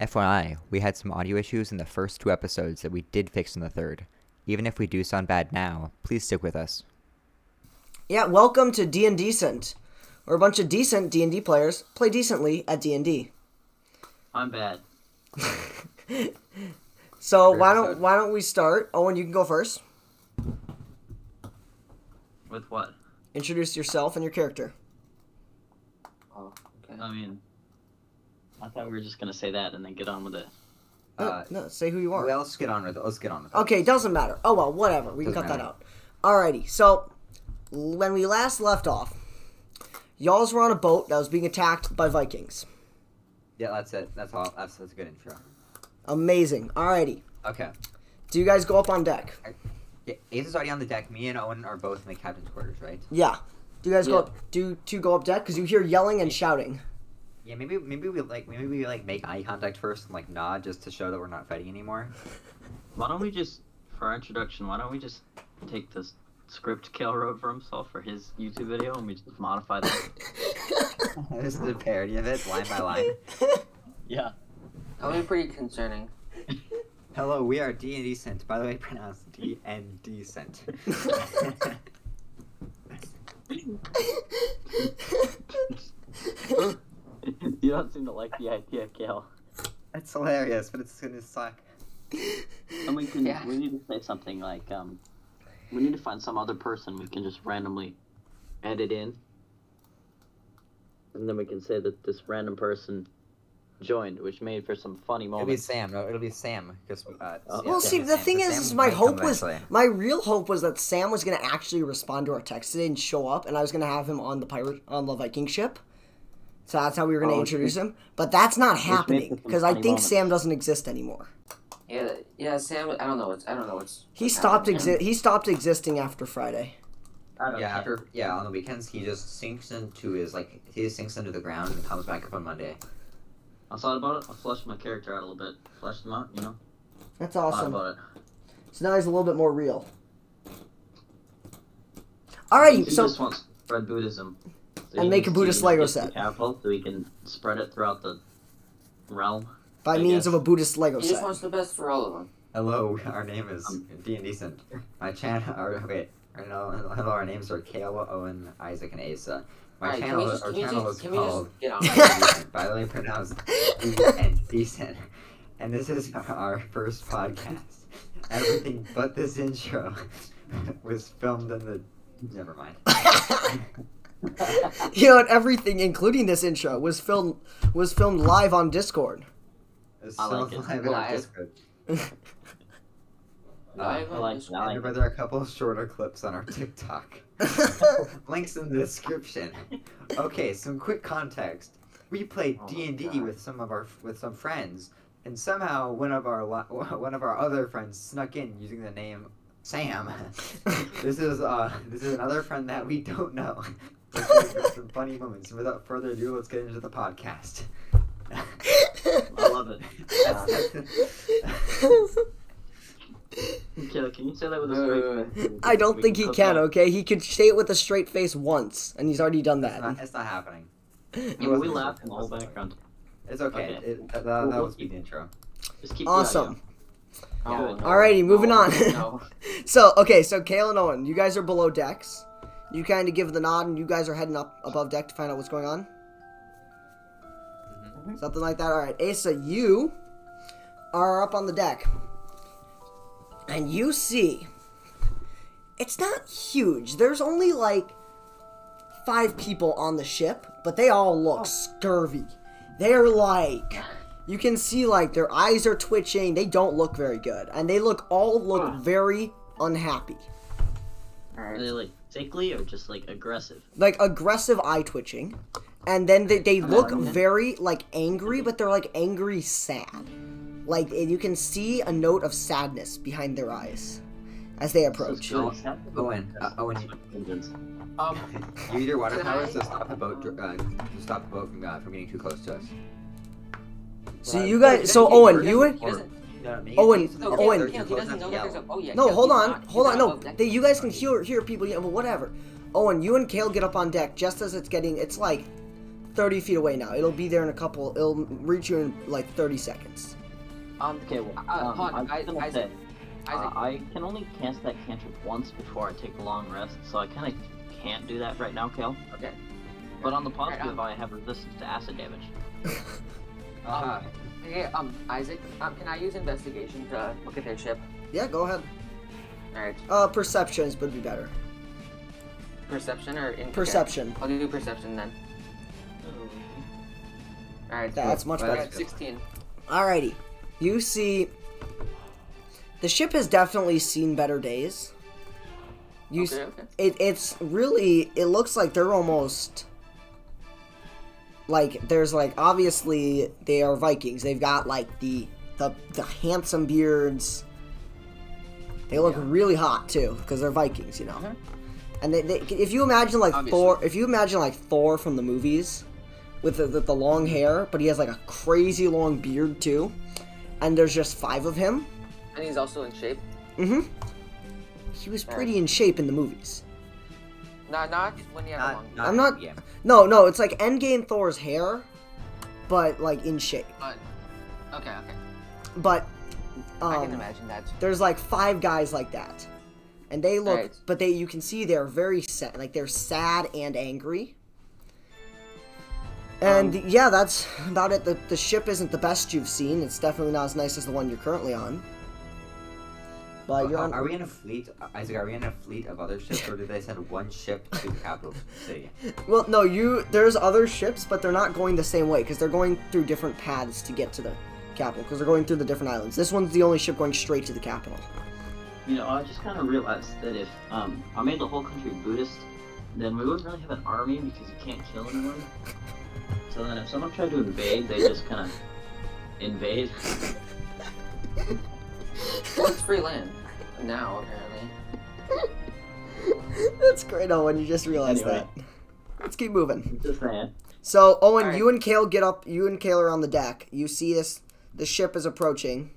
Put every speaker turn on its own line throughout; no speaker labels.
FYI, we had some audio issues in the first two episodes that we did fix in the third. Even if we do sound bad now, please stick with us.
Yeah, welcome to D and Decent. We're a bunch of decent D and D players play decently at D and D.
I'm bad.
So why
episode.
don't why don't we start? Owen, you can go first.
With what?
Introduce yourself and your character.
Oh, okay.
I mean, I thought we were just gonna say that and then get on with it.
No,
Uh,
no, say who you are.
Well, let's get on with it. Let's get on with it.
Oh, Okay, doesn't matter. Oh well, whatever. We can
Doesn't
cut that
matter.
out. Alrighty, so when we last left off, y'alls were on a boat that was being attacked by Vikings.
Yeah, that's it. That's all. That's, that's a good intro.
Amazing. Alrighty.
Okay.
Do you guys go up on deck?
Yeah, Ace is already on the deck. Me and Owen are both in the captain's quarters, right?
Yeah. Do you guys go
Yeah.
up do to go up deck? Because you hear yelling and shouting.
Yeah, maybe maybe we like maybe we like make eye contact first and like nod just to show that we're not fighting anymore.
Why don't we just, for our introduction, why don't we just take this script Kale wrote for himself for his YouTube video and we just modify that?
this is a parody of it, line by line.
yeah.
That would be pretty concerning.
Hello, we are D and Decent. By the way, pronounced D and Decent.
you don't seem to like the idea, Kale.
That's hilarious, but it's gonna suck.
And we can,
Yeah.
we need to say something like, um, we need to find some other person we can just randomly edit in. And then we can say that this random person joined, which made for some funny
It'll be
moments.
Sam. No, it'll be Sam. Because uh,
Well,
Well,
Sam-
see, the
Sam-
thing
Sam
is, is
might
my
come
hope was,
eventually.
my real hope was that Sam was gonna actually respond to our text today and show up, and I was gonna have him on the pirate on the Viking ship. So that's how we were gonna
Oh,
introduce him, but that's not happening
it some
because I
funny
think
moments.
Sam doesn't exist anymore.
Yeah, yeah, Sam. I don't know. What's, I don't know what's.
He
what's
stopped
happening.
exi- He stopped existing after Friday.
I don't
Yeah,
care.
after yeah, on the weekends he just sinks into his like he just sinks into the ground and comes back up on Monday.
I thought about it. I flushed my character out a little bit. Flushed him out, you know.
That's
Thought
awesome.
about it.
So now he's a little bit more real. Alrighty,
He
so
just wants to spread Buddhism. So he
And make a
needs
Buddhist
to
Lego
get the
set.
Capital, so we can spread it throughout the realm.
by
I
means
guess.
of a Buddhist Lego
He just
set.
wants the best for all of them.
Hello, our name is
Um,
D and Decent. My channel, or wait, or no, hello, our names are Kayla, Owen, Isaac, and Asa. My
Alright, can
channel,
we just-
our
can we
channel
just-
is
can we just
called
get on
D
with
and Decent, by the way, pronounced D and Decent. And this is our first podcast. Everything but this intro was filmed in the. Never mind.
you know, and everything, including this intro, was filmed was filmed live on Discord.
It's
I
so
like it.
live in our
Live.
Discord.
No,
Uh,
I
I
haven't
like
just-
that.
And there are a couple shorter clips on our TikTok. Links in the description. Okay, some quick context. We played
Oh my
D and D
God.
with some of our with some friends, and somehow one of our li- one of our other friends snuck in using the name Sam. this is uh this is another friend that we don't know. This is just some funny moments. Without further ado, let's get into the podcast.
I love it. Kayla, can you say that with a
Wait,
straight
wait, wait, wait.
I don't
We
think
can
he
clip
can.
that.
Okay, he could say it with a straight face once, and he's already done
it's,
that.
not, it's not happening.
Yeah, we laugh in the whole background.
It's okay.
Okay.
It, that, that
We'll-
was the intro.
Just keep
Awesome.
Oh, no,
Alrighty, moving
no,
on.
no.
So, okay, so Kale and Owen, you guys are below decks. You kind of give the nod, and you guys are heading up above deck to find out what's going on. Something like that. All right, Asa, you are up on the deck, and you see it's not huge. There's only like five people on the ship, but they all look scurvy. They're like you can see like their eyes are twitching. They don't look very good, and they look all look very unhappy,
Are they like sickly or just like aggressive?
like aggressive eye twitching, and then they, they look
yeah.
very like angry, but they're like angry sad. Like and you can see a note of sadness behind their eyes as they approach.
So it's not-
Owen, uh, Owen,
Um,
You need your water
Can
power,
I-
so stop the boat. dr- Uh, to stop the boat from, uh, from getting too close to us.
So you guys, so
He
Owen,
doesn't-
you
he
and
doesn't- no, no,
Owen,
he's-
no,
he's-
Owen.
they're
Kale,
too
he
close
doesn't
enough
know
to
that there's
yell.
a. Oh yeah.
No,
Kale,
hold
he's
on,
not- he's
hold on.
not
No,
above deck.
they, you guys can hear hear people, yeah, but whatever. Owen, you and Kale get up on deck just as it's getting. It's like 30 feet away now. It'll be there in a couple. It'll reach you in like 30 seconds.
Um,
Okay, well,
Uh,
um,
hold
I
on,
was
I-
gonna
I-
say, uh,
Isaac,
I can only cast that cantrip once before I take a long rest, so I kind of can't do that right now, Kel.
okay.
But on the
Right
positive, I have resistance to acid damage.
Uh-huh.
Hey, um, Isaac, um, can I use investigation to look at their ship?
Yeah, go ahead.
Alright,
Uh, perceptions would be better.
perception or in okay.
Perception.
I'll do perception then. Alright,
That's much
Well,
better.
Alright, 16.
Alrighty. You see, the ship has definitely seen better days. You,
Okay,
s-
okay.
it, it's really, it looks like they're almost, like, there's like, obviously, they are Vikings. They've got like the, the, the handsome beards. They look really hot too, because they're Vikings, you know. And they, they, if you imagine like
Obviously.
Thor, if you imagine like Thor from the movies, with the, the, the long hair, but he has like a crazy long beard too, and there's just five of him. mm-hmm,
And he's also in shape.
He was pretty in shape in the movies.
No, not when you have a long
Not, not
I'm not.
Yeah.
No, no, it's like Endgame Thor's hair, but like in shape.
But, okay, okay.
But um,
I can imagine that.
there's like five guys like that, and they look.
Right.
But they, you can see they're very sad. Like they're sad and angry. And
Um.
yeah, that's about it. The, the ship isn't the best you've seen. It's definitely not as nice as the one you're currently on. But you're
Uh-huh. Are-
on.
Are we in a fleet, Isaac? Are we in a fleet of other ships, or did they send one ship to the capital city?
Well, no, you. There's other ships, but they're not going the same way because they're going through different paths to get to the capital because they're going through the different islands. This one's the only ship going straight to the capital.
You know, I just kind of realized that if um, I made the whole country Buddhist, then we wouldn't really have an army because you can't kill anyone. So then if someone tried to invade, they just kind of invade.
Well, it's free land. Now, apparently.
That's great, Owen. You just realized
Anyway.
that. Let's keep moving.
just saying.
So, Owen,
Alright.
you and Kale get up. You and Kale are on the deck. You see this. The ship is approaching.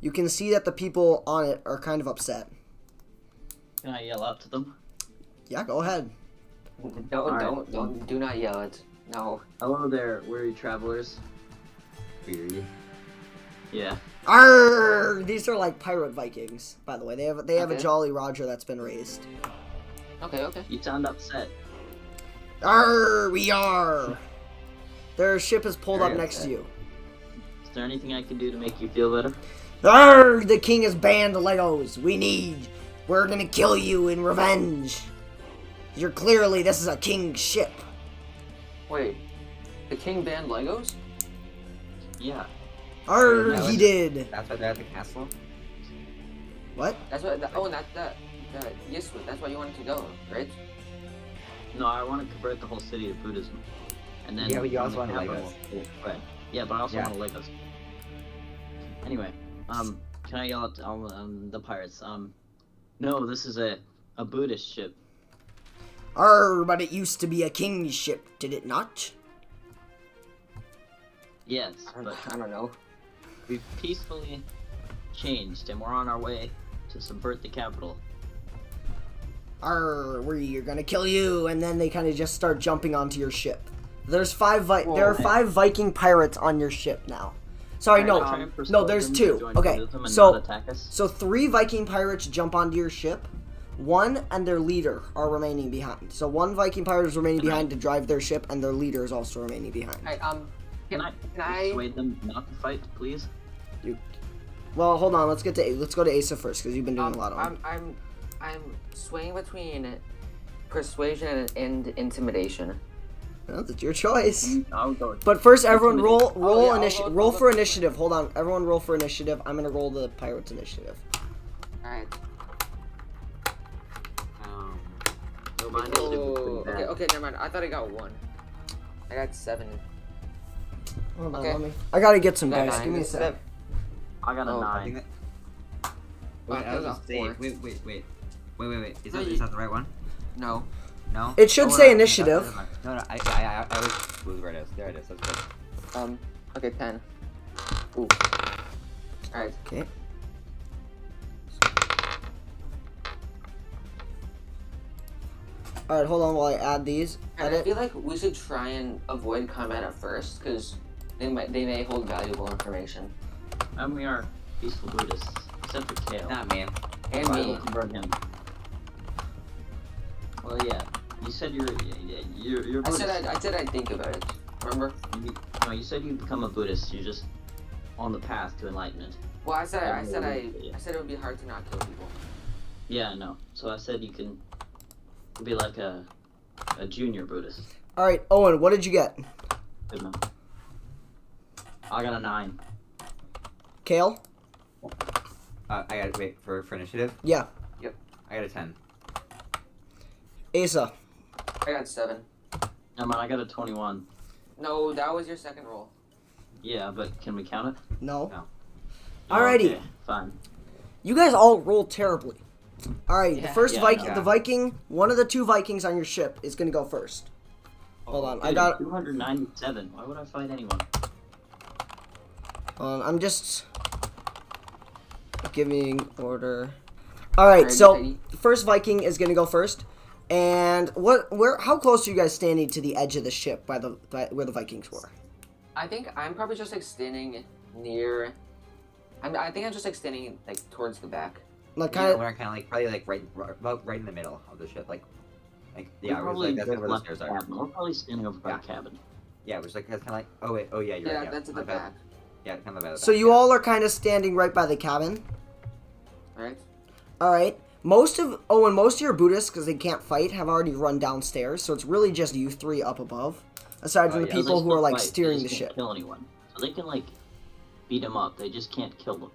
You can see that the people on it are kind of upset.
Can I yell out to them?
Yeah, go ahead.
No,
Alright.
don't, don't, do not yell it. No.
Hello there, weary travelers.
Weird.
Yeah.
Arr! These are like pirate Vikings, by the way. They have they have a
Okay.
Jolly Roger that's been raised.
Okay, okay.
You sound upset.
Arr, we are. Their ship is pulled up
Very
next to
upset.
you.
Is there anything I can do to make you feel better?
Arr, the king has banned the Legos. We need. We're gonna kill you in revenge. You're clearly this is a king's ship.
Wait. The king banned Legos?
Yeah.
Arr,
Wait, no,
he
it's-
did.
That's why they're at the castle.
What?
That's why. That, oh, that that that yes, that's why you wanted to go, right?
No, I want to convert the whole city to Buddhism. And then
Yeah, but you
from
also want
the capital- Right. Yeah, but I also
Yeah.
want a Legos. Anyway, um, can I yell at um, um, the pirates? Um, no, this is a a Buddhist ship.
Arr, but it used to be a king's ship, did it not?
Yes,
I don't,
but
I don't know.
we've peacefully changed, and we're on our way to subvert the capital.
Arr, we're gonna kill you, and then they kind of just start jumping onto your ship. There's five. Vi- there are
Whoa.
five Viking pirates on your ship now. Sorry,
Alright,
no,
I'll try and
Um, no.
persuade
There's
them to
two.
join
Okay,
Buddhism and
so
not attack us.
So three Viking pirates jump onto your ship. One and their leader are remaining behind. So one Viking pirate is remaining behind to drive their ship, and their leader is also remaining behind.
Alright, um,
Can I
can I?
persuade them not to fight, please?
Well, hold on. Let's get to let's go to Asa first because you've been doing
Um,
a lot on.
I'm I'm I'm swaying between persuasion and intimidation.
Well, that's your choice.
I would go.
But first, everyone roll
Intimidate.
roll
Oh, yeah, I'll
initiative
roll-
roll
I'll
for
roll.
initiative. Hold on, everyone roll for initiative. I'm gonna roll the pirates initiative.
Alright.
Um,
No, mine is
Oh,
stupid, pretty
okay,
bad.
okay, never mind. I thought I got one. I got seven.
Hold on,
Okay.
let me. I gotta get some
Got
dice.
nine.
Give me a
Is
sec.
I got a
Oh, I
I think
nine.
that. Wait,
that
that was
was
a
a four.
save. Wait, wait, wait, wait, wait, wait. Is
No,
that,
you-
is that the right one?
No.
No.
It should
Oh,
say
no, no,
initiative.
that's- that's mine. No, no, I, I, I, I always lose where it is. There it is. That's good.
Um. Okay, ten. Ooh. Alright.
Okay. All right, hold on while I add these.
And I
Edit.
feel like we should try and avoid combat at first, because they might they may hold valuable information.
And we are peaceful Buddhists, except for Kale.
Not man.
And
I will
me.
convert him. Well, yeah. You said you're yeah, you're you're
I
Buddhist.
said I, I said I'd think about it. Remember?
You, no, you said you become a Buddhist. You're just on the path to enlightenment.
Well, I said I,
Yeah,
said I,
yeah.
I said it would be hard to not kill people.
Yeah, no. So I said you can be like a a junior Buddhist.
All right, Owen, what did you get?
Good man. I got a nine.
Kale.
Uh, I gotta wait for, for initiative.
Yeah.
I got a 10.
Asa.
I got seven.
No, man, I got a twenty-one.
No, that was your second roll.
Yeah, but can we count it?
No.
No.
Alrighty.
Okay, fine.
You guys all roll terribly. All right, the
Yeah.
first
Yeah,
Viking,
no.
the Viking, one of the two Vikings on your ship is gonna go first. Hold on, I got.
two hundred ninety-seven. Why would I fight anyone?
Um, I'm just giving order. All right, so
Alrighty.
the first Viking is gonna go first, and what? Where? How close are you guys standing to the edge of the ship by the by, where the Vikings were?
I think I'm probably just like standing near. I'm, I think I'm just like standing like towards the back.
Like
Kind
kind
of,
of.
we're kind of like probably like right, right, about right in the middle of the ship, like, like
We
yeah, it was like that's
just
where the
left
stairs
the
are.
cabin. We're probably standing over by
Yeah.
the cabin.
Yeah, it was like that's kind of like oh wait, oh yeah, you're
yeah,
right. Yeah,
that's at the
my bad.
back,
Yeah, kind of by the back.
So you
yeah.
all are kind of standing right by the cabin.
right?
All right. Most of oh, and most of your Buddhists, because they can't fight, have already run downstairs. So it's really just you three up above, aside from
Oh,
the
yeah.
So
people
they
who are
still
like
fight, they
steering the
just can't
ship.
Kill anyone? So they can like beat them up. They just can't kill them.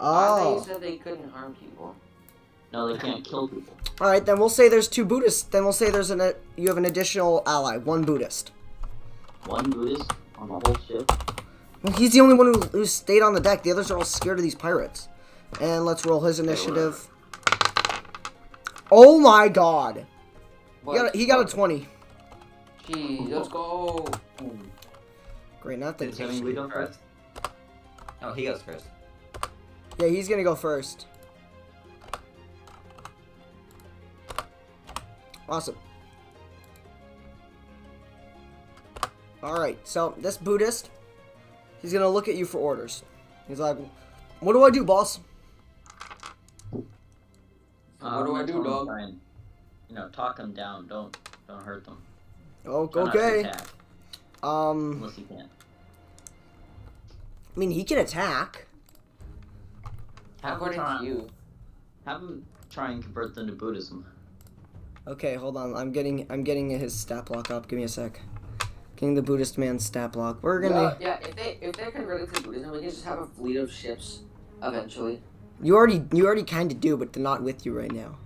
I thought you
Oh,
said they couldn't harm people.
No, they can't kill people.
all right. Then we'll say there's two Buddhists. Then we'll say there's an uh, you have an additional ally, one Buddhist.
One Buddhist on the whole ship.
Well, he's the only one who, who stayed on the deck. The others are all scared of these pirates. And let's roll his initiative. Oh my god! He got, a, he got a twenty.
Oh, Gee, let's go.
Great, not
Did
that.
Jimmy, we go
first? Oh, he goes first.
Yeah, he's gonna go first. Awesome. Alright, so this Buddhist, he's gonna look at you for orders. He's like, What do I do, boss?
What
uh,
do I do, dog?
Try and, you know, talk them down. Don't don't hurt them.
Oh,
Try not to
okay.
attack,
Um,
Unless you can.
I mean, he can attack.
Have them,
According
try,
to you,
have them try and convert them to Buddhism.
Okay, hold on. I'm getting, I'm getting his stat block up. Give me a sec. Getting the Buddhist man's stat block. We're gonna.
yeah, if they if they converted to Buddhism, we can just have a fleet of ships eventually.
You already, you already kind of do, but they're not with you right now.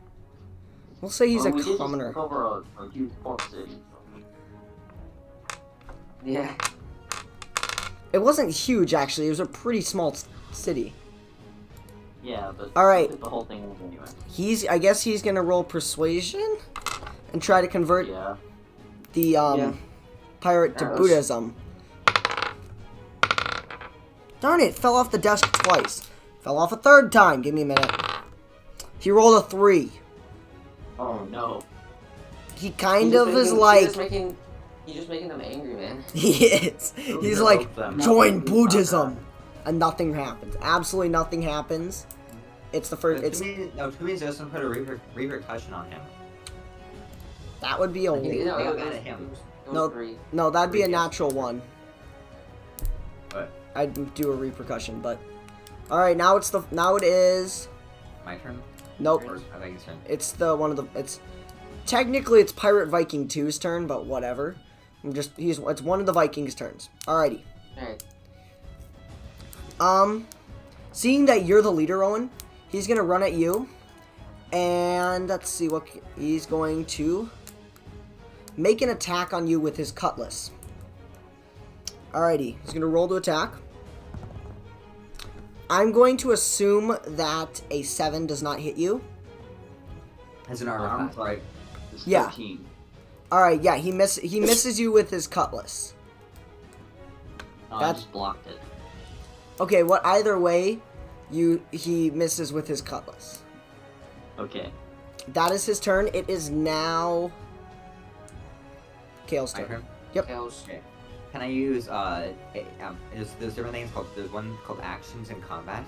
We'll say he's
Well, Um, we
a
did just
commoner.
took over a, a huge port city.
Yeah,
It wasn't huge, actually. It was a pretty small s- city.
Yeah, but
All right.
the whole thing was anyway.
He's, I guess, he's gonna roll persuasion and try to convert
Yeah.
the um,
Yeah.
pirate to
Yes.
Buddhism. Darn it! Fell off the desk twice. Fell off a third time. Give me a minute. He rolled a three.
Oh no.
He
He
kind
just
of is
making- he
like
just making, you just making them angry, man.
he is. He's
no,
like
them.
join
Nothing
Buddhism, and nothing happens. Absolutely nothing happens. It's the first.
It's,
It's
to me, no, to me, there's some kind of reper- repercussion on him.
that would be a w-
He- no,
They got
it
mad
was-
at him.
it was- it was
No.
three.
no. That'd be a
Three.
natural one.
But
I'd do a repercussion, but all right, now it's the now it is
my turn.
nope.
Or I think his turn.
It's the one of the it's technically it's Pirate Viking 2's turn, but whatever. I'm just he's it's one of the Vikings' turns. Alrighty.
All right.
Um, seeing that you're the leader, Owen, he's gonna run at you, and let's see what c- he's going to make an attack on you with his cutlass. Alrighty, he's gonna roll to attack. I'm going to assume that a seven does not hit you.
Has an armor
Armor
class, right?
It's
Yeah.
13.
All right, yeah, he miss he misses you with his cutlass.
No, Oh, I
That's-
just blocked it.
Okay, what either way, you he misses with his cutlass.
Okay.
That is his turn. It is now Kale's
I
turn.
heard-
Yep.
Tails.
Can I use uh? a- um, there's, there's different things called. There's one called actions in combat,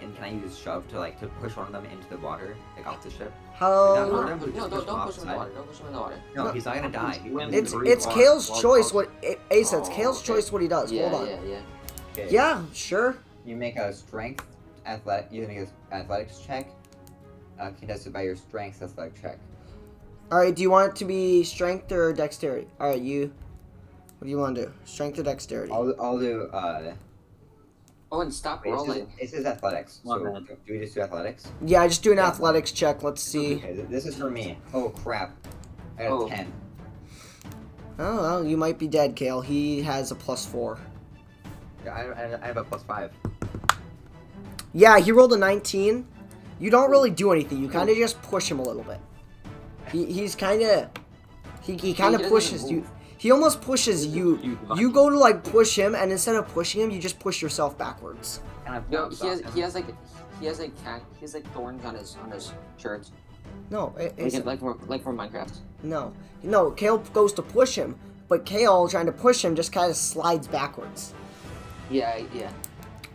and can I use shove to like to push one of them into the water, like off the ship?
No,
How
Or
no,
if we just
no,
push
don't,
him
don't push him in the
outside.
water. Don't push him in the water.
No,
Well,
he's not gonna die. He
when
can
it's
breathe
it's
water.
Kale's
Well,
choice.
well-
What A- Ace? It's
Oh,
Kale's
okay.
choice. What he does.
yeah,
Hold on.
yeah, yeah.
Okay.
Yeah, sure.
You make a strength athletic. You're gonna get athletics check, uh, contested by your strength athletic check.
All right. Do you want it to be strength or dexterity? All right, you. What do you want to do? Strength or dexterity?
I'll I'll do uh.
Oh, and stop
Wait, it, says,
rolling.
it says athletics.
My
So
bad.
do we just do athletics?
Yeah, I just do an
Yeah.
athletics check. Let's see.
Okay, th- this is for me. Oh crap! I got
Oh.
a ten.
Oh, well, you might be dead, Kale. He has a plus four.
Yeah, I, I, I have a plus five.
Yeah, he rolled a 19. You don't really do anything. You kind of just push him a little bit. He, he's kind of he, he kind
doesn't
of
even
pushes you.
move.
He almost pushes you. You go to like push him, and instead of pushing him, you just push yourself backwards.
And I've
No,
bounced
he has
off him.
he has like he has like cat he has like thorns on his on his shirt.
No, it,
Like
it's,
it- like from like from Minecraft.
no, no. Kale goes to push him, but Kale trying to push him just kind of slides backwards.
Yeah, yeah.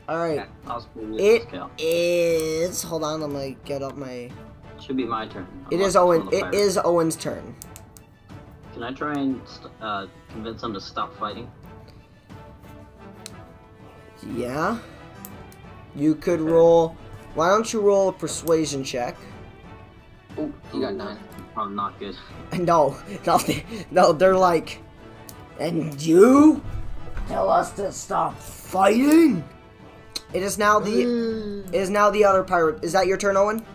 All right,
Yeah.
Possibly
It-
it scale.
is hold on. I'm gonna get up my.
should be my turn.
It is
unless it's
Owen.
on the
It
pirate.
is Owen's turn.
Can I try and st- uh, convince them to stop fighting?
Yeah. You could roll. Why don't you roll a persuasion check?
Oh, you got nine.
Oh, not good.
No, no, they, no. They're like, and you tell us to stop fighting. It is now the. it is now the other pirate. Is that your turn, Owen?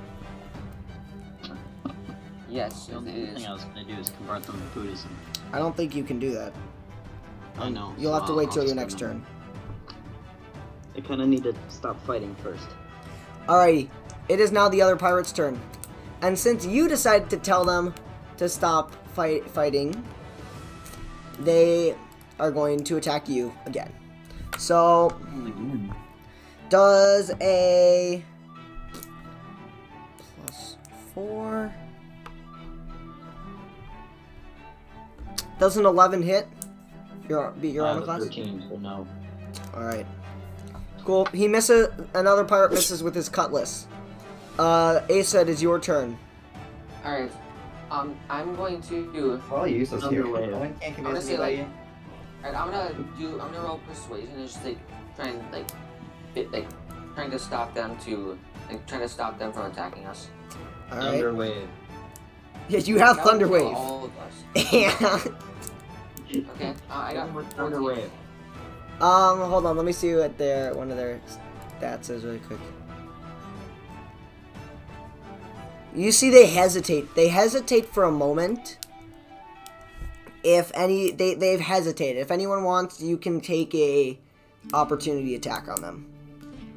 Yes,
The
it
only
is.
thing I was gonna do is convert them to Buddhism.
I don't think you can do that.
I know.
You'll have to
so
wait
I'll
till your
just
next
gonna-
turn.
I kind of need to stop fighting first.
Alrighty, it is now the other pirate's turn. And since you decided to tell them to stop fight fighting, they are going to attack you again. So, does a plus four. Does an 11 hit? Your, beat your
Uh,
armor class?
13, so no.
All right. Cool. He misses. Another pirate misses with his cutlass. Uh, Asa, it is your turn.
Alright. Um I'm going to
We're all useless
Another
here.
way.
No one can convince
Honestly,
anybody.
like- Alright, I'm gonna do. I'm gonna roll persuasion and just like try and like, bit, like trying to stop them to like trying to stop them from attacking us.
All right.
Underwave.
Yeah, you have
That would kill
Thunderwave.
All of us.
Yeah.
Okay. Uh, I got
With
14.
Thunderwave.
um, hold on. Let me see what their one of their stats is really quick. You see, they hesitate. They hesitate for a moment. If any, they they've hesitated. If anyone wants, you can take a opportunity attack on them.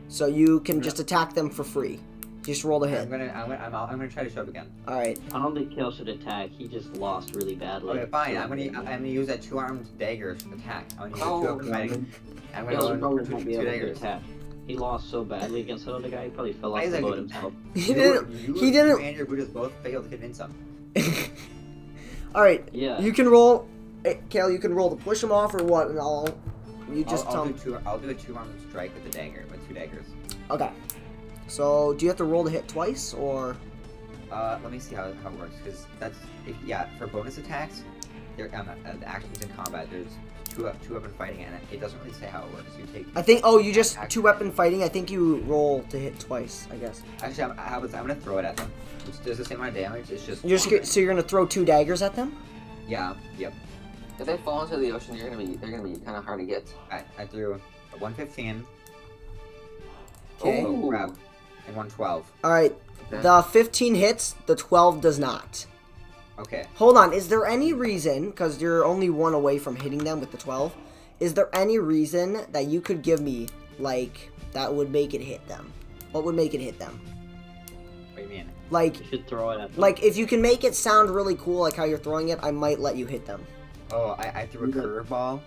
So you can just attack them for free. Just roll the hit.
I'm gonna, I'm gonna, I'm, I'm gonna try to shove again.
All right.
I don't think Kale should attack. He just lost really badly.
Okay, fine. I'm gonna, I'm gonna use that two-armed dagger attack. I'm gonna use
Oh,
two open
God.
fighting. I'm
Kale
gonna
you probably
use two,
won't be able to
daggers.
attack. He lost so badly against another guy. He probably fell off
Why is
the
that
boat
good?
himself.
He
You-
didn't.
you-
he
you
didn't-
And your Buddhas both failed to convince him.
All right.
Yeah.
You can roll, eh, Kale. You can roll to push him off or what, and I'll. You just
I'll,
tell
I'll do
him.
two. I'll do a two-armed strike with the dagger, with two daggers.
Okay. So do you have to roll to hit twice or?
Uh, let me see how, how it works. Cause that's if, yeah for bonus attacks, there um, uh, the actions in combat. There's two up, two weapon fighting, and it doesn't really say how it works. You take.
I think. Oh, you just two weapon fighting. I think you roll to hit twice. I guess.
Actually, I'm, I was, I'm gonna throw it at them. It's, does the same amount of damage. It's just.
You're just,
one
gonna- so you're gonna throw two daggers at them?
thing. Yeah. Yep.
If they fall into the ocean, they're gonna be they're gonna be kind of hard to get.
I, I threw a 115.
Okay.
Oh
Ooh.
crap. And 112.
All right. The 15 hits. The 12 does not.
Okay.
Hold on. Is there any reason? Because you're only one away from hitting them with the 12. Is there any reason that you could give me like that would make it hit them? What would make it hit them?
What do you mean?
Like,
You should throw it at them.
like if you can make it sound really cool, like how you're throwing it, I might let you hit them.
Oh, I, I threw a
Yeah.
curveball.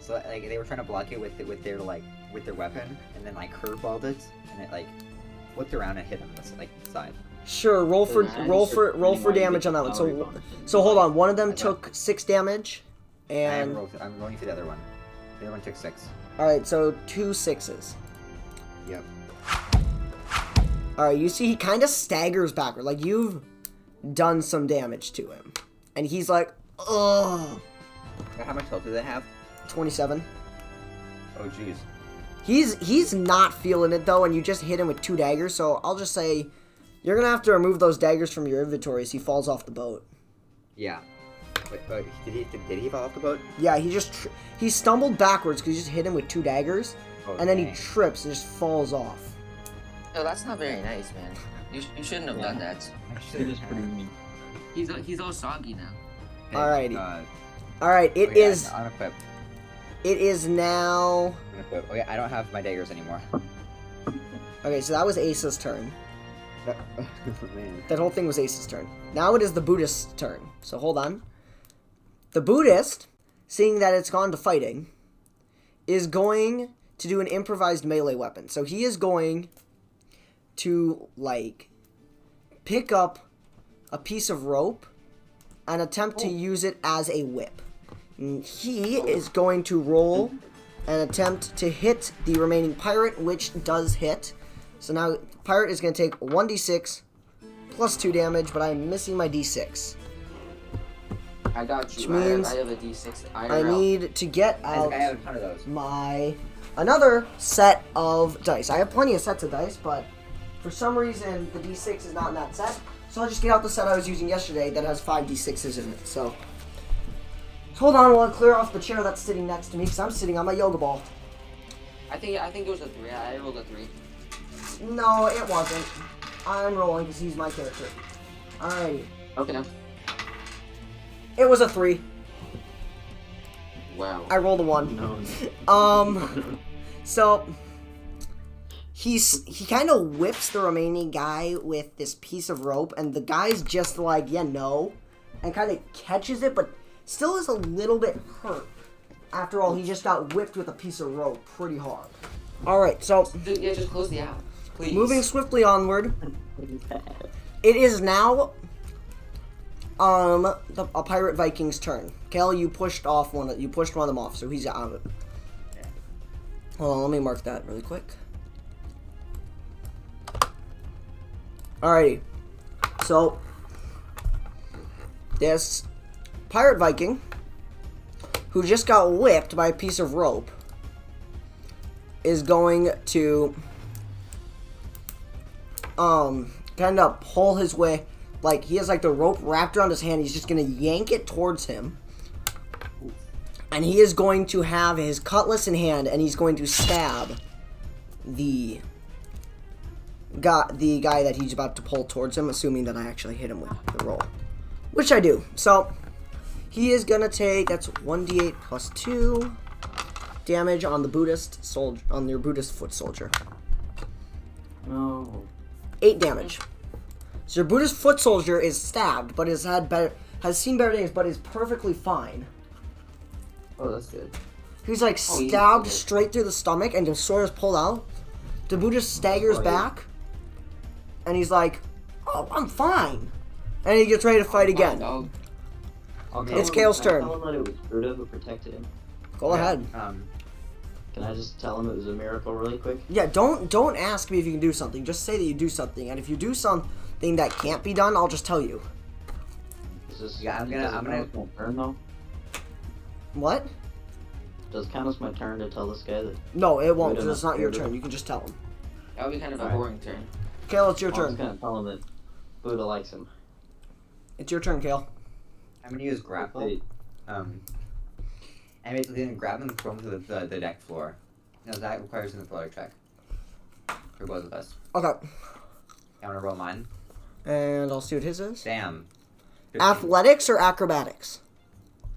So like they were trying to block it with with their like with their weapon, and then like curveballed it, and it like flipped around and hit him on the s- like side.
Sure, roll for
Then I
roll
just-
for roll for
anyway,
damage on that one.
salary
So
bonus.
so hold on, one of them
I got
took six damage,
I am
and
roll, I'm rolling for the other one. The other one took six.
all right, so two sixes.
Yep.
All right, you see he kind of staggers backward, like you've done some damage to him, and he's like, ugh,
How much health do they have?
twenty-seven.
Oh, jeez.
He's he's not feeling it though, and you just hit him with two daggers. So I'll just say, you're gonna have to remove those daggers from your inventory as he falls off the boat.
Yeah. Wait, wait, did he did, did he fall off the boat?
Yeah, he just tr- he stumbled backwards because you just hit him with two daggers,
Oh,
and then he
dang.
trips and just falls off.
No, Oh, that's not very nice, man. You, sh- you shouldn't have done that.
It is pretty mean.
He's all- he's all soggy now.
Hey,
Alrighty.
Uh,
All right,
oh,
it
yeah,
is
I'm equipped.
it is now.
I'm equipped. Oh yeah, I don't have my daggers anymore.
Okay, so that was Asa's turn.
Man.
That whole thing was Ace's turn. Now it is the Buddhist's turn. So hold on. The Buddhist, seeing that it's gone to fighting, is going to do an improvised melee weapon. So he is going to, like, pick up a piece of rope and attempt to use it as a whip. And he is going to roll an attempt to hit the remaining pirate, which does hit. So now, pirate is going to take 1d6 plus two damage, but I'm missing my d6.
I got you.
Which means
I, have, I have a D6 IRL.
I need to get
I
out
think I have a ton of those.
my another set of dice. I have plenty of sets of dice, but for some reason the d6 is not in that set. So I'll just get out the set I was using yesterday that has five d6s in it. So hold on while I clear off the chair that's sitting next to me because I'm sitting on my yoga ball.
I think I think it was a three. I rolled a three.
No, it wasn't. I'm rolling because he's my character. Alrighty.
Okay.
It was a three.
Wow.
I rolled a one.
No.
Um, so he's he kind of whips the remaining guy with this piece of rope, and the guy's just like, yeah, no, and kind of catches it, but still is a little bit hurt. After all, he just got whipped with a piece of rope pretty hard. All right, so
Dude, yeah, just close the app, please.
moving swiftly onward, it is now um the, a pirate Viking's turn. Kel, you pushed off one. of- You pushed one of them off, so he's out of it. Hold on, let me mark that really quick. Alrighty. So, this pirate Viking, who just got whipped by a piece of rope, is going to, um, kind of pull his way. Like, he has, like, the rope wrapped around his hand. He's just going to yank it towards him and he is going to have his cutlass in hand and he's going to stab the guy, the guy that he's about to pull towards him assuming that i actually hit him with the roll which i do so he is going to take that's 1d8 plus 2 damage on the buddhist soldier on your buddhist foot soldier
No.
8 damage so your buddhist foot soldier is stabbed but has had better has seen better days but is perfectly fine
Oh, that's good.
He's like
Oh, he-
stabbed straight through the stomach, and the sword is pulled out. The Buddhist staggers
Oh, yeah.
back, and he's like, "Oh, I'm fine," and he gets ready to fight again.
Oh, Wow, dog.
I'll
I
go-
tell
It's
him-
Kale's
I
turn.
tell him that it was Buddha who protected him.
Go ahead.
Um,
Can I just tell him it was a miracle really quick?
Yeah, don't don't ask me if you can do something. Just say that you do something, and if you do something that can't be done, I'll just tell you.
Is this,
Yeah, I'm gonna-
does it
I'm
count
gonna-
as my turn though?
What?
Does it count as my turn to tell this guy that?
No, it won't.
Wait,
'cause
I'm
it's not your
scared.
turn. You can just tell him.
That would be kind of a
Alright.
boring turn.
Kale, it's your
Oh,
Well, I'm just
turn.
gonna tell him that Buddha likes him.
It's your turn, Kale.
I'm gonna use grapple.
Wait,
Um, and basically then grab them and throw them to the, the, the deck floor. Now that requires an athletic check for both of us.
Okay,
I'm gonna roll mine.
and I'll see what his is.
Damn. 15.
Athletics or acrobatics?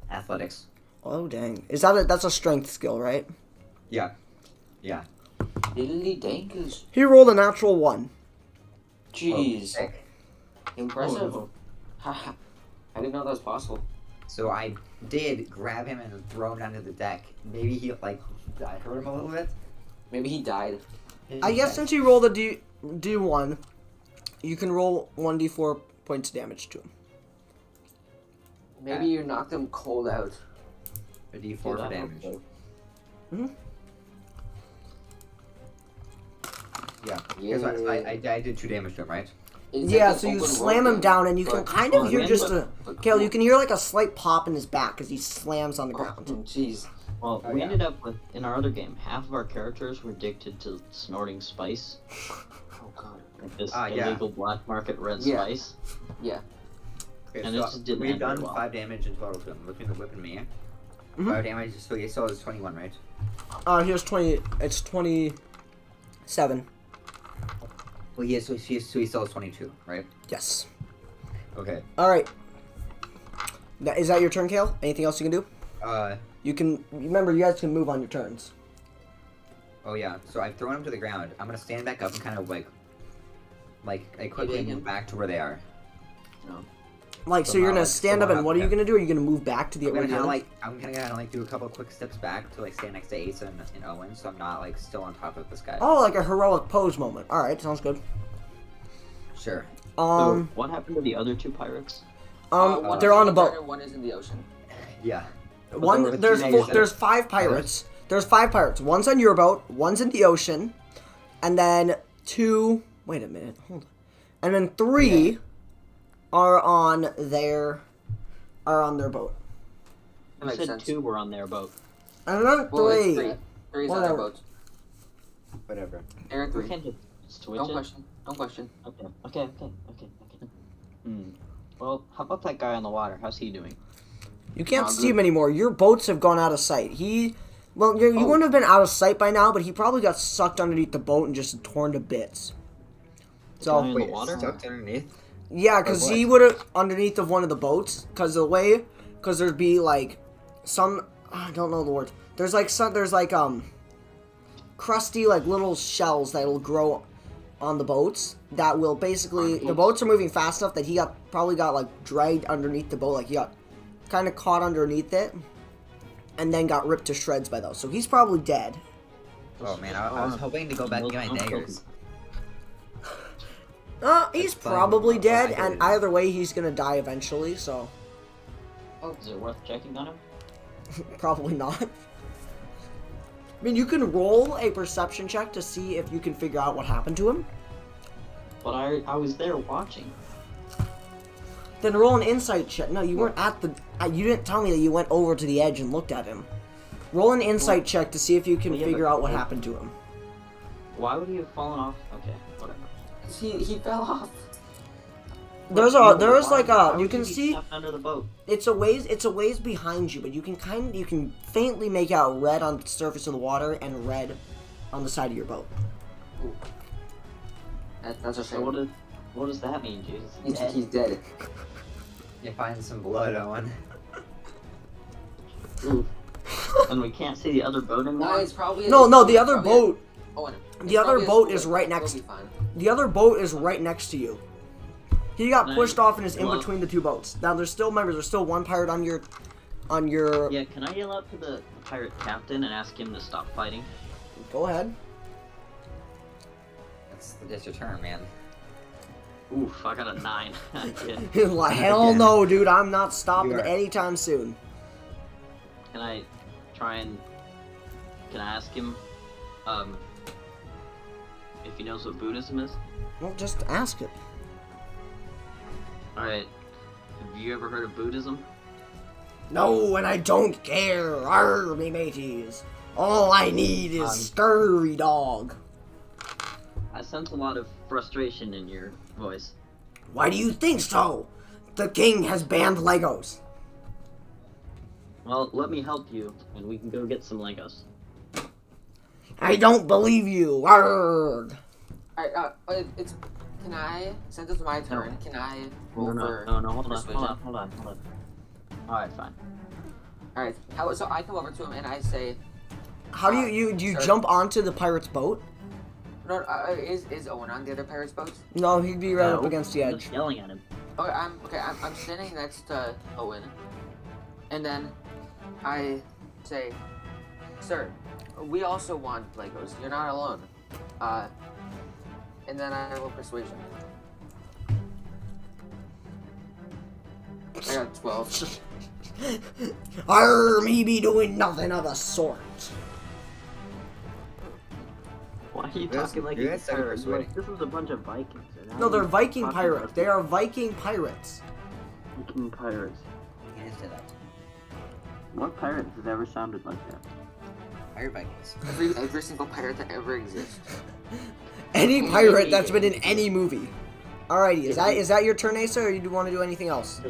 Athletics.
Oh dang! Is that a that's a strength skill, right?
Yeah. Yeah.
Diddly dankus.
He rolled a natural one.
Jeez.
Oh,
Okay.
Impressive.
oh,
Haha. I didn't know that was possible.
So I did grab him and throw him onto the deck. Maybe he like I hurt him a little bit.
Maybe he died.
I guess
Okay.
since you rolled a D D one, You can roll 1d4 points of damage to him.
Maybe you knocked him cold out.
A D4 for
that
damage.
helpful.
Yeah. Guess what? I, I, I did two damage to him, right?
It's
yeah,
like an
so you
open
slam
road,
him down, and you can
but-
kind of
but
hear
then
just
the-
a.
the
Kale,
cool-
you can hear like a slight pop in his back as he slams on the
Oh,
ground.
Jeez.
Well,
Oh,
we
yeah.
ended up with in our other game, half of our characters were addicted to snorting spice,
Oh god.
like this
Ah, yeah.
illegal black market red
Yeah.
spice.
Okay,
And
so
this didn't
we've
end very
done
well.
five damage in total to him between the whip and me.
Mhm.
Five damage. So he still has twenty-one, right?
Uh, here's 20. It's 27.
Well, he has. So he, so he still has twenty-two, right?
Yes.
Okay.
Alright. That, is that your turn, Kale? Anything else you can do?
Uh.
You can. Remember, you guys can move on your turns.
Oh yeah. So I've thrown him to the ground. I'm gonna stand back up and kind of like, like I quickly
Hitting him?
move back to where they are.
Like, so
So
you're
now
gonna
it's
stand
the
up, and
one
what are you
up, yeah.
gonna do? Are you gonna move back to the
I'm gonna kind
original?
of like I'm gonna kind of like do a couple quick steps back to like stand next to Ace and, and Owen, so I'm not like still on top of this guy.
Oh, like a heroic pose moment. Alright, sounds good.
Sure.
So,
Um,
what happened to the other two pirates?
um,
Uh,
one's
they're
in
on
the
a boat.
water, One is in the ocean.
Yeah. But
One
there
there's
were
four,
three
there's five pirates. There's five pirates. One's on your boat. One's in the ocean, and then two. Wait a minute. Hold on. And then three are on their are on their boat.
You
makes
said
sense.
two were on their boat.
And another
Well,
three.
it's three. Three's on
Whatever.
our boat.
Whatever.
Eric,
We
three.
can't just just switch
Don't
it.
question. Don't question.
Okay, okay, okay, okay, okay. Hmm. Well, how about that guy on the water? How's he doing?
You can't
Not
see
good.
him anymore. Your boats have gone out of sight. He, well, you're, you
Oh.
wouldn't have been out of sight by now, but he probably got sucked underneath the boat and just torn to bits. So
Dying. In the
Wait,
water?
stuck underneath.
Yeah, because
Or
he
what?
would have underneath of one of the boats. Because the way, because there'd be like some ah, I don't know the word. There's like some there's like um crusty like little shells that'll grow on the boats that will basically the boats are moving fast enough that he got probably got like dragged underneath the boat like he got kind of caught underneath it and then got ripped to shreds by those so he's probably dead
Oh man, I, I was hoping to go
Oh,
back and get my
I'm
daggers.
uh,
That's
he's
fine.
probably
Well,
dead
I did
and
it.
either way he's gonna die eventually so
Oh.
Is it worth checking on him?
Probably not. I mean, you can roll a perception check to see if you can figure out what happened to him.
But I, I was there watching.
Then roll an insight check. No, you weren't at the. uh, You didn't tell me that you went over to the edge and looked at him. Roll an insight check to see if you can
Well, yeah,
figure
but-
out what happened to him.
Why would he have fallen off? Okay, whatever.
He he fell off.
There's
you
a.
were
There's like
Why
a.
would
You
he
can
be
see.
stuck under the boat.
It's a ways. It's a ways behind you, but you can kind. You can faintly make out red on the surface of the water and red on the side of your boat.
That, that's a
So what
shame.
does what does that mean, Jesus?
He's dead. He's dead.
You find some blood, Owen.
Ooh. and we can't see the other boat
No,
anymore.
it's probably
No, no. The other
probably a-
boat.
Oh, and
The
it's
other
probably a
boat
school
is
that
right
will
next-
be fine.
The other boat is right next to you. He got
Nice.
pushed off and is in
Well-
between the two boats. Now there's still remember there's still one pirate on your on your
Yeah, can I yell out to the pirate captain and ask him to stop fighting?
go ahead.
That's that's your turn, man.
Oof, I got a nine. yeah.
like, hell
Again.
no, dude, I'm not stopping
You are-
anytime soon.
Can I try and can I ask him um if he knows what Buddhism is?
Well just ask it.
Alright. Have you ever heard of Buddhism?
No, and I don't care. Arr me mateys. All I need is
Um,
scurry dog.
I sense a lot of frustration in your voice.
Why do you think so? The king has banned Legos.
Well, let me help you and we can go get some Legos.
I don't believe you. Arg.
Alright, uh, it, it's. Can I? Since it's my turn, can I roll
No, no,
for?
no, no, hold on,
persuasion?
hold on, hold on, hold on. Alright, fine.
Alright, how, so I come over to him and I say,
How do you you do you
Sir.
jump onto the pirate's boat?
"No, uh, is is Owen on the other pirate's boat?"
No, he'd be right
No,
up against the
I'm
edge.
just yelling at him.
Oh, I'm okay. I'm, I'm standing next to Owen, and then I say, "Sir, we also want Legos. You're not alone." Uh, and then I will persuasion. I got twelve.
Arr, me be doing nothing of the sort.
Why are you
That's-
talking like
yeah,
these
that's kinda
pirates? Like,
persuading.
this is a bunch of Vikings. and now
No, they're
you're
Viking
talking
pirates.
about
They are Viking pirates.
Viking pirates.
You just did that.
What pirate has ever sounded like that?
Pirate Vikings.
Every every single pirate that ever exists.
Any pirate that's been in any movie. Alrighty, is that is that your turn, Asa, or do you want to do anything else?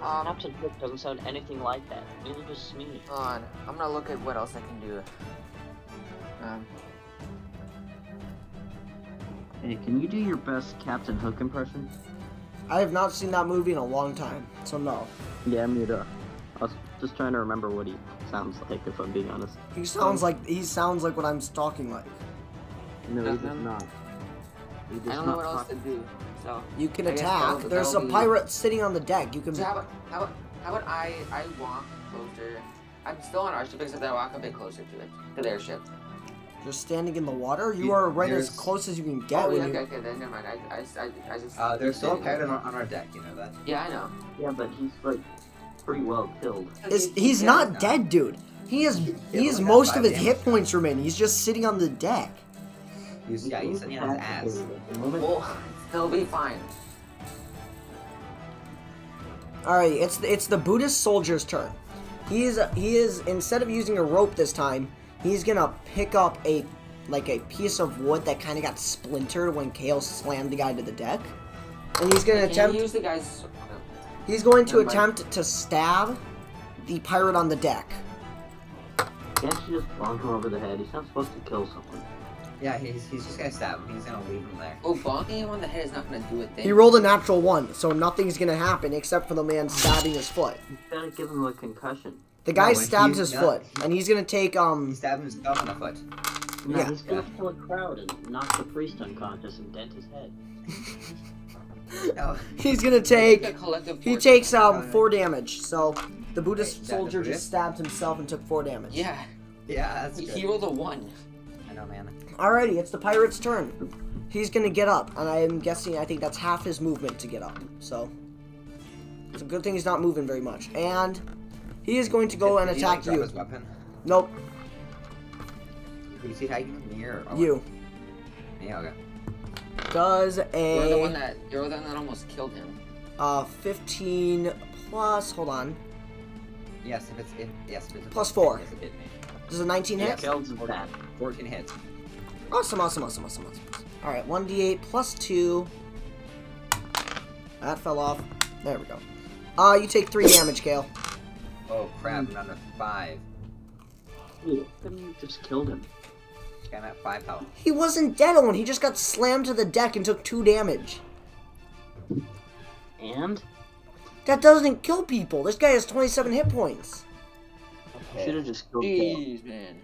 Um,
Captain Hook doesn't sound anything like that. Neither does Smeagol.
hold on. I'm gonna look at what else I can do. Um,
Hey, can you do your best Captain Hook impression?
I have not seen that movie in a long time, so no.
Yeah, me neither. I was just trying to remember what he sounds like, if I'm being honest.
He sounds like he sounds like what I'm talking like.
No, he does
Doesn't?
not. He does
I don't know
not
what else
talk-
to do. So,
You can
I guess that'll-
attack. There's a
that'll be-
pirate sitting on the deck. You can.
so how about how about, how about I I walk closer? I'm still on our ship, except I walk a bit closer to it to their ship.
You're standing in the water. You
You-
are right as
there's-
close as you can get.
oh, yeah,
when
okay,
you...
okay, then never mind. I, I, I, I just.
Uh, there's still a pirate on, on our deck, you know that?
Yeah, I know.
Yeah, but he's like pretty well killed.
Is, he's not
no.
dead, dude. He is. He has
like that
most of
five
his
damage.
hit points remaining. He's just sitting on the deck.
He's, yeah, he's sitting on his ass.
The moment-
Well, he'll be fine.
All right, it's the, it's the Buddhist soldier's turn. He is he is instead of using a rope this time, he's gonna pick up a like a piece of wood that kind of got splintered when Kale slammed the guy to the deck, and he's gonna
Can
attempt.
you use the guy's?
He's going to
Never mind.
attempt to stab the pirate on the deck.
Can't you just bonk him over the head? He's not supposed to kill someone.
Yeah, he's, he's just gonna stab him. He's gonna leave him there.
Oh, bonking him on the head is not gonna do a thing.
He rolled a natural one, so nothing's gonna happen except for the man stabbing his foot.
You gotta give him a concussion.
The guy
No, and
stabs
he's
his
not-
foot, and he's gonna take
He
um.
stabbed himself in the foot.
No,
Yeah.
he's gonna kill a crowd and knock the priest unconscious and dent his head.
No.
He's gonna
It's
take
a collective
He
force.
takes um four damage, so the Buddhist
Wait, is that the
soldier just
Buddhist?
stabbed himself and took four damage.
Yeah,
Yeah, that's
he,
good.
he rolled a one.
I know, man.
Alrighty, it's the pirate's turn. He's gonna get up, and I'm guessing I think that's half his movement to get up. So it's a good thing he's not moving very much. And he is going to go and
Did he,
attack
like, drop
you.
His weapon?
Nope,
Who's he attacking? Me or Owen?
you.
Me, okay.
Does
You're the one
a
that you're the one that almost killed him.
uh, 15 plus, hold on,
Yes, if it's it, yes, if it's a
Plus
fourteen,
four.
yes, it hit me.
does a 19 hit?
Killed that.
Fourteen hits.
Awesome, awesome, awesome, awesome, awesome. All right, 1d8 plus 2. That fell off. There we go. Uh, you take 3 damage, Kale.
Oh
Hmm.
crap! Another five.
Hey, then you just killed him.
Okay, I'm at five health.
He wasn't dead, Owen. He just got slammed to the deck and took 2 damage.
And?
That doesn't kill people. This guy has 27 hit points.
You should have just killed him.
Jeez, man.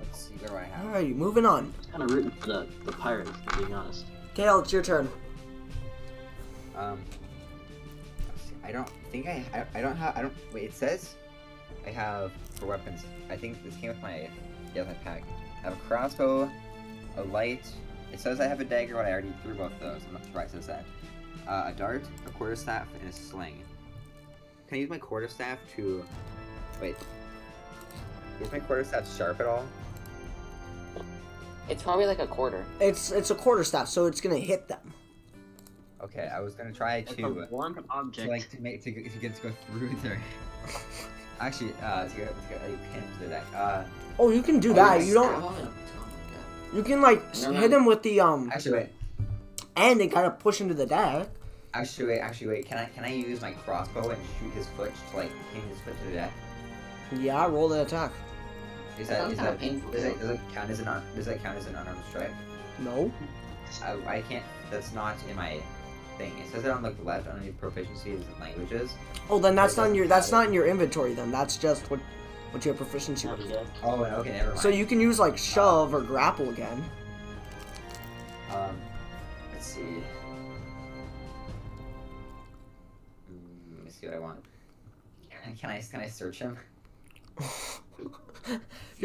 Let's see where do I have.
Alrighty, moving on.
kind of rooting for the, the pirates, to be honest.
Kale, it's your turn.
Um, let's see, I don't think I, I I don't have I don't wait. It says I have for weapons. I think this came with my yeah with my pack. I have a crossbow, a light. It says I have a dagger, but I already threw both of those. I'm not sure why it says that. Uh, a dart, a quarterstaff, and a sling. Can I use my quarterstaff to wait? Is my quarterstaff sharp at all?
It's probably like a quarter.
It's it's a quarter staff, so it's gonna hit them.
Okay, I was gonna try
It's
to.
a one
to
object.
like to make to, g- to get to go through there. Actually, uh, to go, to go, uh, you can't do that. Uh,
Oh, you can do
Oh,
that.
yes.
You
Oh
don't.
my god.
You can like s- hit him with the um
actually, wait,
end and kind of push him to the deck.
actually, wait, actually, wait. Can I can I use my crossbow and shoot his foot to like pin his foot to the deck?
Yeah, roll an attack.
Is that
Sounds
is
kinda
that
painful,
does
though.
that, does that count as an un, does that count as an unarmed strike?
No.
I, I can't. That's not in my thing. It says it on the left underneath proficiencies and languages.
Oh, then that's
That
not in your
doesn't
that's
matter.
not in your inventory. Then that's just what what you have proficiency with.
object.
Oh, okay, never mind.
So you can use like shove or grapple again.
Um, let's see. Mm, Let me see what I want. Can- Can I can I search him?
You're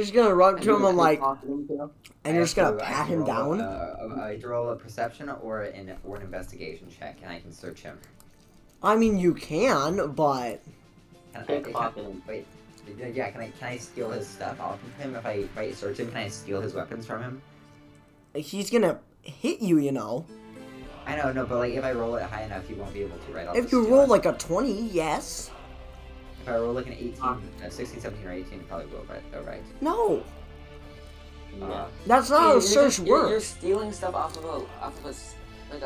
just gonna run up to him and like, and
I
you're just
have
gonna
to- I
pat
can
him
roll,
down.
Uh, I have to roll a perception or an or an investigation check, and I can search him.
I mean, you can, but
Can I,
Pick
can-
pocketing.
wait, yeah, can I can I steal his stuff off of him if I if I search him? Can I steal his weapons from him?
he's gonna hit you, you know.
I don't know, but like if I roll it high enough, he won't be able to.
Oh,
Right? I'll
If
just
you
steal
roll
it.
like a 20, yes.
if I roll like an 18, uh, 16, 17, or 18, it probably will. Right? Though, right?
No,
Uh,
Yeah.
that's not how
You're- you're
search
just- you're- You're
works.
stealing stuff off of a off of a s- like a.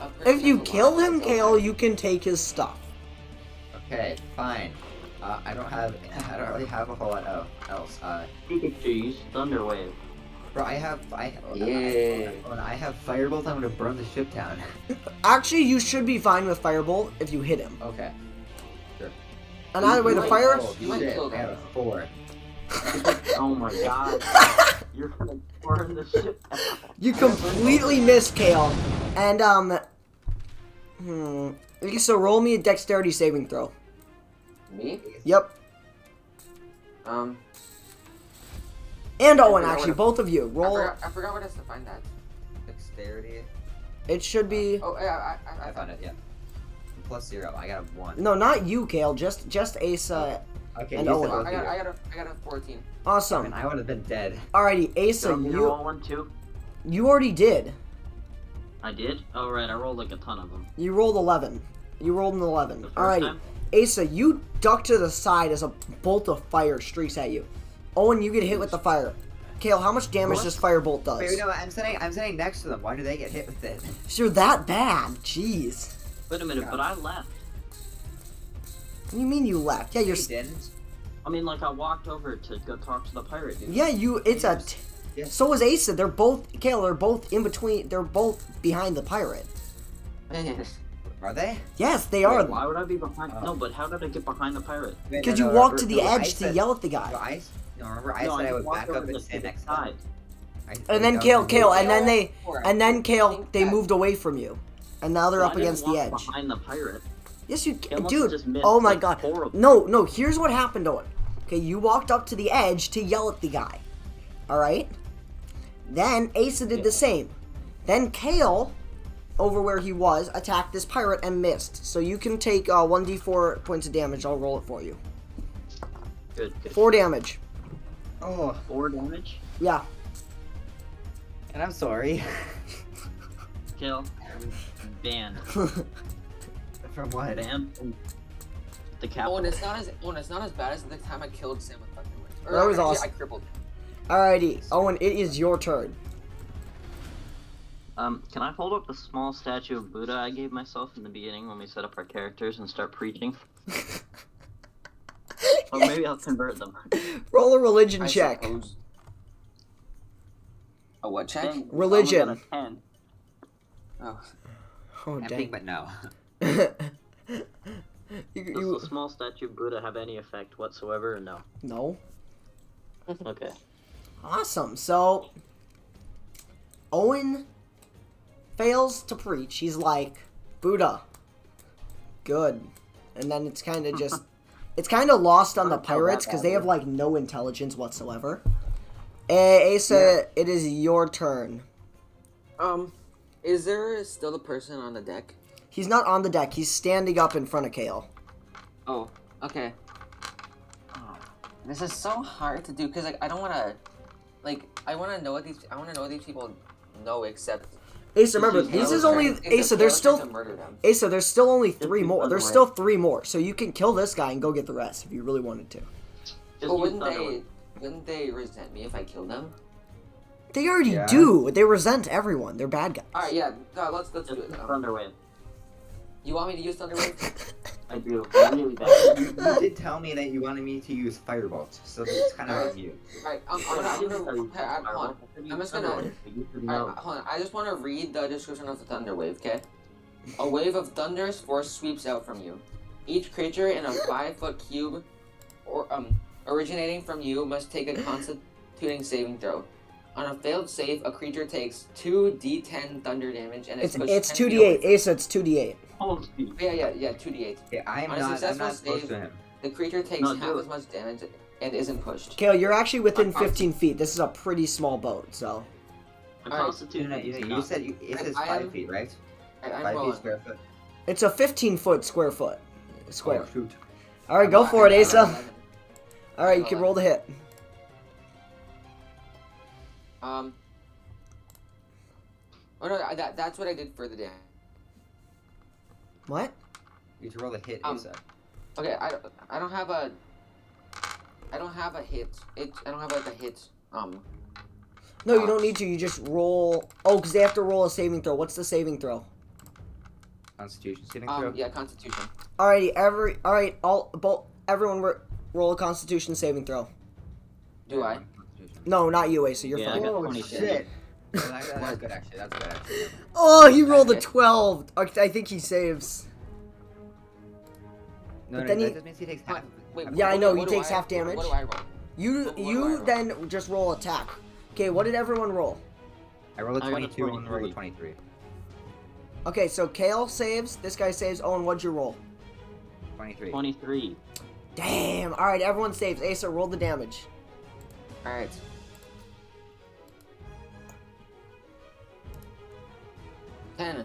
a
If
person
you
that's
kill
alive,
him,
that's
Kale,
alive.
you can take his stuff.
Okay, fine. Uh, I don't have. I don't really have a whole lot el- else. Uh,
Pikachu, use Thunder Wave.
bro, I have. I
Yeah.
I, I have firebolt. I'm gonna burn the ship down.
Actually, you should be fine with Firebolt if you hit him.
okay.
And either way, the
Right.
fire.
Oh,
You might
shit,
kill
I have a
them.
four.
Oh my god. You're gonna burn the shit out.
You completely missed Kale. And, um. Hmm. Lisa, roll me a dexterity saving throw.
Me?
Yep.
Um.
And
I
Owen,
forgot
actually,
what-
both of you.
I
Roll.
forgot, I forgot what has to find that.
Dexterity.
It should be.
Oh, yeah, I, I,
I found it. Yeah. Plus zero. I got a one.
No, not you, Kale. Just just Asa.
Okay.
And
you
Owen.
said both
I
of
got,
you.
I got a, I got a 14.
Man,
Awesome.
I would have been dead.
Alrighty, Asa,
Did I
you
roll one too?
you already did.
I did? Oh, right, I rolled like a ton of them.
You rolled eleven. You rolled an eleven.
The first
Alrighty,
time?
Asa, you duck to the side as a bolt of fire streaks at you. Owen, you get hit with the fire. Kale, how much damage
What?
this firebolt does?
Wait, no, I'm sitting. I'm sitting next to them. Why do they get hit with it?
You're that bad. Jeez.
Wait a minute, but I left.
What do you mean you left? Yeah, you're.
They
s-
didn't.
I mean, like, I walked over to go talk to the pirate dude.
Yeah, you. It's a. T-
Yeah.
So is Asa. They're both. Kale, they're both in between. They're both behind the pirate.
Man.
Are they?
Yes, they are.
Why would I be behind?
Oh.
No, but how did I get behind the pirate?
Wait,
Because
no,
you
no,
walked to
remember-
the
no, I
edge to
said-
yell at the
No,
guy.
I, s- no, remember I
no,
said I
just
would
walked
back
over
up
to
and
the
stand next to them.
side.
I- I
And then
don't
Kale,
remember.
Kale, and then they,
Four.
and then Kale, they
Yeah.
moved away from you, and now they're
No,
up
I didn't
against the
walk
edge.
Behind the pirate.
Yes, you,
Kale must have
dude.
just missed,
Oh my
like,
god.
horrible.
No, no. Here's what happened, Owen. Okay, you walked up to the edge to yell at the guy. All right. Then Asa did the same. Then Kale, over where he was, attacked this pirate and missed. So you can take uh, 1d4 points of damage. I'll roll it for you.
Good, good.
Four damage.
Oh,
Four damage.
Yeah.
and I'm sorry.
Kill. Ban.
From what?
Ban. from The
Oh,
capital.
and it's not as oh, and it's not as bad as the time I killed Sam with fucking wings. Or,
That was
actually,
awesome.
I crippled him.
Alrighty, Owen. It is your turn.
Um, can I hold up the small statue of Buddha I gave myself in the beginning when we set up our characters and start preaching? Or maybe I'll convert them.
Roll a religion
I
check.
suppose- A what check?
Dang,
Religion.
I only got a 10.
Oh,
Oh
Tempting,
dang!
but no.
you,
Does
you
the small statue of Buddha have any effect whatsoever? Or no.
no.
Okay.
Awesome. So Owen fails to preach. He's like, Buddha. Good. And then it's kind of just it's kind of lost on the
Not that
pirates cuz they have
bad,
like no intelligence whatsoever. Eh, Asa, it is your turn.
um, is there still the person on the deck?
He's not on the deck. He's standing up in front of Kale.
Oh, okay. Oh, this is so hard to do because like I don't want to, like I want to know what these I want to know what these people know except.
Asa, remember,
Kale
this
was
is
trying-
only
except
Asa,
Kale
there's
was
still
trying to murder them.
Asa, there's still only three more.
people
There's
away.
still three more, so you can kill this guy and go get the rest if you really wanted to.
Just
But
use
wouldn't
Thunder
they
Wave.
wouldn't they resent me if I killed them?
They already
Yeah.
do. They resent everyone. They're bad guys.
All right, yeah, no, let's let's do
Just
it.
use
Um,
Thunder Wave.
you want me to use Thunder Wave?
I do. I really bad.
You you did tell me that you wanted me to use firebolt, so it's kind of on you.
Alright, I'm, I'm not even. Okay, I'm, hold on. I'm just gonna. Alright, hold on. I just want to read the description of the thunder wave, okay? A wave of thunderous force sweeps out from you. Each creature in a five foot cube or um originating from you must take a constituting saving throw. On a failed save, a creature takes 2d10 thunder damage and
It's
is pushed
it's
10
two
feet
d eight.
away.
Asa, it's two d eight.
Holy.
Yeah, yeah, yeah, 2d8.
Okay, I'm
On a
not. I'm
successful
not close
save-
to him.
The creature takes
No,
half
do it.
as much damage and isn't pushed.
Kale, you're actually within
I'm fine.
fifteen feet. This is a pretty small boat, so
My
Alright.
No,
constitution
no,
is
you, you
not-
said you, it
I-
says
I
five
am-
feet, right?
Alright, I'm
Five feet
rolling.
square foot.
It's a 15 foot square foot. Square.
Oh, shoot.
All right, go for it, Asa. All right, you can
Eleven.
roll the hit.
Um. Oh no, I- that, that's what I did for the day.
What?
You should roll a hit,
Um,
Asa.
Okay, I, don't- I don't have a. I don't have a hit. It I don't have like a hit. Um.
No, you don't need to. You just roll. Oh, because they have to roll a saving throw. What's the saving throw?
Constitution saving throw.
Um. Yeah, Constitution.
Alrighty, every. All right, all. Both. Everyone, ro- roll a Constitution saving throw.
Do I?
Constitution.
No, not you, Asa. You're
Yeah, I
fine.
got
Oh
22.
shit! Well, that- that's good actually. That's good actually.
Oh, he rolled a 12. I I think he saves.
No,
But
no,
then
that
he-
just means he takes half.
Wait.
Yeah, I
what-
know,
what
he
do
takes half damage.
What do I roll?
You.
What do I
You
roll?
then just roll attack. Okay, what did everyone roll?
I rolled
I
a
got a
22 and you rolled a
23.
23.
Okay, so Kale saves. This guy saves. Owen, what'd you roll?
23.
23.
Damn. All right, everyone saves. Asa, roll the damage.
All right. Ten.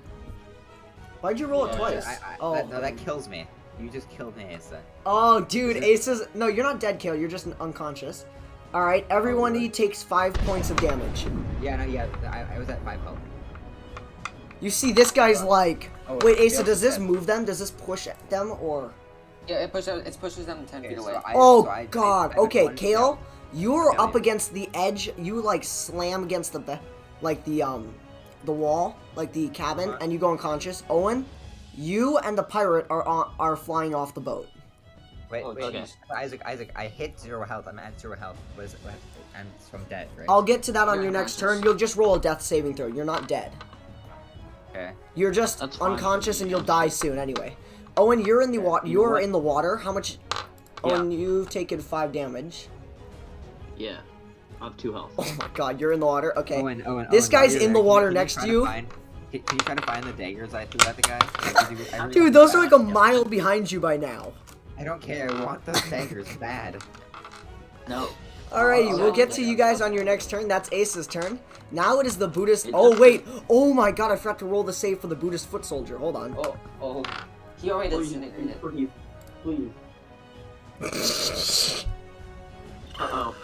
Why'd you roll it
Yeah,
twice?
I, I,
oh.
that, no, that kills me. You just killed me, Asa.
Oh, dude, Ace's. No, you're not dead, Kale. You're just unconscious. All right, everyone
Oh,
he takes five points of damage.
Yeah, no, yeah. I, I was at five health.
You see, this guy's like,
Oh,
wait, Ace,
Kale's
does this
dead.
move them? Does this push them or?
Yeah, it pushes. It pushes them ten
Okay,
feet
so
away.
I-
oh
so I- I-
God.
I did
okay,
one-
Kale, you're
Yeah,
up
yeah.
against the edge. You like slam against the, be- like the um, the wall, like the cabin,
Uh-huh.
and you go unconscious. Owen, you and the pirate are on, are flying off the boat.
yeah. Wait,
Oh,
wait,
okay.
Isaac, Isaac, I hit zero health. I'm at zero health. What is it? What, I'm from dead, right?
I'll get to that on
You're
your next
unconscious.
turn. You'll just roll a death saving throw. You're not dead.
Okay.
You're just
That's fine.
unconscious and you'll die soon anyway. Owen, you're in the water.
You know
You're
what?
in the water. How much?
Yeah.
Owen, you've taken five damage.
Yeah. I have two health.
Oh my god, you're in the water. Okay.
Owen, Owen,
This
Owen, while
guy's
you're
in the
there, can
water
can
next
try
to you.
Find, can, can you try to find the daggers I threw at the guy? Like, did you- I really
Dude,
want
those
that.
are like a mile behind you by now.
I don't care. I want those daggers bad.
No.
Alrighty,
Oh,
we'll get to
yeah.
you guys on your next turn. That's Ace's turn. Now it is the Buddhist.
It
Oh
does-
wait. Oh my god, I forgot to roll the save for the Buddhist foot soldier. Hold on.
Oh, oh. He already
Please,
disintegrated.
please, please. Uh oh.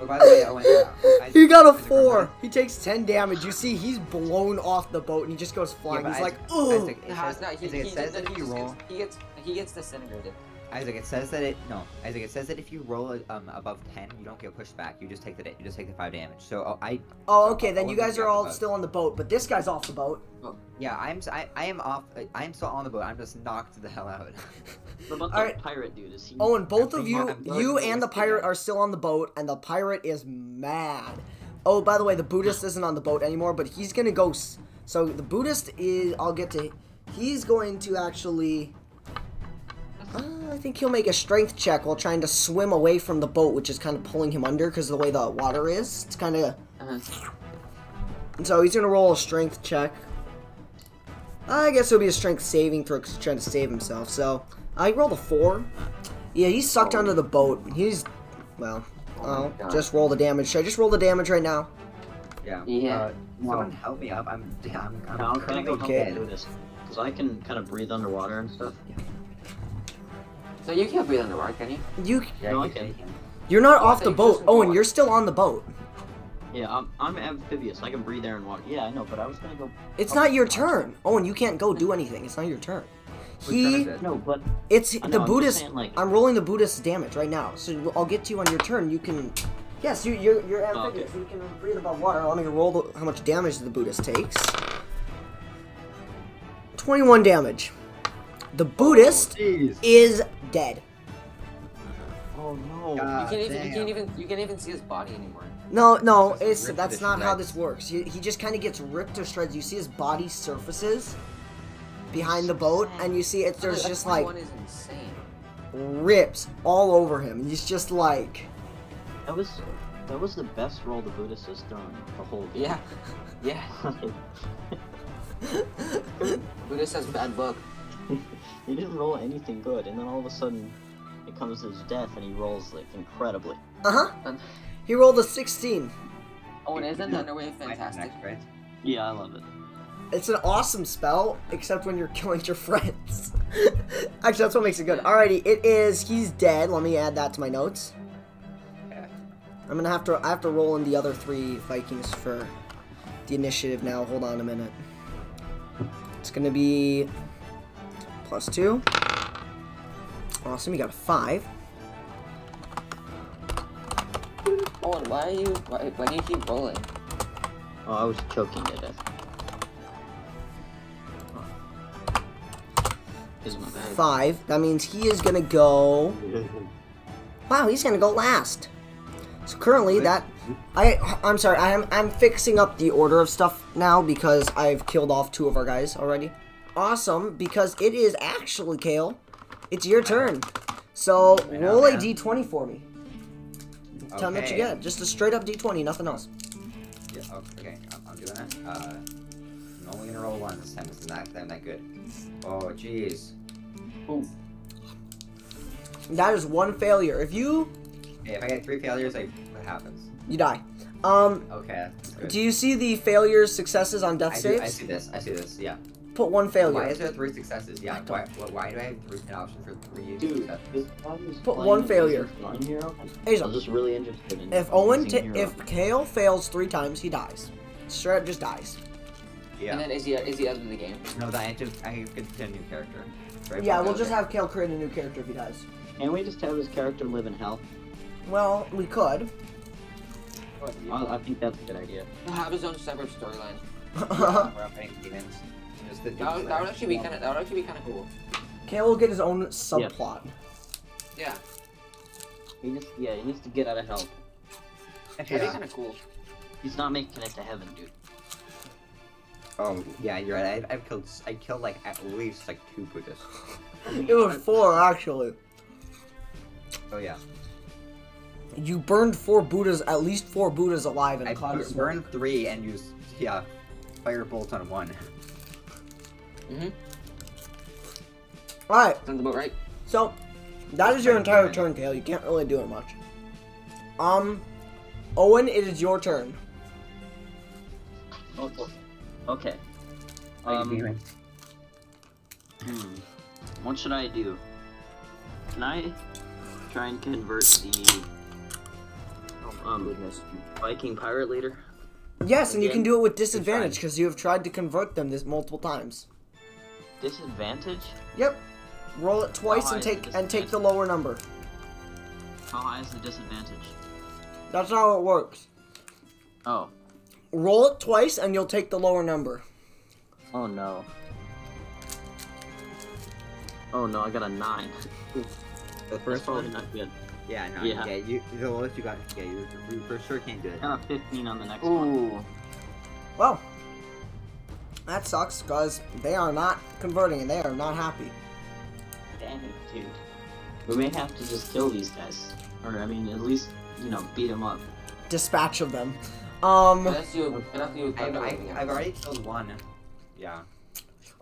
Oh, by the way, Owen, uh, Isaac,
He got a
Isaac, remember-
four. He takes ten damage. You see, he's blown off the boat and he just goes
Yeah,
flying.
but
He's like,
Isaac-
oh.
Isaac, it
No,
says-
it's not. He,
Isaac,
he,
it says that
he
if you
just
roll,
Gets, he gets he gets disintegrated.
Isaac, it says that it no. Isaac, it says that if you roll um above ten, you don't get pushed back. You just take the da- you just take the five damage. So oh, I
Oh,
so
okay. Then
Owen
you
was
guys
off
are
the
all
boat.
still on the boat, but this guy's off the boat.
yeah I'm s- I, I am off uh, I'm still on the boat. I'm just knocked the hell out.
What about
Alright.
that pirate dude? Is he?
Oh, and both of
think
you,
I'm going
you
to
and the
West
pirate,
Indies.
are still on the boat, and the pirate is mad. Oh, by the way, the Buddhist isn't on the boat anymore, but he's gonna go. S- so the Buddhist is. I'll get to. He's going to actually. Uh, I think he'll make a strength check while trying to swim away from the boat, which is kind of pulling him under because of the way the water is. It's kind of.
Uh-huh.
So he's gonna roll a strength check. I guess it'll be a strength saving throw 'cause he's trying to save himself. So I rolled a four. Yeah, he's sucked onto the boat. He's well.
my
Oh,
God.
just roll the damage. Should I just roll the damage right now?
yeah.
Yeah.
Uh, someone help me up. I'm I'm, I'm
Now, can I
currently
go help
Okay.
him do this? Because I can kind of breathe underwater and stuff.
So you can't breathe underwater, can you?
You
Yeah,
No,
you-
I can.
you're not off
I
the
think
boat,
just roll
Owen.
it.
You're still on the boat.
Yeah, I'm, I'm amphibious. I can breathe air and water. Yeah, I know, but I was gonna go.
Oh
It's not your turn, Owen. You can't go do anything. It's not your turn.
Which one is
He,
it?
No, but
it's
I know,
the
I'm just
Buddhist.
saying, like-
I'm rolling the Buddhist's damage right now, so I'll get to you on your turn. You can, yes, you, you're you're
Oh,
amphibious. You can breathe above water. Let me roll the, how much damage the Buddhist takes. Twenty-one damage. The Buddhist
Jeez.
is dead.
oh no.
God
you can't even you
Ah, damn.
can't even you can't even see his body anymore.
No, no,
This
it's
is a rip
that's
edition,
not how
right?
this works. He, he just kind of gets ripped to shreds. You see his body surfaces behind the boat, and you see it. There's
That
just like
21 is insane.
rips all over him. And he's just like,
That was that was the best roll the Buddhist has thrown the whole game.
Yeah, yeah. Buddha says bad luck.
he didn't roll anything good, and then all of a sudden, it comes to his death, and he rolls like incredibly.
uh huh. He rolled a 16.
Oh, and isn't
Yeah.
Thunder Wave
Mike's
fantastic?
Next, right?
Yeah, I love it.
It's an awesome spell, except when you're killing your friends. Actually, that's what makes it good. Alrighty, it is. He's dead. Let me add that to my notes.
Okay.
I'm gonna have to. I have to roll in the other three Vikings for the initiative now. Hold on a minute. It's gonna be plus two. Awesome. You got a five.
Owen, Oh, why are you why, why do you keep rolling?
Oh, I was choking to death. Oh. Is my bag.
Five. That means he is gonna go. Wow, he's gonna go last. So currently, that I I'm sorry, I'm I'm fixing up the order of stuff now because I've killed off two of our guys already. Awesome, because it is actually Kale. It's your turn. So roll a d20 for me. Tell me what you
Okay.
get. Just a straight up d20, nothing else.
Yeah, oh, okay, I'm, I'm doing that. Uh, I'm only gonna roll one this time. It's not that, that good. Oh, jeez.
That is one failure. If you
Hey, if I get three failures, like, what happens?
you die. Um,
Okay, that's good.
do you see the failures, successes on death
I, do, I
saves?
see this. I see this. Yeah.
Put one
Why is
failure.
there three successes? Yeah. Why, why, why do I have three, an option for three
Dude,
successes?
this one is
Put
playing
one
as
failure.
a non hero.
Hazel.
I'm just really interested in
If Owen, ta
using hero.
if Kale fails three times, he dies. Straight up just dies.
Yeah.
And then is he is he out of the game?
No, that I just I could get a new character. Right,
Yeah,
but-
we'll just have Kale create a new character if he dies.
Can we just have his character live in hell?
Well, we could.
I, I think that's a good idea.
He'll have his own separate storyline.
We're up fighting demons. Just the
That, would-
dudes
that would
are-
actually be kind of that would actually be kind of cool.
Kale will get his own subplot.
Yeah,
He just yeah, he needs to get out of hell.
that'd be
Yeah.
kind of cool.
He's not making it to heaven, dude.
Oh, yeah, you're right. I, I've killed. s- I killed like at least like two Buddhists.
It was four, actually.
Oh yeah.
You burned four Buddhas, at least four Buddhas alive in
I
a cloud
bur-
of smoke.
burned three and used yeah, fire bolt on one.
Alright,
Sounds about right.
so that is your entire turn, Kale. You can't really do it much. Um, Owen, it is your turn.
Oh, oh. Okay. Um, hmm. What should I do? Can I try and convert the
Oh
um, Viking pirate leader?
Yes, and you can
Again,
do it with
fine.
disadvantage because you have tried to convert them this multiple times.
Disadvantage?
Yep. Roll it twice
Oh,
and
I see.
take and take the lower number.
How high is the disadvantage?
That's not how it works.
Oh.
Roll it twice and you'll take the lower number.
Oh no. Oh no, I got a nine.
The
That's
first
probably
one.
not good.
Yeah, no.
Yeah.
Yeah. you, the lowest you got. Yeah, you, you for sure can't do it.
Got a 15 on the next one.
Ooh,
Well, that sucks because they are not converting and they are not happy.
Dang it, dude. We may have to just kill these guys. Or, I mean, at least, you know, beat them up.
Dispatch of them. Um,
that's you. That's you.
I've, I, I've already killed one. Yeah.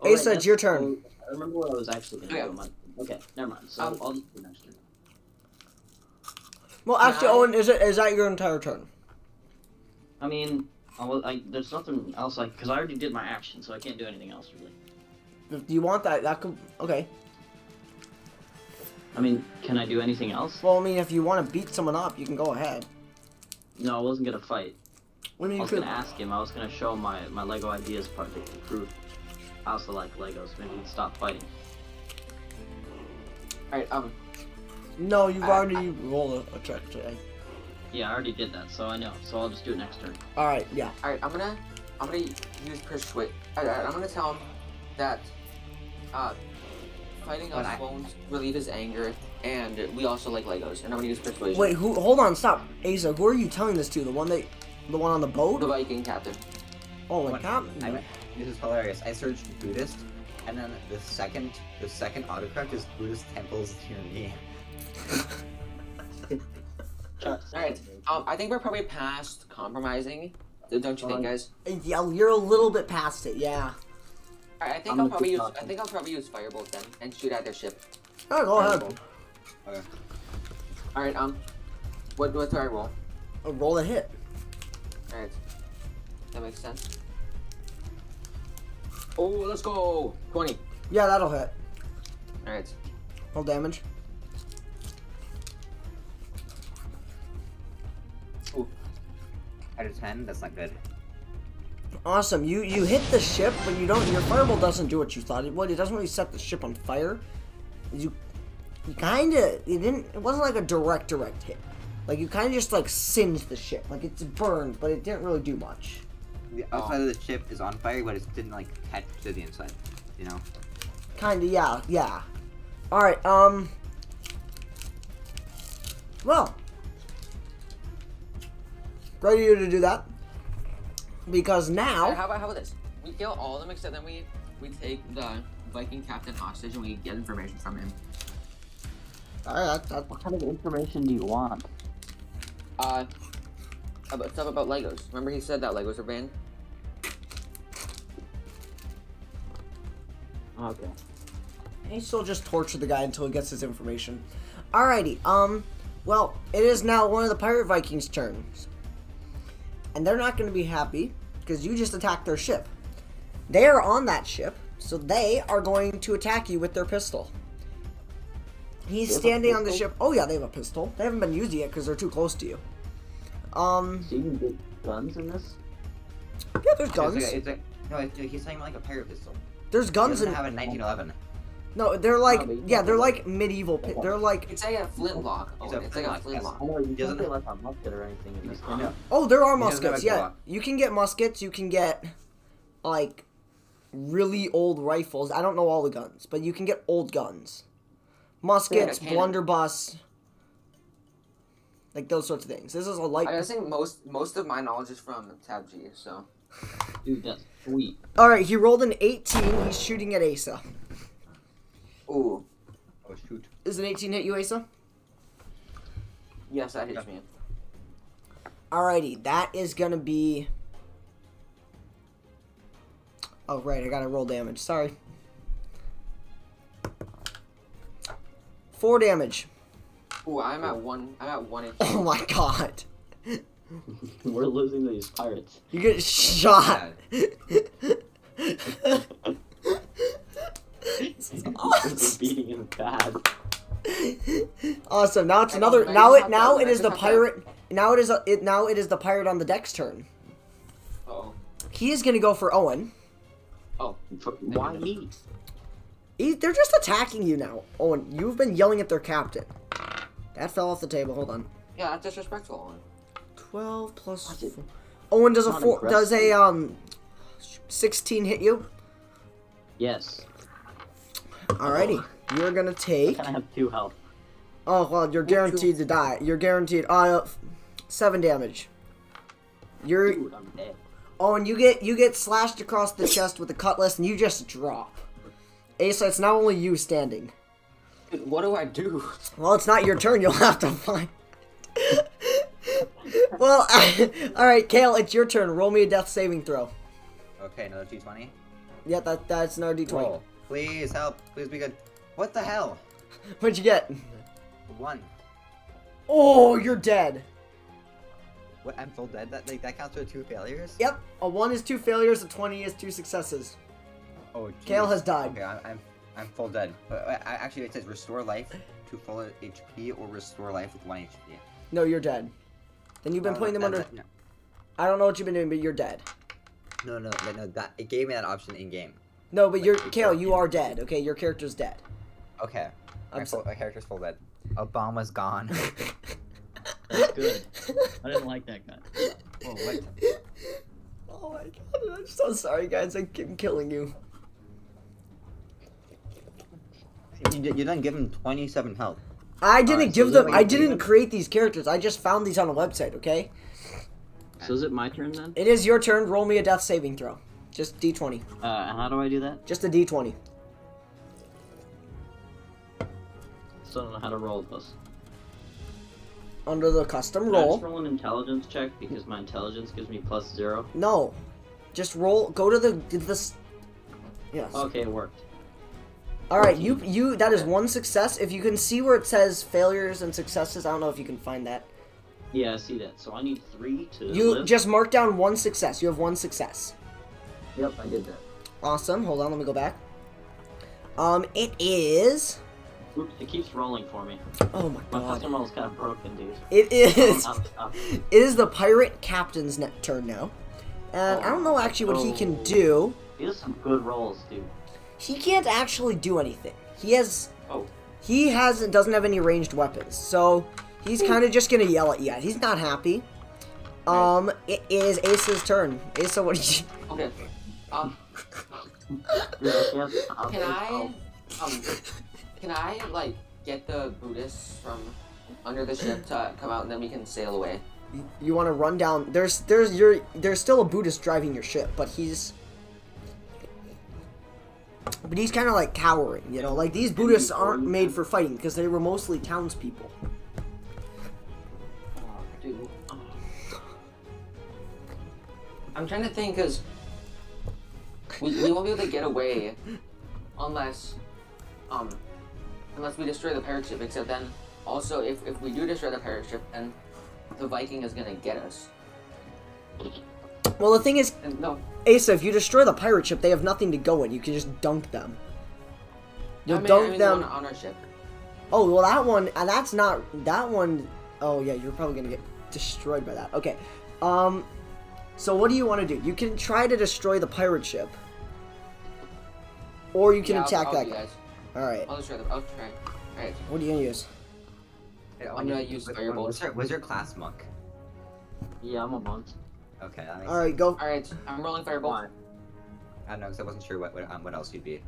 Oh,
Asa, it's your turn.
oh, I remember what I was actually gonna
Okay.
do. I'm like, okay, never mind. So
Um,
I'll just do next turn.
well, actually,
Nine.
Owen, is it is that your entire turn?
I mean, I was, I, there's nothing else like because I already did my action, so I can't do anything else really.
If you want that, that could okay.
I mean, can I do anything else?
Well, I mean, if you want to beat someone up, you can go ahead.
No, I wasn't gonna fight.
I mean,
I
you
was
could.
gonna ask him. I was gonna show him my my Lego ideas part to prove. I also like Legos. Maybe we'd stop fighting.
All right. Um.
No, you've
I-
already rolled a, a check today.
Yeah, I already did that, so I know. So I'll just do it next turn.
All right, yeah.
All right. I'm gonna. I'm gonna use persuade. All right, I'm gonna tell him that. Uh, fighting
But
us
I-
won't relieve his anger, and we also like Legos, and I'm gonna use persuasion.
Wait, who? Hold on, stop, Asa. Who are you telling this to? The one that, the one on the
The
boat?
Viking captain.
Oh,
What-
like that?
I went- this is hilarious. I searched Buddhist, and then the second the second autocorrect is Buddhist temples near me.
All right. Um, I think we're probably past compromising, don't you think, guys?
Yeah, you're a little bit past it. Yeah.
All right, I think
I'm
i will
a
probably
good
use.
captain.
I think I'll probably use firebolt then and shoot at their ship.
Oh, go ahead.
Okay.
All right. Um, what what do I roll?
Uh, Roll a hit.
All right. That makes sense. Oh, let's go. 20.
Yeah, that'll hit.
Alright.
Roll damage.
Out of ten, that's not good.
Awesome. You you hit the ship, but you don't. Your fireball doesn't do what you thought it would. It doesn't really set the ship on fire. You, you kind of. It didn't. It wasn't like a direct direct hit. Like you kind of just like singed the ship. Like it's burned, but it didn't really do much.
The
Oh.
outside of the ship is on fire, but it didn't like catch to the inside. You know.
Kind of. Yeah. Yeah. All right. Um. Well. Great of you to do that. Because
Alright,
now,
How about how about this? We kill all of them except then we we take the Viking captain hostage and we get information from him.
all right, that, that,
What kind of information do you want?
Uh, about stuff about Legos. Remember he said that Legos are banned.
Okay.
He still just torture the guy until he gets his information. Alrighty, um, well, it is now one of the Pirate Vikings' turns. And they're not going to be happy because you just attacked their ship. They are on that ship, so they are going to attack you with their pistol. He's standing on the ship. Oh, yeah, they have a pistol. They haven't been used yet because they're too close to you. Um,
So you can get guns in this?
yeah, there's guns.
It's like, it's like, no, it's, he's talking about like a pirate pistol.
There's
He
guns
doesn't
and.
have a 1911.
No, they're like,
No, but you
yeah,
can't
they're
do
like medieval. pi- They're like,
It's like a flintlock. Oh,
It's a
it's like
flintlock,
a
yes.
flintlock.
Oh, you
Doesn't
doesn't
it?
get like a musket or anything in this.
I know.
Oh, there are
He doesn't have
muskets.
a
Yeah,
Glock.
you can get muskets. You can get like really old rifles. I don't know all the guns, but you can get old guns, muskets,
cannon.
blunderbuss, like those sorts of things. This is a light.
I just think most most of my knowledge is from Tab G, so
Dude, that's sweet.
All right, he rolled an eighteen. He's shooting at Asa.
ooh,
Oh shoot.
Is an eighteen hit you, Asa?
yes, that hits me.
Alrighty, that is gonna be. Oh right, I gotta roll damage. Sorry. Four damage.
Ooh, I'm at one. I'm at one. HP.
Oh my god.
We're losing these pirates.
You get shot.
We're beating him bad.
awesome. Now it's
I don't-
another.
I
Now
just
it.
have
Now
that,
it
I
is the
just have that.
pirate. Now it is. A, it. Now it is the pirate on the deck's turn.
Oh,
He is gonna go for Owen.
Why me?
He, they're just attacking you now, Owen. You've been yelling at their captain. That fell off the table. Hold on.
yeah, that's disrespectful.
Twelve plus.
Watch it.
Four. Owen does a
Not
four. Does a
aggressive.
um. Sixteen hit you?
Yes.
Alrighty. You're gonna take.
Can I have two health?
Oh well, you're guaranteed to die. You're guaranteed. Uh, f- seven damage. You're
Dude, I'm dead.
oh, and you get you get slashed across the chest with a cutlass, and you just drop. Asa, it's not only you standing.
Dude, what do I do?
Well, it's not your turn. You'll have to find. well, all right, Kale, it's your turn. Roll me a death saving throw.
Okay, another 220.
Yeah, that that's another d20.
Roll. Please help. Please be good. What the hell?
What'd you get?
One.
Oh, you're dead.
What? I'm full dead. That like that counts for two failures.
Yep. A one is two failures. A twenty is two successes.
Oh. Geez.
Kale has died.
Okay, I'm I'm, I'm full dead. But, uh, I, actually, it says restore life to full HP or restore life with one HP.
No, you're dead. Then you've been
Oh,
putting them
that-
under.
that- no.
I don't know what you've been doing, but you're dead.
No, no, no, no, that it gave me that option in game.
No, but you're
you
Kale.
don't
You
get-
are dead. Okay, your character's dead.
Okay.
I'm
My,
so-
full, my character's full dead. Obama's gone.
That's good. I didn't like that gun.
oh, what?
Oh my god! I'm so sorry, guys. I keep killing you.
You, d- you done give him 27 health.
I didn't
Alright, so
give
is it
them.
like
I
a
didn't
demon?
create these characters. I just found these on a website. Okay.
So is it my turn then?
It is your turn. Roll me a death saving throw. Just d20.
Uh, and how do I do that?
Just a d20.
Still don't know how to roll this.
Under the custom
Can I just
roll.
roll an intelligence check because my intelligence gives me plus zero.
No. Just roll. Go to the to this. Yes.
Okay, it worked.
All right. You you. That is one success. If you can see where it says failures and successes, I don't know if you can find that.
Yeah, I see that. So I need three to
You
live.
just mark down one success. You have one success.
Yep, I did that.
Awesome. Hold on, let me go back. Um, it is.
Oops, it keeps rolling for me.
Oh my
My Oh, custom
god.
roll is kind of broken, dude.
It is.
Up, up.
It is the pirate captain's ne- turn now, and I don't
Oh,
know actually what he can do.
These are some good rolls, dude.
He can't actually do anything. He has
Oh,
he has doesn't have any ranged weapons, so
Hmm.
he's kind of just gonna yell at you. guys. He's not happy. Um, it is Asa's turn. Asa, what did you?
Okay. Um,
dude, I can't. I'll
can
take-
I,
I'll-
um, can I like get the Buddhists from under the ship to come out and then we can sail away?
You want to run down? There's there's your there's still a Buddhist driving your ship, but he's but he's kind of like cowering. You know, like these Buddhists aren't made for fighting because they were mostly townspeople.
Oh, dude. I'm trying to think because we, we won't be able to get away unless um unless we destroy the pirate ship. Except then, also if, if we do destroy the pirate ship, then the Viking is gonna get us.
Well, the thing is,
And no,
Asa, if you destroy the pirate ship, they have nothing to go in. You can just dunk them.
I
You'll
mean,
dunk
I mean the
them.
one on our ship.
Oh well, that one. Uh, that's not that one oh yeah, you're probably gonna get destroyed by that. Okay. Um. So what do you want to do? You can try to destroy the pirate ship, or you can
Yeah, I'll-
attack
I'll
that
do
guy.
that.
All right.
I'll destroy them. I'll try. Alright.
What are you gonna use?
It
I'm gonna use
was-
firebolt.
Was your, was your class monk?
Yeah, I'm a monk.
Okay, that makes
All right, go.
Alright, I'm rolling
Why?
fireball.
I don't know, because I wasn't sure what what, um, what else you'd be.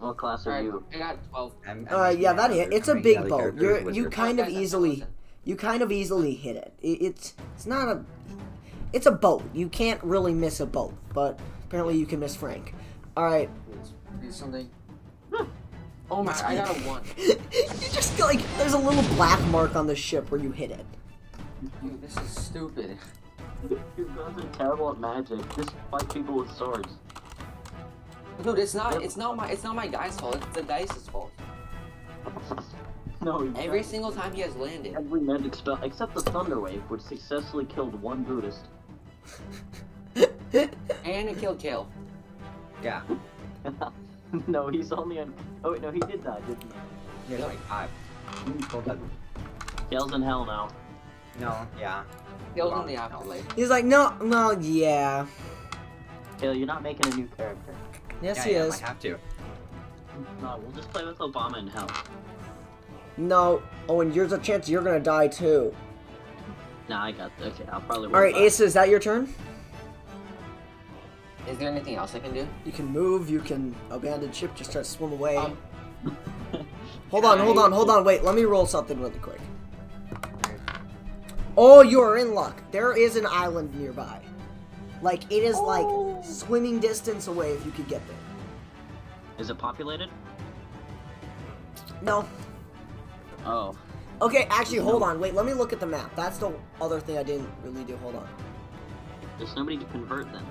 What class are
Alright,
you?
I got 12.
I'm, I'm
All right.
making
Uh, Yeah,
my
that
other-
hit. It's
I'm
a
making
big
other
bow.
characters
You're
with
you
your-
kind of
Okay, that's
easily,
awesome.
you kind of easily hit it. it. It's it's not a, it's a boat. You can't really miss a boat, but apparently you can miss Frank. All right.
Do something. Oh my, I got a 1.
you just feel like there's a little black mark on the ship where you hit it.
Dude, this is stupid.
You guys are terrible at magic. Just fight people with swords.
Dude, it's not it's not my it's not my guy's fault. It's the dice's fault.
No, you
Every
guys-
single time he has landed.
Every magic spell except the Thunder Wave, which successfully killed one Buddhist.
And it killed Kale.
Yeah,
no, he's only on. Oh wait, no, he did die, didn't
you're like five. Hold up.
he? Hell's in hell now.
No, yeah.
Killed
Wow.
in the afterlife.
He's like, no, no, yeah.
Kale, you're not making a new character.
Yes,
yeah,
he
yeah, I
is.
might have to.
No, we'll just play with Obama in hell.
No. Oh, and there's a chance you're gonna die too.
Nah, I got. Okay, I'll probably.
All right,
work on it.
Ace, is that your turn?
Is there anything else I can do?
You can move. You can abandon ship. Just try to swim away.
Um,
hold on, hold on, hold on. Wait, let me roll something really quick. Oh, you are in luck. There is an island nearby. Like it is
Oh.
like swimming distance away if you could get there.
Is it populated?
No,
Oh,
Okay, actually, hold on. Wait, let me look at the map. That's the other thing I didn't really do. Hold on.
there's nobody to convert then.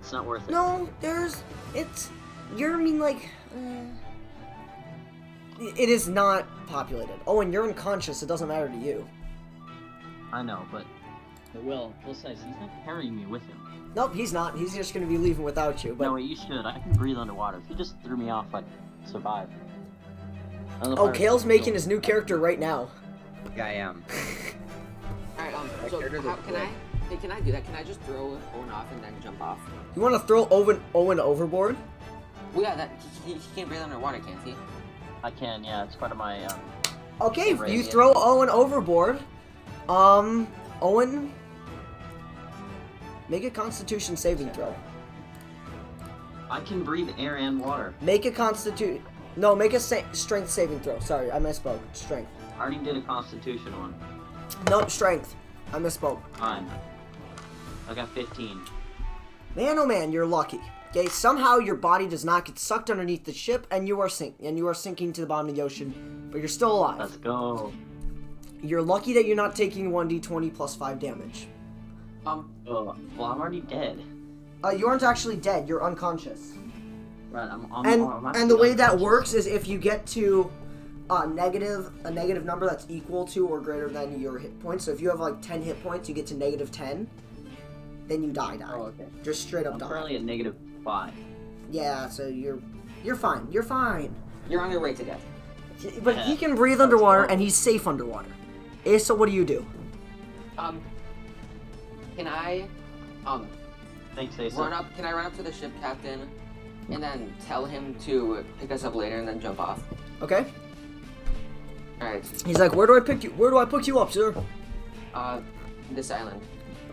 It's not worth it.
No, there's. It's. You're, I mean, like. Uh, it is not populated. Oh, and you're unconscious. It doesn't matter to you.
I know, but it will. Besides, he's not carrying me with him.
Nope, he's not. He's just gonna be leaving without you. But
no, wait, you should. I can breathe underwater. If you just threw me off, I'd survive.
oh, Kale's making his new character right now.
Yeah, I am.
alright, um,
That
so
character's
how,
a
can I hey, can I do that? Can I just throw Owen off and then jump off?
You want to throw Owen Owen overboard?
Well yeah, that he, he, he can breathe underwater, can't he?
I can. Yeah, it's part of my. Um,
Okay, if
Right,
you
yeah.
throw Owen overboard. Um, Owen, make a Constitution saving throw.
I can breathe air and water.
Make a constitute. No, make a sa- strength saving throw. Sorry, I misspoke. Strength.
I already did a Constitution one.
Nope, strength. I misspoke.
Fine. I got 15.
Man, oh man, you're lucky. Okay, somehow your body does not get sucked underneath the ship, and you are sink and you are sinking to the bottom of the ocean, but you're still alive.
Let's go.
You're lucky that you're not taking 1d20 plus 5 damage.
Um,
Oh, well, I'm already dead.
Uh, you aren't actually dead. You're unconscious.
Right, I'm, I'm,
and
I'm
and the way that
actually
works is if you get to a negative a negative number that's equal to or greater than your hit points. So if you have like ten hit points, you get to negative ten, then you die. Die.
Oh, okay.
Just straight up
I'm
die.
currently at negative Five.
Yeah, so you're you're fine. You're fine.
You're on your way to death.
But he can breathe underwater and he's safe underwater. Asa, what do you do?
Um, can I, um,
Thanks, Asa.
run up? Can I run up to the ship captain, and then tell him to pick us up later, and then jump off?
Okay.
All right.
He's like, where do I pick you? Where do I pick you up, sir?
Uh, this island.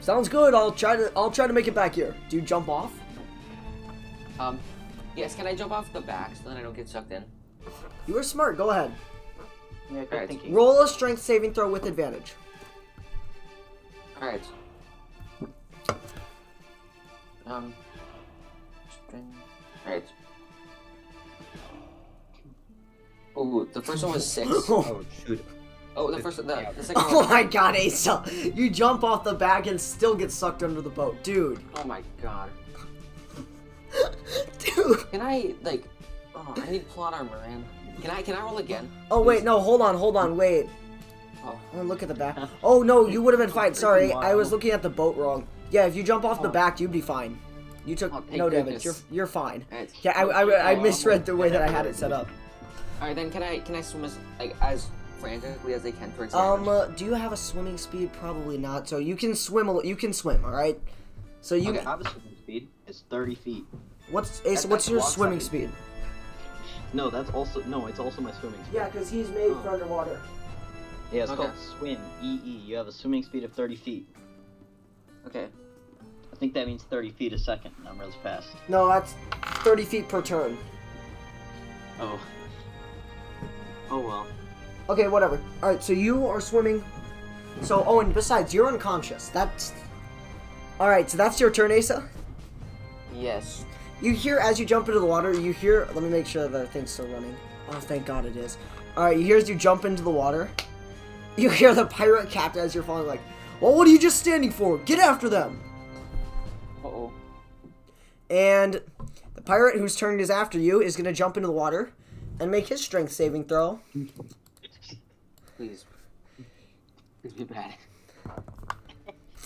Sounds good. I'll try to. I'll try to make it back here. Do you jump off?
Um, yes. Can I jump off the back so then I don't get sucked in?
You are smart. Go ahead.
Yeah, good
Alright.
thinking.
Roll a strength saving throw with advantage.
All right. Um. string- All right. Ooh, the first one was six.
Oh shoot.
Oh, the first, the, the second
Oh
one.
my god, Asa! You jump off the back and still get sucked under the boat, dude.
Oh my god.
Dude.
Can I like? Oh, I need plot armor, man. Can I? Can I roll again?
Oh wait, no, hold on, hold on, wait.
Oh,
Oh, look at the back. Oh no, you would have been fine. Sorry, I was
wild.
looking at the boat wrong. Yeah, if you jump off the back, you'd be fine. You took
Oh, thank
no damage. You're
goodness. Oh,
you're fine.
all right.
Yeah, I, I, I misread the way that I had it set up.
All right, then can I? Can I swim as like as frantically as I can towards the
Um,
island?
uh, do you have a swimming speed? Probably not. So you can swim. A, li- you can swim. All right. So you.
Okay.
I was thinking speed is 30 feet.
What's Ace, what's
That- that's
your
walk
swimming
speed.
speed?
No, that's also no. It's also my swimming speed.
because he's made
for
underwater.
Yeah, it's
Okay.
called swim. E E. You have a swimming speed of 30 feet.
Okay.
I think that means 30 feet a second. and I'm really fast.
No, that's thirty feet per turn.
Oh. Oh well.
Okay, whatever. All right. So you are swimming. So oh, and besides, you're unconscious. That's. All right. So that's your turn, Asa.
Yes.
You hear as you jump into the water. You hear. Let me make sure that thing's still running. Oh, thank God it is. All right. You hear as you jump into the water. You hear the pirate captain as you're falling. Like, well, what are you just standing for? Get after them!
Uh oh.
And the pirate whose turn it is after you is going to jump into the water and make his strength saving throw.
Please. Please be bad.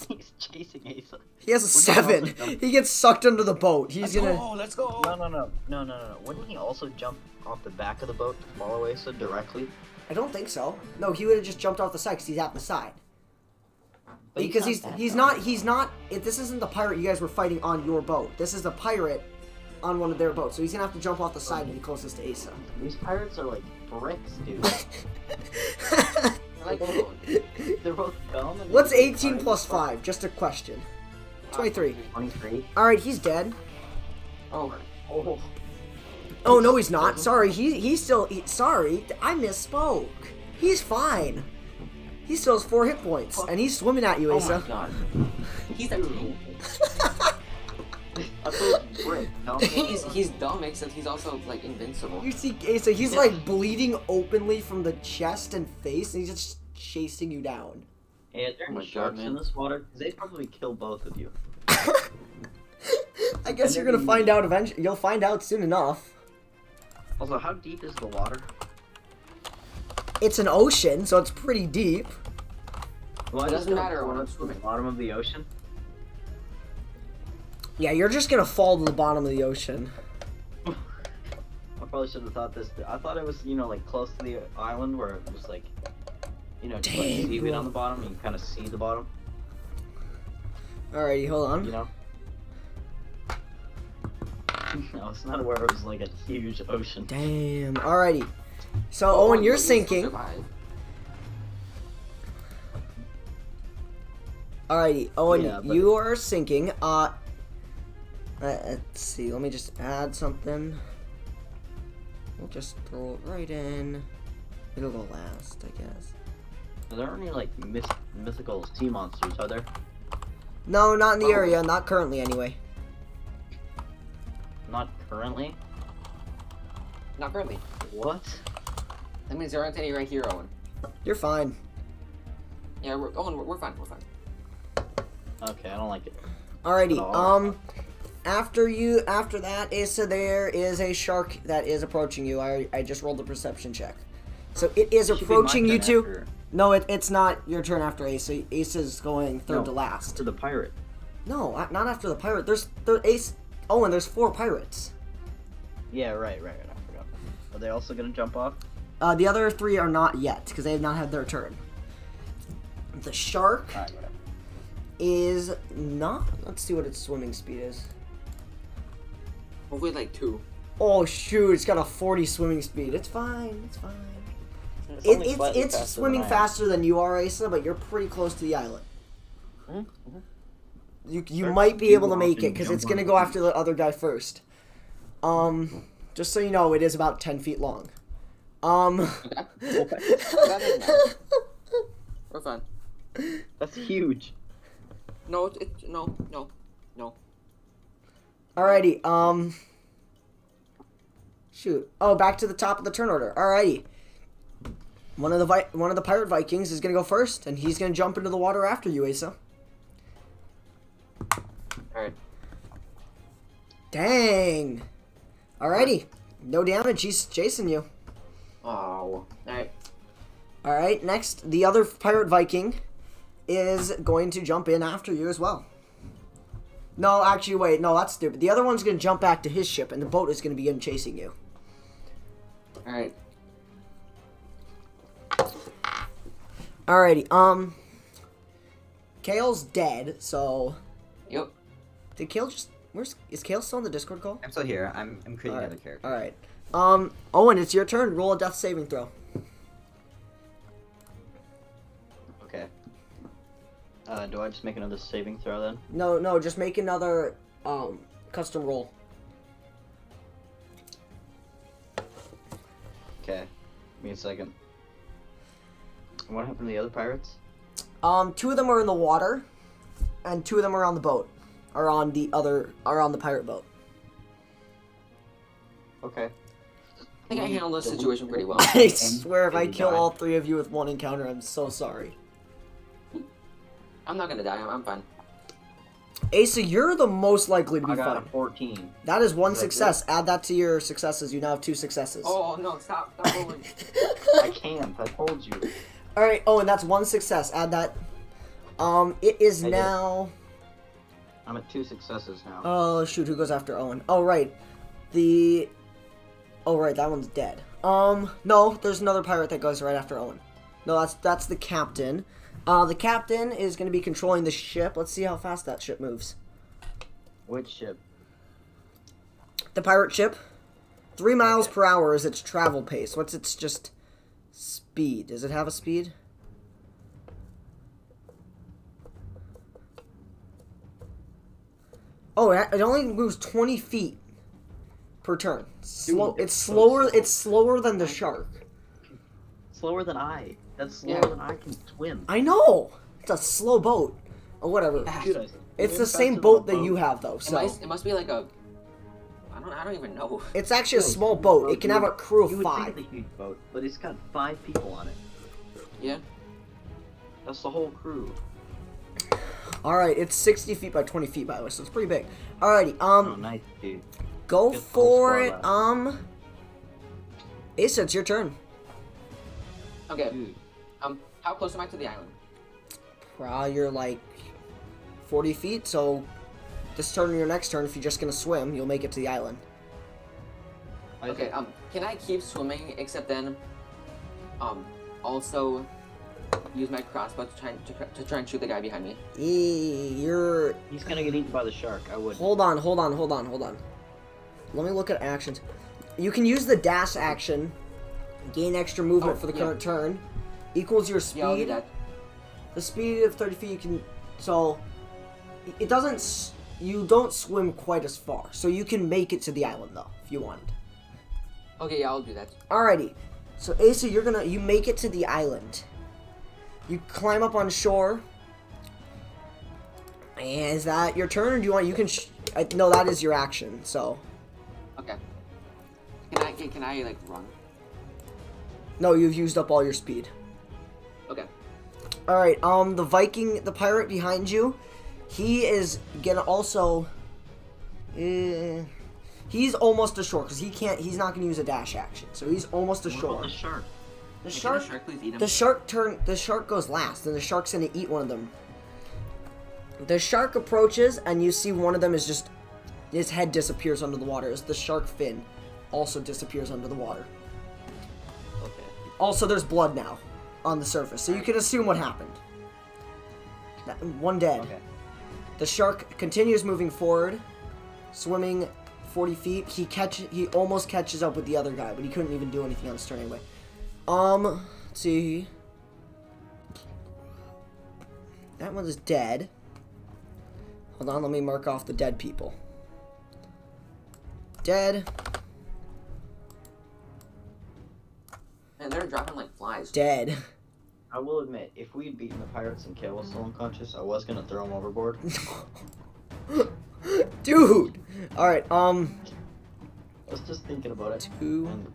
He's chasing Asa.
He has a seven. He gets sucked under the boat. He's going to.
let's go.
No, no, no, no, no, no, no. Wouldn't he also jump off the back of the boat to follow Asa directly?
I don't think so. No, he would have just jumped off the side because he's at the side.
But
because he's
that
he's
dumb.
not he's not. If this isn't the pirate you guys were fighting on your boat. This is the pirate on one of their boats. So he's gonna have to jump off the side and be closest to Asa.
These pirates are like bricks, dude.
Like, hold on.
They're both dumb. and
What's
they're
18
retarded
plus
as fuck.
5? Just a question.
Ah,
23.
23.
All right, he's dead.
Oh.
Oh.
Oh no, he's not. Sorry, he he's still. He, sorry, I misspoke. He's fine. He still has four hit points, and he's swimming at you,
Oh my
Asa.
god. He's a tank.
I thought it was brick. No.
He's he's dumb except he's also like invincible.
you see, Asa, he's like bleeding openly from the chest and face, and he's just chasing you down.
Yeah, is there
Oh my
any
God,
sharks
man.
in this water? 'Cause They probably kill both of you.
I guess you're gonna find out eventually. You'll find out soon enough.
Also, how deep is the water?
It's an ocean, so it's pretty deep.
Well,
It
I just
doesn't
know
matter
the
when I'm
bottom-
swimming.
the Bottom of the ocean.
Yeah, you're just gonna fall to the bottom of the ocean.
I probably should have thought this. I thought it was, you know, like close to the island where it was like, you know, just like
Damn,
seaweed
bro.
on the bottom and you kind of see the bottom,
Alrighty, hold on.
you know? I was not aware it was like a huge ocean.
Damn. Alrighty. So
Oh,
Owen, you're
he's
sinking.
survived.
Alrighty, Owen,
Yeah, but-
you are sinking. Uh, uh, let's see. Let me just add something. We'll just throw it right in. It'll go last, I guess.
Are there any like myth- mythical sea monsters? Are there?
No, not in the
Oh.
area. Not currently, anyway.
Not currently.
Not currently.
What?
That means there aren't any right here, Owen.
You're fine.
Yeah, we're, Owen, we're, we're fine. We're fine.
Okay, I don't like it.
Alrighty.
Oh.
Um, after you, after that, Issa, there is a shark that is approaching you. I I just rolled a perception check, so it is
Should be my
approaching you
turn
two.
after-
No, it, it's not your turn after Ace. Ace is going third
No.
to last. uh,
To the pirate.
No, I- not after the pirate. There's there, Ace. Oh, and there's four pirates.
Yeah, right, right, right. I forgot. Are they also gonna jump off?
Uh, the other three are not yet because they have not had their turn. The shark
Alright, whatever.
is not. Let's see what its swimming speed is.
Hopefully, like two.
Oh shoot! It's got a 40 swimming speed. It's fine. It's fine.
It's,
It,
only
it's
slightly
it's
faster than
swimming
I am.
faster than you are, Asa, but you're pretty close to the islet.
Mhm,
You you
Sure.
might be
You
able to
walk
make
and
it because
jump
it's gonna
on
go
it.
after the other guy first. Um, just so you know, it is about 10 feet long. Um.
We're fine.
That's huge.
No, it, it, no, no.
Alrighty, um. Shoot. Oh, back to the top of the turn order. Alrighty. One of the vi- one of the pirate Vikings is gonna go first, and he's gonna jump into the water after you, Asa.
Alright.
Dang. Alrighty. No damage. He's chasing you.
Oh. Alright.
Alright. Next, the other pirate Viking is going to jump in after you as well. No, actually, wait. No, that's stupid. The other one's gonna jump back to his ship, and the boat is gonna begin chasing you.
Alright.
Alrighty, um. Kale's dead, so.
Yep.
Did Kale just. Where's. Is Kale still on the Discord call?
I'm still here. I'm, I'm creating
Alright.
another character.
Alright. Um, Owen, it's your turn. Roll a death saving throw.
Okay. Uh, do I just make another saving throw then?
No, no, just make another, um, custom roll.
Okay. Give me a second. And what happened to the other pirates?
Um, two of them are in the water, and two of them are on the boat. Are on the other. Are on the pirate boat.
Okay.
I think I handled this situation pretty well.
I swear if I
Did he
kill
die?
all three of you with one encounter, I'm so sorry.
I'm not gonna die. I'm, I'm fine.
Asa, you're the most likely to be
I got a
fine.
14.
That is one
Is that good?
success. Add that to your successes. You now have two successes.
Oh no! Stop! Stop rolling.
I can't. I told you.
All right. Oh, and that's one success. Add that. Um, it is
I did it.
now.
I'm at two successes now.
Oh shoot, who goes after Owen? Oh right, the. Oh right, that one's dead. Um, no, there's another pirate that goes right after Owen. No, that's that's the captain. Uh, the captain is going to be controlling the ship. Let's see how fast that ship moves.
Which ship?
The pirate ship, three miles per hour is its travel pace. What's its just speed? Does it have a speed? Oh, it it only moves twenty feet per turn. Slow.
Dude,
It's
that's so
slower.
slow.
It's slower than the shark.
Slower than I. That's slower
Yeah.
than I can swim.
I know. It's a slow boat. Or whatever.
Dude, I
It's
swim
the same
faster
boat
than a
that you have though.
It,
So
must, it must be like a. I don't. I don't even know.
it's actually a small boat. It can have a crew
Oh, You
of
would
five.
think it's a huge boat, but it's got five people on it.
Yeah.
That's the whole crew.
All right, it's 60 feet by 20 feet by the way, so it's pretty big. Alrighty, um,
Oh, nice, dude.
go
Good
for
call,
it.
Scarlet.
Um, Asa, it's your turn.
Okay.
Dude,
Um. How close am I to the island?
Probably you're like 40 feet, so this turn or your next turn, if you're just gonna swim, you'll make it to the island.
I
Okay. Um. Can I keep swimming except then? Um. Also. Use my crossbow to try and, to, to try and shoot the guy behind me.
Eee, E, You're.
He's gonna get eaten by the shark. I would.
Hold on, hold on, hold on, hold on. Let me look at actions. You can use the dash action, gain extra movement
Oh,
for the
yeah.
current turn, equals your speed.
Yeah, I'll do that.
the speed of 30 feet you can so it doesn't s- you don't swim quite as far so you can make it to the island though if you wanted
Okay. Yeah, I'll do that.
alrighty so asa you're gonna you make it to the island you climb up on shore and is that your turn or do you want you can sh- I, no that is your action so
Okay. Can I can, can I like run?
no you've used up all your speed
Okay.
All right. Um, the Viking, the pirate behind you, he is gonna also. eh, he's almost ashore because he can't. He's not gonna use a dash action, so he's almost
What about
ashore. The
the shark?
Hey,
shark.
Can the shark please eat him?
The shark turn. The shark goes last, and the shark's gonna eat one of them. The shark approaches, and you see one of them is just His head disappears under the water as the shark fin also disappears under the water.
Okay.
Also, there's blood now on the surface, so you can assume what happened. That- One dead.
Okay.
The shark continues moving forward, swimming 40 feet. He catch he almost catches up with the other guy, but he couldn't even do anything on his turn anyway. Um, let's see. That one is dead. Hold on, let me mark off the dead people. Dead,
Man, they're dropping like flies.
dead.
I will admit, if we had beaten the pirates and Kale was still unconscious, I was gonna throw him overboard.
Dude! Alright, um,
I was just thinking about it.
two.
And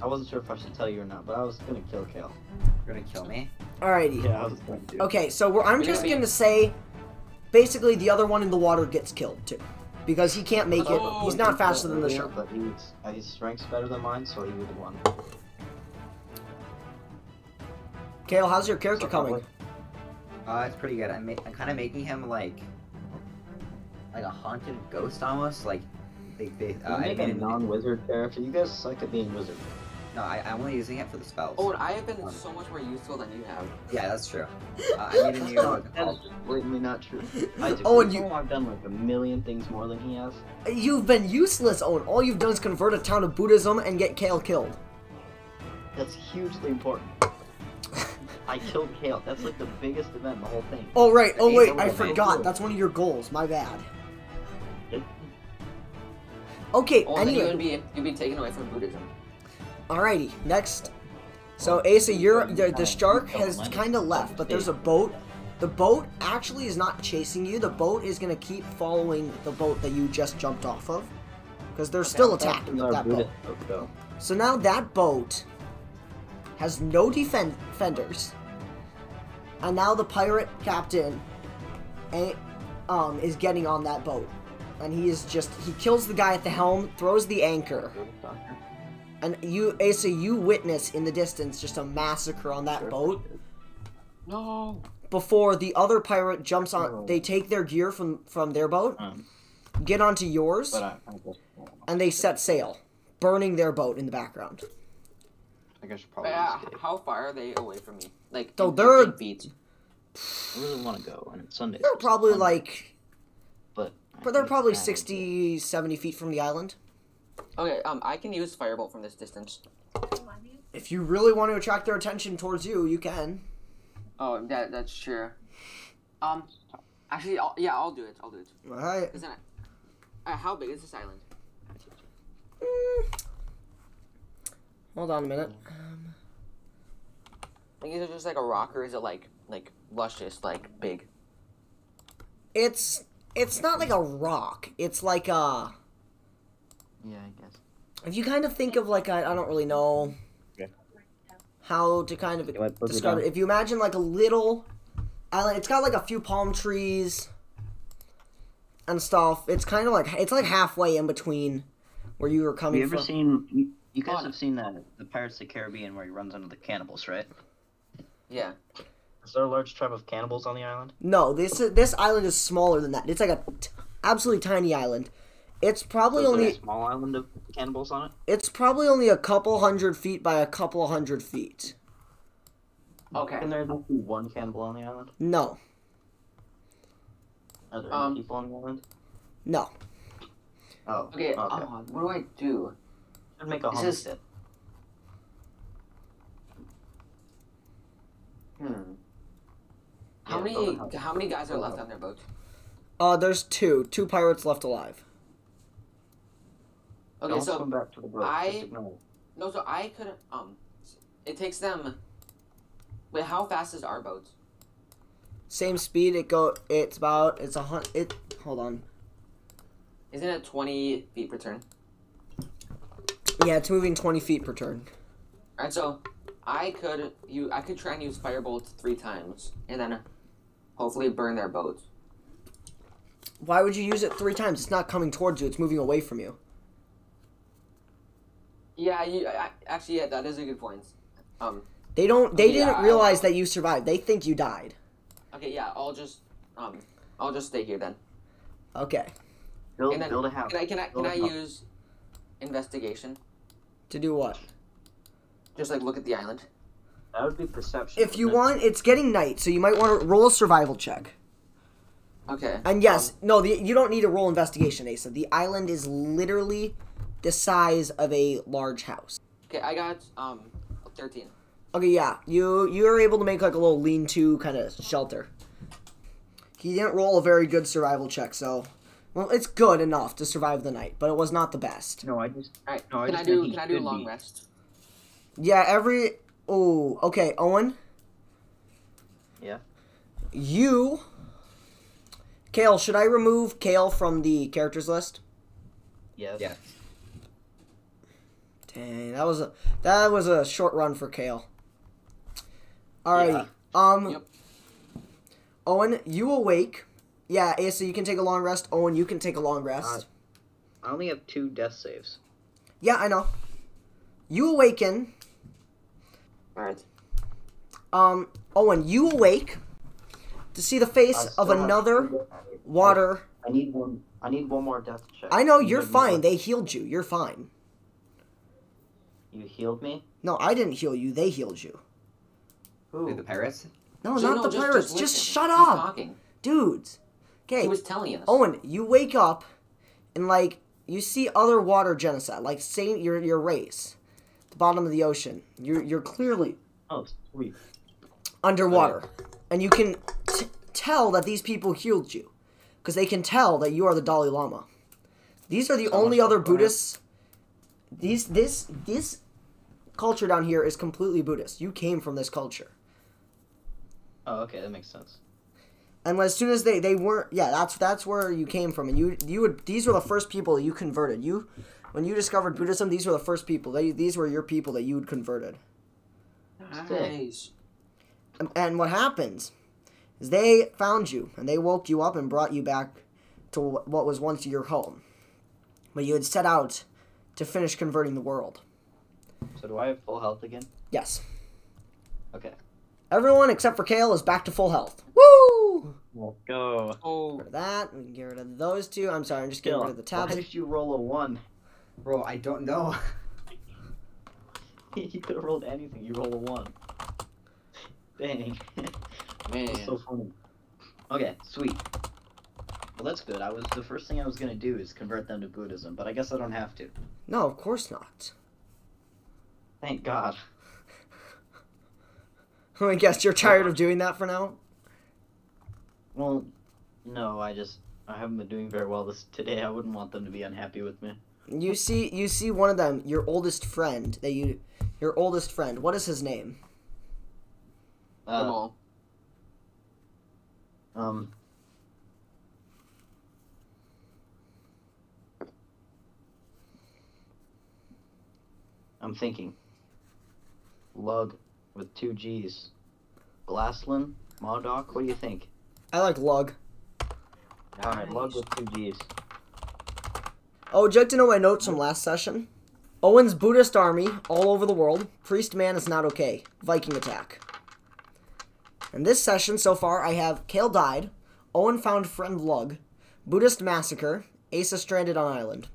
I wasn't sure if I should tell you or not, but I was gonna kill Kale.
You're gonna kill me?
Alrighty.
Yeah, I was going to.
Okay, so we're, I'm
Yeah.
just gonna say, basically, the other one in the water gets killed too, because he can't make it.
Oh,
He's not faster than the shark.
But he was, uh, his strength's better than mine, so he would have won.
Kale, how's your character
So
coming?
Uh, it's pretty good. I'm, ma- I'm kind of making him like, like a haunted ghost almost. Like, they, they,
Can
uh,
you
I
make a
made him-
non-wizard character. You guys suck at being wizard.
No, I, I'm only using it for the spells.
Oh, and I have been so much more useful than you have.
yeah, that's true. Uh, I made a new.
No, that is
oh,
just blatantly not true. I do.
Oh, and you-
I've done like a million things more than he has.
You've been useless, Owen. All you've done is convert a town to Buddhism and get Kale killed.
That's hugely important. I killed Kale. That's like the biggest event in the whole thing.
Oh right. Oh
Hey,
wait,
don't
I
worry.
forgot. That's one of your goals. My bad.
Yep.
Okay.
Oh, then you would
Anyway,
be you'd be taken away from Buddhism.
alrighty. Next. So Asa, you're the, the shark has kind of left, but there's a boat. The boat actually is not chasing you. The boat is gonna keep following the boat that you just jumped off of, because they're still attacking
That's our
that boat.
Buddhist folk, though.
So now that boat has no defend- defenders, and now the pirate captain eh, um, is getting on that boat, and he is just he kills the guy at the helm, throws the anchor, and you Asa, you witness in the distance just a massacre on that boat
No.
before the other pirate jumps on. They take their gear from from their boat,
Oh. Um,
get onto yours,
But I, I, guess,
and they set sail, burning their boat in the background.
I guess you
But,
probably
uh,
escape.
how far are they away from me? Like
So
in- in
they're-
big feet.
I really want to go, and it's Sunday.
They're probably
Um.
like
but
But they're probably 60, 70 feet from the island.
Okay. Um, I can use firebolt from this distance.
If you really want to attract their attention towards you, you can.
Oh, that that's true. Um, actually, I'll, yeah, I'll do it. I'll do it.
Alright.
Isn't it? Uh, how big is this island?
Mm. Hold on a minute.
Like, is it just like a rock, or is it like like luscious, like big?
It's it's not like a rock. It's like a
Yeah, I guess.
if you kind of think of like I I don't really know
Okay.
how to kind of
You want to put it
describe it.
down?
If you imagine like a little island, it's got like a few palm trees and stuff. It's kind of like it's like halfway in between where you were
Have
coming
you ever
from.
seen? You, you guys
Oh,
have seen that the Pirates of the Caribbean where he runs into the cannibals, right?
Yeah.
Is there a large tribe of cannibals on the island?
No, this this island is smaller than that. It's like a t- absolutely tiny island. It's probably
Is there a
only
small island of cannibals on it?
it's probably only a couple hundred feet by a couple hundred feet.
Okay.
Can there not be one cannibal on the island?
No,
Are there
Um,
any people on the island?
no.
Oh, okay.
Okay. Oh, what do I do?
Should make a
This is-
homestead.
Hmm. How
Yeah,
many
build a house.
how many guys are left on their boat?
Uh, there's two two pirates left alive.
Okay,
Don't
so
swim back to the boat.
I-
Just ignore it.
no, so I could um, it takes them. Wait, how fast is our boat?
Same speed. It go. It's about. It's a hun. It. Hold on.
Isn't it twenty feet per turn?
Yeah, it's moving twenty feet per turn.
All right, so I could you I could try and use firebolt three times and then hopefully burn their boat.
Why would you use it three times? It's not coming towards you. It's moving away from you.
Yeah, you I, actually yeah that is a good point. Um,
They don't. They
Yeah,
didn't
I-
realize that you survived. They think you died.
okay, yeah, I'll just um, I'll just stay here then.
Okay.
Build,
And then-
build a house.
Can I can I can
Build a
I
house.
use investigation?
To do what?
Just like look at the island.
That would be perception.
If you
wouldn't
want, it's getting night, so you might want to roll a survival check.
Okay.
And yes, no, the, you don't need to roll investigation, Asa. The island is literally the size of a large house.
Okay, I got um thirteen.
Okay, yeah, you you're able to make like a little lean-to kind of shelter. He didn't roll a very good survival check, so well, it's good enough to survive the night, but it was not the best.
No, I just
All right.
No, I
can I
just think
do
he
can I do
should
long
be.
rest?
Yeah, every oh, okay, Owen.
Yeah?
You, Kale. Should I remove Kale from the characters list?
Yes.
yeah.
Dang, that was a that was a short run for Kale. Alrighty. Um
Yep.
Owen, you awake. Yeah, Asa, you can take a long rest. Owen, you can take a long rest.
I only have two death saves.
yeah, I know. You awaken.
All right.
Um Owen, you awake to see the
I
face
still
of
have
another
two death saves.
water.
I need one. I need one more death check.
I know
You
you're
need one
fine.
more-
They healed you. You're fine.
You healed me.
No, I didn't heal you. They healed you.
Who?
the pirates.
No,
So,
not
no,
the
just-
pirates. Just,
listen.
shut
He's
up, Oh.
Talking.
dudes. Okay.
He was telling us.
Owen, you wake up and like you see other water genocide, like saying your your race, the bottom of the ocean. You're you're clearly
Oh, sweet.
underwater, and you can t- tell that these people healed you, because they can tell that you are the Dalai Lama. These are the only other Buddhists. These this this culture down here is completely Buddhist. You came from this culture.
Oh, okay, that makes sense.
And as soon as they they weren't, yeah, that's that's where you came from, and you you would these were the first people you converted. You, when you discovered Buddhism, these were the first people. They these were your people that you had converted.
Nice.
And, and what happens is they found you and they woke you up and brought you back to wh- what was once your home, but you had set out to finish converting the world.
So do I have full health again?
Yes,
Okay.
everyone except for Kale is back to full health. Woo!
Let's go.
Oh,
Get rid of that. We can get rid of those two. I'm sorry, I'm just getting rid of the
Why
tabs.
did you roll a one?
Bro, I don't know.
you could have rolled anything. You rolled a one. Dang.
man.
That's so funny. Okay, sweet. Well, that's good. I was the first thing I was gonna do is convert them to Buddhism, but I guess I don't have to.
No, of course not.
Thank God.
I guess you're tired of doing that for now.
Well, no, I just I haven't been doing very well this today. I wouldn't want them to be unhappy with me.
You see, you see one of them, your oldest friend that you, your oldest friend. What is his name?
Come
Uh,
on.
um. I'm thinking. Lug with two G's. Glaslin, Modoc, what do you think?
I like Lug.
Alright, Lug with two G's.
Oh, would you like to know my notes from last session? Owen's Buddhist army all over the world. Priest man is not okay. Viking attack. In this session so far, I have Kale died, Owen found friend Lug, Buddhist massacre, Asa stranded on island.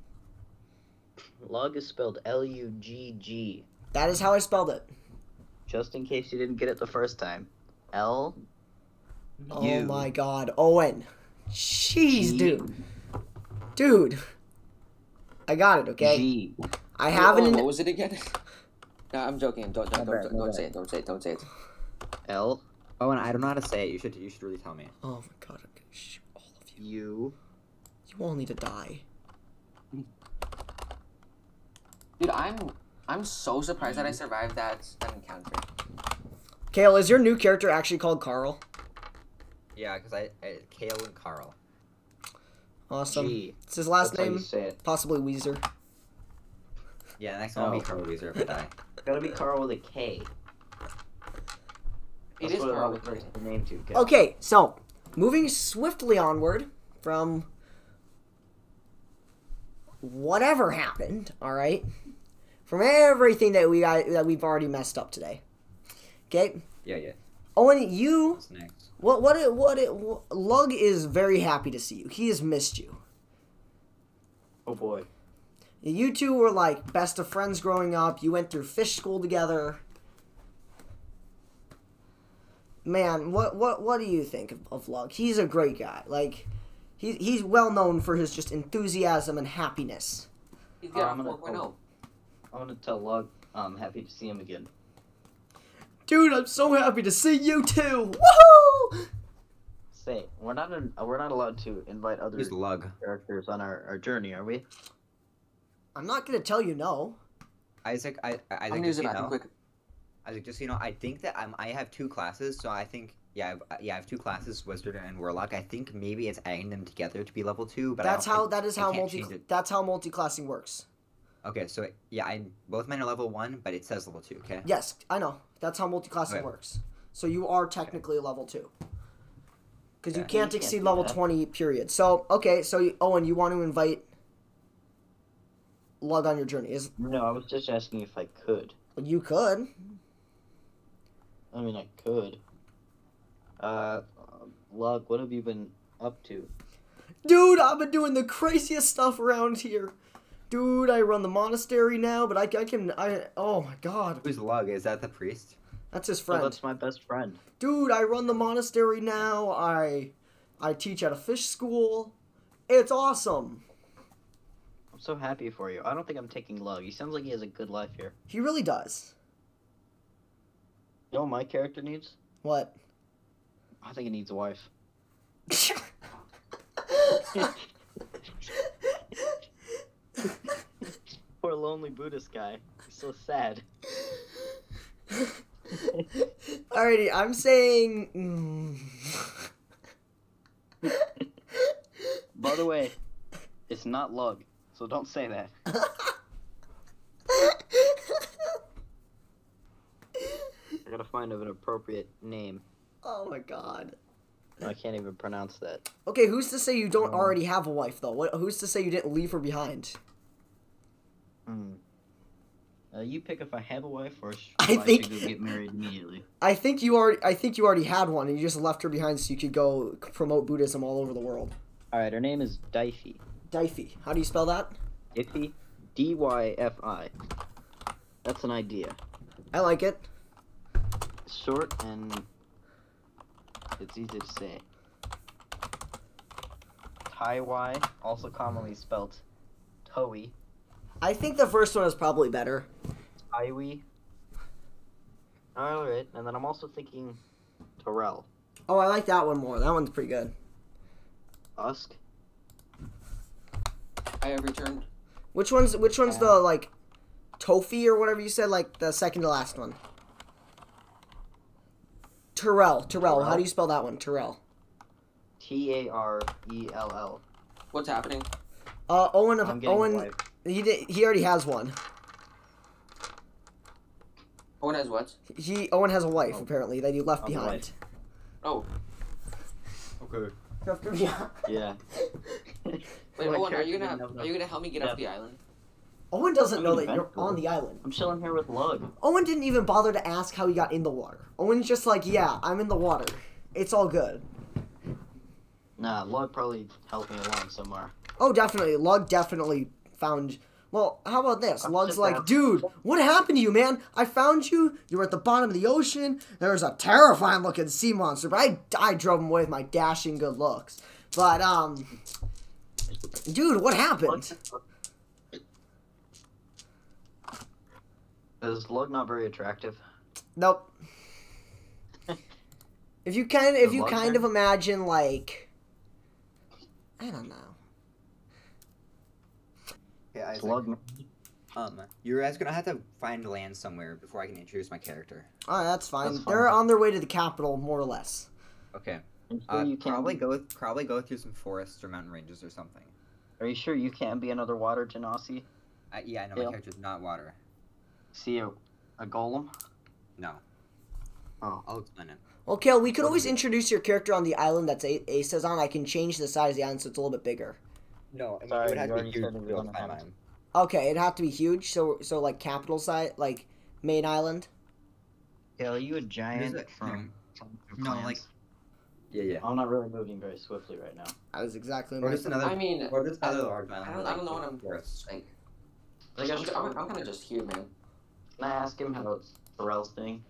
Lug is spelled L U G G.
That is how I spelled it.
Just in case you didn't get it the first time. L.
Oh my god, Owen. Jeez, dude. Dude. I got it, okay?
G.
I have
Oh,
an
What was it again? no, I'm joking. Don't don't
bad,
don't, don't,
my
say it. Don't say it. Don't say it.
L.
Oh, and I don't know how to say it. You should you should really tell me.
Oh my god, I'm gonna shoot all of you.
U.
You all need to die.
Dude, I'm I'm so surprised that I survived that that encounter.
Kale, is your new character actually called Carl?
Yeah, because I, I Kale and Carl.
Awesome.
G.
It's his last
That's how you
name,
say it.
possibly Weezer.
Yeah, next one will be
Oh.
Carl Weezer if I die.
Gotta be Carl with a K.
It
That's
is
what I
Carl
would
with
raise the name to. Good.
Okay, so moving swiftly onward from whatever happened. All right, from everything that we got, that we've already messed up today. Okay,
Yeah, yeah.
Owen, you
What's next?
what what it, what it, Lug is very happy to see you. He has missed you.
Oh boy.
You two were like best of friends growing up. You went through fish school together. Man, what what what do you think of, of Lug? He's a great guy. Like, he, he's well known for his just enthusiasm and happiness.
He's
Oh,
got
I'm
a
gonna-
4.0.
I want to tell Lug I'm happy to see him again.
Dude, I'm so happy to see you too. Woohoo!
Say, we're not in, we're not allowed to invite other
He's lug.
characters on our, our journey, are we?
I'm not gonna tell you no.
Isaac, I, I
I'm gonna
Isaac,
use
just
it
so you
back
know,
quick.
Isaac, just so you know, I think that I'm, I have two classes, so I think, yeah, I've, yeah, I have two classes, Wizard and Warlock. I think maybe it's adding them together to be level two, but I
that's
don't
how
think-
that is
I
how
can't
multi
change it.
that's how multi-classing works.
Okay, so yeah, I both mine are level one, but it says level two. Okay.
Yes, I know. That's how multi-classing
Okay.
works. So you are technically level 2. Cuz you
Okay.
can't
You can't
exceed
do
level
that.
20 period. So, okay, so you, Owen, you want to invite Lug on your journey. Is
No, I was just asking if I could.
you could.
I mean, I could. Uh, Lug, what have you been up to?
Dude, I've been doing the craziest stuff around here. Dude, I run the monastery now, but I, I can I oh my god.
Who's Lug? Is that the priest?
That's his
Oh,
friend.
that's my best friend.
dude i run the monastery now i i teach at a fish school it's awesome
I'm so happy for you. I don't think I'm taking Lug. He sounds like he has a good life here.
he really does
You know what my character needs?
what
I think he needs a wife. Poor lonely Buddhist guy. He's so sad.
alrighty i'm saying mm.
By the way, it's not Lug, so don't say that. I gotta find an appropriate name.
oh my god
I can't even pronounce that.
okay who's to say you don't already have a wife though what, who's to say you didn't leave her behind
Hmm. Uh, you pick if I have a wife or sh-
I
if
think-
should go get married immediately.
I think you already. I think you already had one, and you just left her behind so you could go promote Buddhism all over the world.
All right, her name is Difey.
Difey, how do you spell that?
Iffy, D Y F I. That's an idea.
I like it.
Short and it's easy to say. Taiwai, also commonly spelt Toei,
I think the first one is probably better.
Iwi. All right, and then I'm also thinking Terrell,
Oh, I like that one more. That one's pretty good.
Usk.
I have returned.
Which one's Which one's the like, Tofi or whatever you said, like the second to last one. Terrell, Terrell. How do you spell that one? Terrell.
T A R E L L.
What's happening?
Uh, Owen.
I'm getting a
Owen.
wife.
He did, He already has one.
Owen has what?
He Owen has a wife apparently that he left
I'm Oh. a
behind.
Oh,
Okay.
Left her behind.
Yeah.
wait,
My
Owen, are
character
you
didn't
gonna
know that.
are you gonna help me get off the island?
Owen doesn't
I'm
know that
gonna
you're
vent a
on
little.
the island.
I'm chilling here with Lug.
Owen didn't even bother to ask how he got in the water. Owen's just like, yeah, I'm in the water. It's all good.
Nah, Lug probably helped me along somewhere.
Oh, definitely. Lug definitely found. Well, how about this?
I'm
Lug's
just
like,
asking.
dude, what happened to you, man? I found you. You were at the bottom of the ocean. There was a terrifying looking sea monster, but I, I drove him away with my dashing good looks. But, um, dude, what happened?
Is Lug not very attractive?
Nope. If you kind if
The
you
lug
kind of
thing?
imagine like I don't know.
Okay,
Is
Isaac.
Lug
Um, you guys are gonna have to find land somewhere before I can introduce my character.
All right, that's fine.
That's
They're
fine.
on their way to the capital, more or less.
Okay.
I'm sure
Uh,
you can
probably
be-
go probably go through some forests or mountain ranges or something.
Are you sure you can't be another water genasi?
Uh, yeah, I know
Yeah.
my character's not water.
See a, a golem?
No.
Oh.
I'll explain it.
Well, Kale, we could always introduce your character on the island that's A- Asa's on. I can change the size of the island so it's a little bit bigger.
No, I mean,
Sorry,
it would have
you
to
already
be
said
huge
it
to
was
be able
on
to
the
find
island.
mine.
Okay, it'd have to be huge. So so like capital size, like main island.
Yeah, are you a
There's
giant
a-
from
no, like- Yeah, yeah.
I'm not really moving very swiftly right now.
I was exactly.
Or just another.
I mean,
or just another large
I
island.
don't, I
like
don't know what I'm
Forest.
like.
Like, I
I'm,
just,
I'm, I'm kind of just here, man.
Can I ask him how it's Pharrell's thing?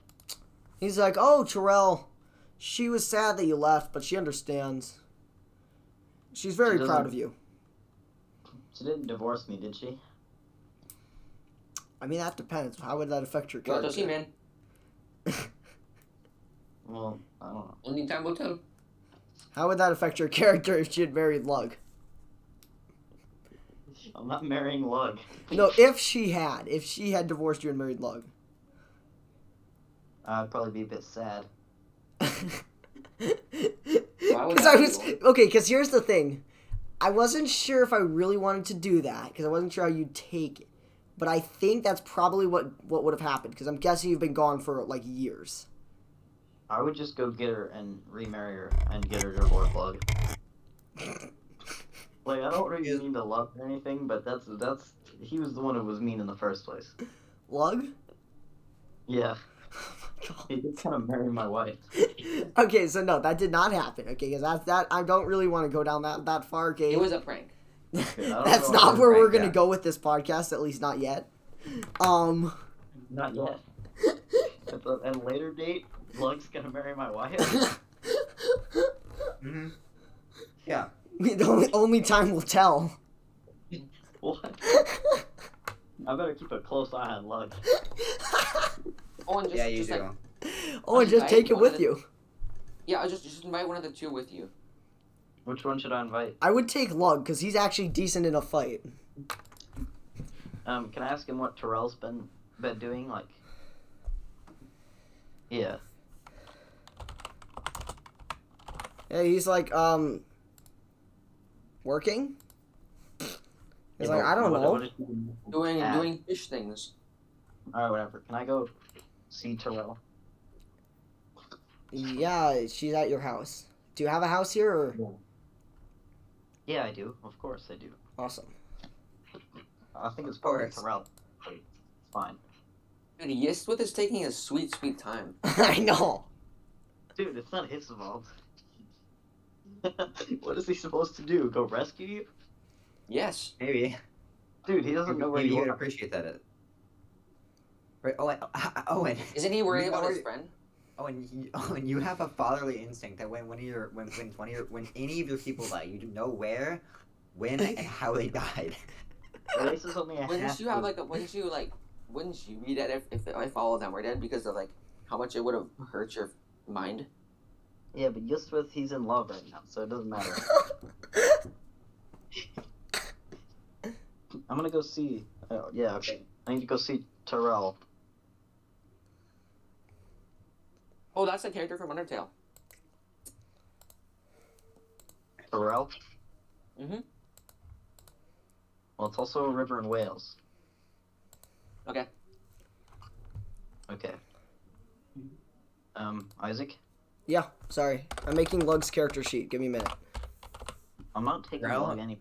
He's like, oh, Terrell, she was sad that you left, but she understands. She's very
She
proud
doesn't-
of you.
She didn't divorce me, did she?
I mean, that depends. How would that affect your
Well,
character?
just see, man.
Well, I don't know.
Only time will tell.
How would that affect your character if she had married Lug?
I'm not marrying Lug.
No, if she had, if she had divorced you and married Lug.
I'd probably be a bit sad.
Because
that
I
be
was
wrong?
okay. Because here's the thing, I wasn't sure if I really wanted to do that because I wasn't sure how you'd take it, but I think that's probably what what would have happened because I'm guessing you've been gone for like years.
I would just go get her and remarry her and get her to divorce Lug. Like I don't really mean to love or anything, but that's that's he was the one who was mean in the first place.
Lug.
Yeah, he did kind of marry my wife.
okay, so no, that did not happen. Okay, because that that I don't really want to go down that that far. Okay,
It was a prank.
don't
that's
know
not
if
where
it's
we're
right
gonna
yet.
go with this podcast. At least not yet. Um.
Not yet. At the- at a later date, Lug's gonna marry my wife.
Mm-hmm.
Mhm.
the only, only time will tell.
What? I better keep a close eye on Lug.
Oh, and just,
Yeah, you
just
do.
like,
oh, and just take it with you.
yeah, I just just invite one of the two with you.
Which one should I invite?
I would take Lug because he's actually decent in a fight.
Um, can I ask him what Terrell's been been doing? Like, yeah.
Yeah, he's like, um, working. He's like, I don't
What-
know.
what is-
Doing
Yeah.
doing fish things.
All right, whatever. Can I go see Terrell?
Yeah, she's at your house. Do you have a house here? Or...
Yeah, I do. Of course, I do.
Awesome.
I think it's
Of
probably
course.
Terrell. It's fine,
Dude, Yistwith is taking his sweet, sweet time.
I know.
dude. It's not his fault. what is he supposed to do? Go rescue you,
Yes.
Maybe.
dude? He doesn't know where
Maybe
you
you would
are.
appreciate that. It. Right, oh, Owen. Owen.
Isn't he worried
You
about
know
his
where-
friend?
Owen. You, Owen, oh, you have a fatherly instinct that when one of your when when one of your, when any of your people die, you know where, when, and how they died.
This is only a half.
Wouldn't you have
foot.
like a wouldn't you like wouldn't you be dead if if, if all of them were dead because of like how much it would have hurt your mind?
Yeah, but just with he's in love right now, so it doesn't matter. I'm gonna go see. Oh, yeah, okay. I need to go see Terrell.
Oh, that's a character from Undertale.
Terrell.
Mhm.
Well, it's also a river in Wales.
Okay.
Okay. Um, Isaac,
Yeah, sorry. I'm making Lug's character sheet. Give me a minute.
I'm not taking
Terrell?
Lug any.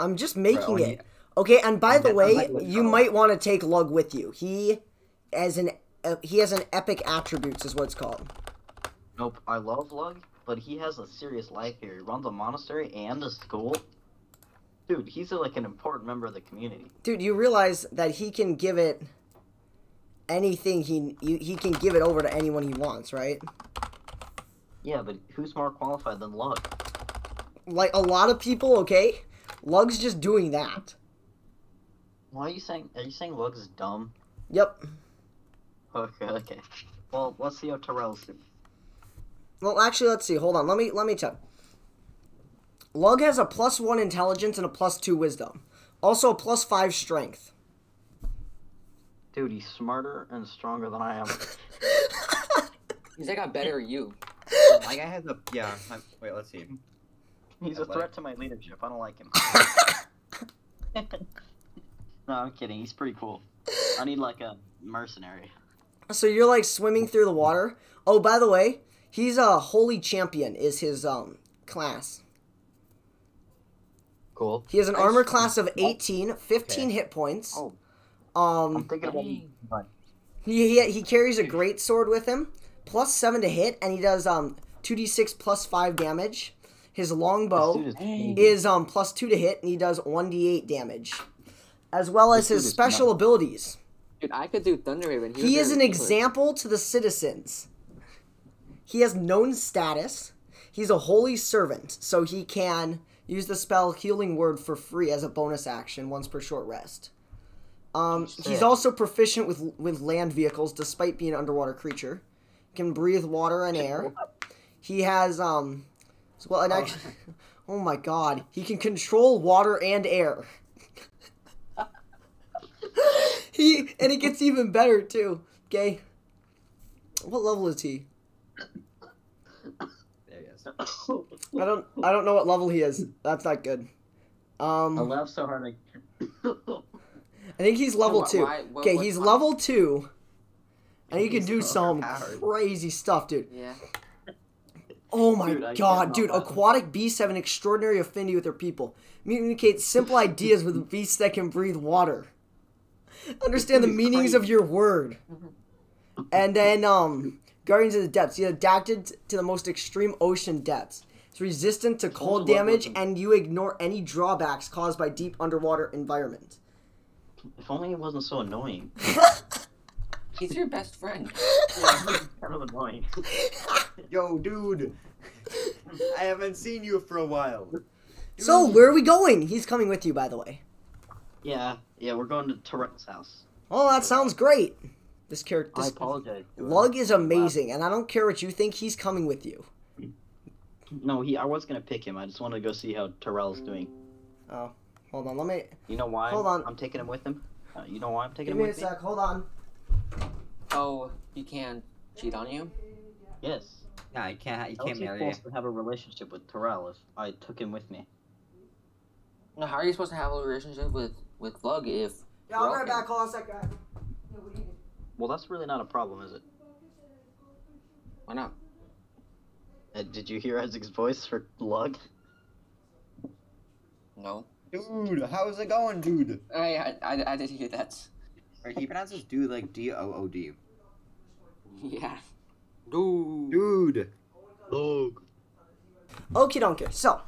I'm just making
Bro,
it. Okay, and by
I'm
the
not-
way,
I'm not with
you
Lug.
might want to take Lug with you. He as an uh, he has an epic attributes is what it's called.
Nope. I love Lug, but he has a serious life here. He runs a monastery and a school. Dude, he's like an important member of the community.
Dude, you realize that he can give it anything he you- he can give it over to anyone he wants, right?
Yeah, but who's more qualified than Lug?
Like a lot of people, okay? Lug's just doing that.
Why are you saying? Are you saying Lug's dumb?
Yep.
Okay, okay. Well, let's see how Terrell's doing.
Well, actually, let's see. Hold on. Let me let me check. Lug has a plus one intelligence and a plus two wisdom, also a plus five strength.
Dude, he's smarter and stronger than I am.
He's like a better you.
My guy has a yeah. I'm, wait, let's see.
He's a
Athletic.
threat to my leadership. I don't like him. no, I'm kidding. He's pretty cool. I need like a mercenary.
So you're like swimming through the water. Oh, by the way, he's a holy champion. Is his um class?
Cool.
He has an armor class of 18, 15
Okay.
hit points.
Oh. I'm
Um,
thinking about. but
he, he, he carries a great sword with him, plus seven to hit, and he does um 2d6 plus 5 damage. His longbow
This dude
Dang.
is-
is um, plus 2 to hit, and he does 1d8 damage. As well as
This dude
his
is
special
nuts.
abilities.
Dude, I could do Thunder Raven.
He
was
is an
really cool.
example to the citizens. He has known status. He's a holy servant, so he can use the spell Healing Word for free as a bonus action once per short rest. Um, he's
Shit.
also proficient with with land vehicles, despite being an underwater creature. Can breathe water and air. He has um, as well, and actually, oh my god, he can control water and air. he and it gets even better too. Okay, what level is he?
There he is.
I don't I don't know what level he is. That's not good.
I
Um,
laugh so hard. I...
I think he's level
Why-
two.
why- what-
Okay,
what-
he's level two, and he
He's
can do some
overpowered.
crazy stuff, dude.
Yeah.
Oh my
Dude, I
god,
cannot
dude!
laugh.
Aquatic beasts have an extraordinary affinity with their people. Communicate simple ideas with beasts that can breathe water. Understand the
Dude,
meanings of your word.
Mm-hmm.
And then, um, Guardians of the Depths. He adapted to the most extreme ocean depths. It's resistant to cold
Totally love
damage,
ocean.
and you ignore any drawbacks caused by deep underwater environment.
If only it wasn't so annoying.
He's your best friend.
Kind of annoying.
Yo, dude, I haven't seen you for a while.
So, where are we going? He's coming with you, by the way.
Yeah, yeah, we're going to Toretto's house.
Oh, that sounds great. This character,
I
this
apologize.
Lug is amazing, and I don't care what you think. He's coming with you.
No, he. I was gonna pick him. I just wanted to go see how Terrell's doing.
Hold on, let me
You know why?
Hold on.
I'm taking him with him. Uh, you know why I'm
give
taking him
me a
with
sec. Hold on.
Oh, he can cheat on you.
me? Yes.
Nah, you can't. You
I was
can't marry.
supposed to have a relationship with Terrell if I took him with me.
Now, how are you supposed to have a relationship with with Lug if?
Yeah, I'll be right
Welcome.
back. Hold on a sec, guys.
Well, that's really not a problem, is it?
Why not?
Uh, did you hear Isaac's voice for Lug?
No.
Dude, how's it going, dude?
I I, I, I did hear that.
Right, he pronounces dude like D O O D.
Yeah. Dude.
Dude.
Lug.
Okie dokie. So,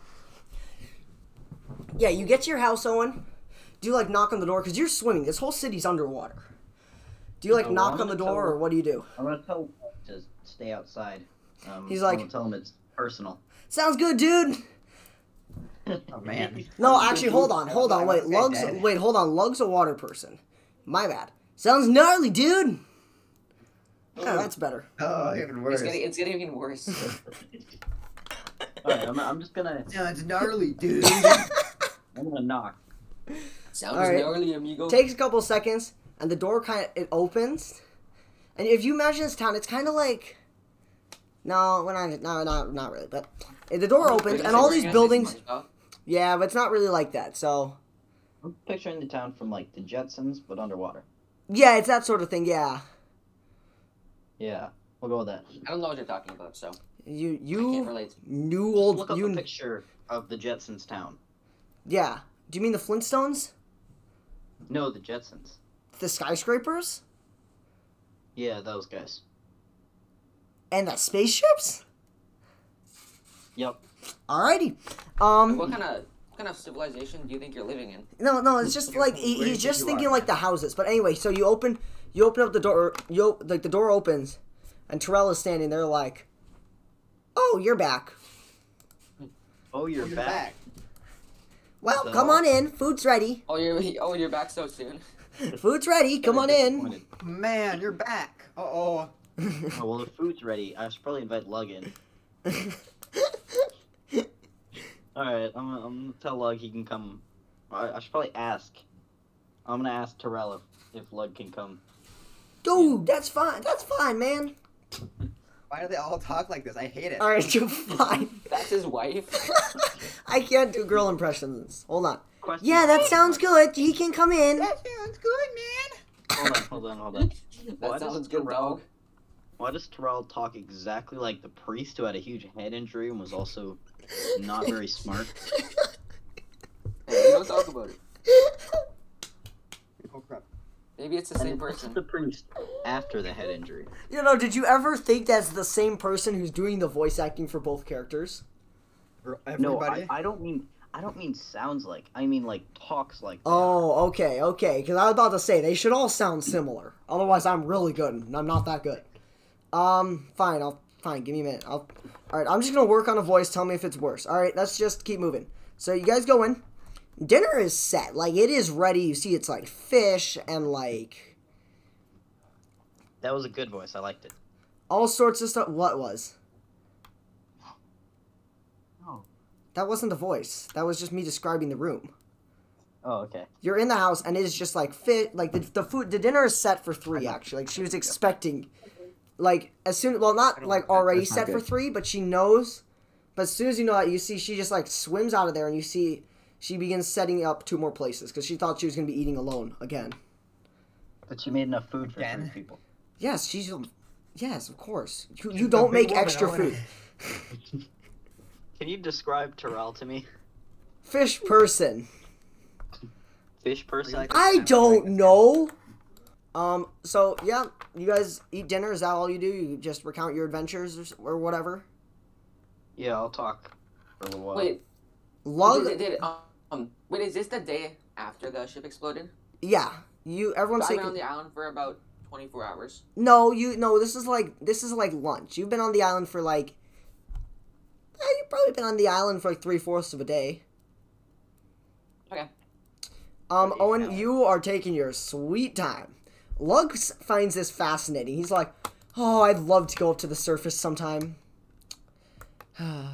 yeah, you get to your house, Owen. Do you like knock on the door? Because you're swimming. This whole city's underwater. Do you like
No,
knock
I'm
on the
gonna
door,
tell-
or what do you do?
I'm gonna tell Lug to stay outside. Um,
He's
I'm
like-
gonna tell him it's personal.
Sounds good, dude.
Oh man.
No, actually, hold on, hold on, wait,
Okay,
Lug's,
Dad.
wait, hold on, Lug's a water person. My bad. Sounds gnarly, dude. Yeah, that's better.
Oh, even worse.
It's getting it's getting even worse.
Alright, I'm, I'm just gonna.
No, it's gnarly, dude.
I'm gonna knock.
Sounds
All right.
gnarly, amigo.
takes a couple seconds and the door kind of it opens and if you imagine this town it's kind of like no we're not no not, not really but the door opens and all these buildings yeah but it's not really like that so
I'm picturing the town from like the Jetsons, but underwater.
yeah it's that sort of thing yeah
Yeah, we'll go with that.
I don't know what you're talking about, so
you
I can't
you
relate.
new old
Look up
you
a picture of the Jetsons town.
yeah do you mean the flintstones
No, the Jetsons.
the skyscrapers
Yeah, those guys.
and the spaceships
Yep.
alrighty um
What kind of what kind of civilization do you think you're living in?
No, no, it's just like
Where
he,
do you
he's just
think you
thinking
are?
like the houses. But anyway, so you open, you open up the door, you op- like the door opens, and Terrell is standing there like, "Oh, you're back.
Oh, you're,
You're
back.
back.
Well,
So-
come on in. Food's ready.
Oh, you're oh you're back so soon.
Food's ready. Come on in."
Disappointed.
Man, you're back. Uh oh.
Oh, well, the food's ready. I should probably invite Lug in. All right, I'm gonna, I'm gonna tell Lug he can come. I, I should probably ask. I'm gonna ask Terrell if, if Lug can come.
Dude, that's fine. That's fine, man.
Why do they all talk like this? I hate it.
All right, you're fine.
That's his wife.
I can't do girl impressions. Hold on.
Question
Yeah, that sounds good. He can come in.
sounds good,
Hold on, hold on, hold on.
That
Why does
sounds good,
Terrell-
dog.
Why does Terrell talk exactly like the priest who had a huge head injury and was also not very smart?
Hey, we don't talk about it.
man. Oh crap.
Maybe it's the
And
same
it's
person.
The priest. after the head injury.
You know, did you ever think that's the same person who's doing the voice acting for both characters?
For
No,
everybody?
I, I don't mean I don't mean sounds like. I mean like talks like. that.
Oh, okay, okay. Because I was about to say they should all sound similar. Otherwise, I'm really good, and I'm not that good. Um, fine. I'll fine. Give me a minute. I'll. All right. I'm just gonna work on a voice. Tell me if it's worse. All right. Let's just keep moving. So you guys go in. Dinner is set. Like it is ready. You see, it's like fish and like
That was a good voice. I liked it.
all sorts of stuff. What was?
Oh.
That wasn't a voice. That was just me describing the room.
Oh, okay.
you're in the house and it is just like fit like the, the food the dinner is set for three actually like she was expecting like as soon well not like already set for three but she knows but as soon as you know that you see she just like swims out of there and you see she begins setting up two more places because she thought she was going to be eating alone again
But she made enough food for
Again?
three people.
yes she's um, yes of course you, you
a
don't
big
make
woman,
extra
I wanna-
food
Can you describe Terrell to me?
fish person
Fish person.
Like-
i
I'm
don't
doing
know um so yeah you guys eat dinner is that all you do you just recount your adventures or, s- or whatever
Yeah, I'll talk for a little while.
Wait,
Lug,
did, did, um, wait, is this the day after the ship exploded?
yeah. You, everyone's
I've been
taking.
on the island for about 24 hours.
no, you, no. This is like, this is like lunch. You've been on the island for like. eh, you've probably been on the island for like three fourths of a day.
Okay.
Um,
Pretty
Owen,
valid.
you are taking your sweet time. Lug s- finds this fascinating. He's like, "Oh, I'd love to go up to the surface sometime."
Mm,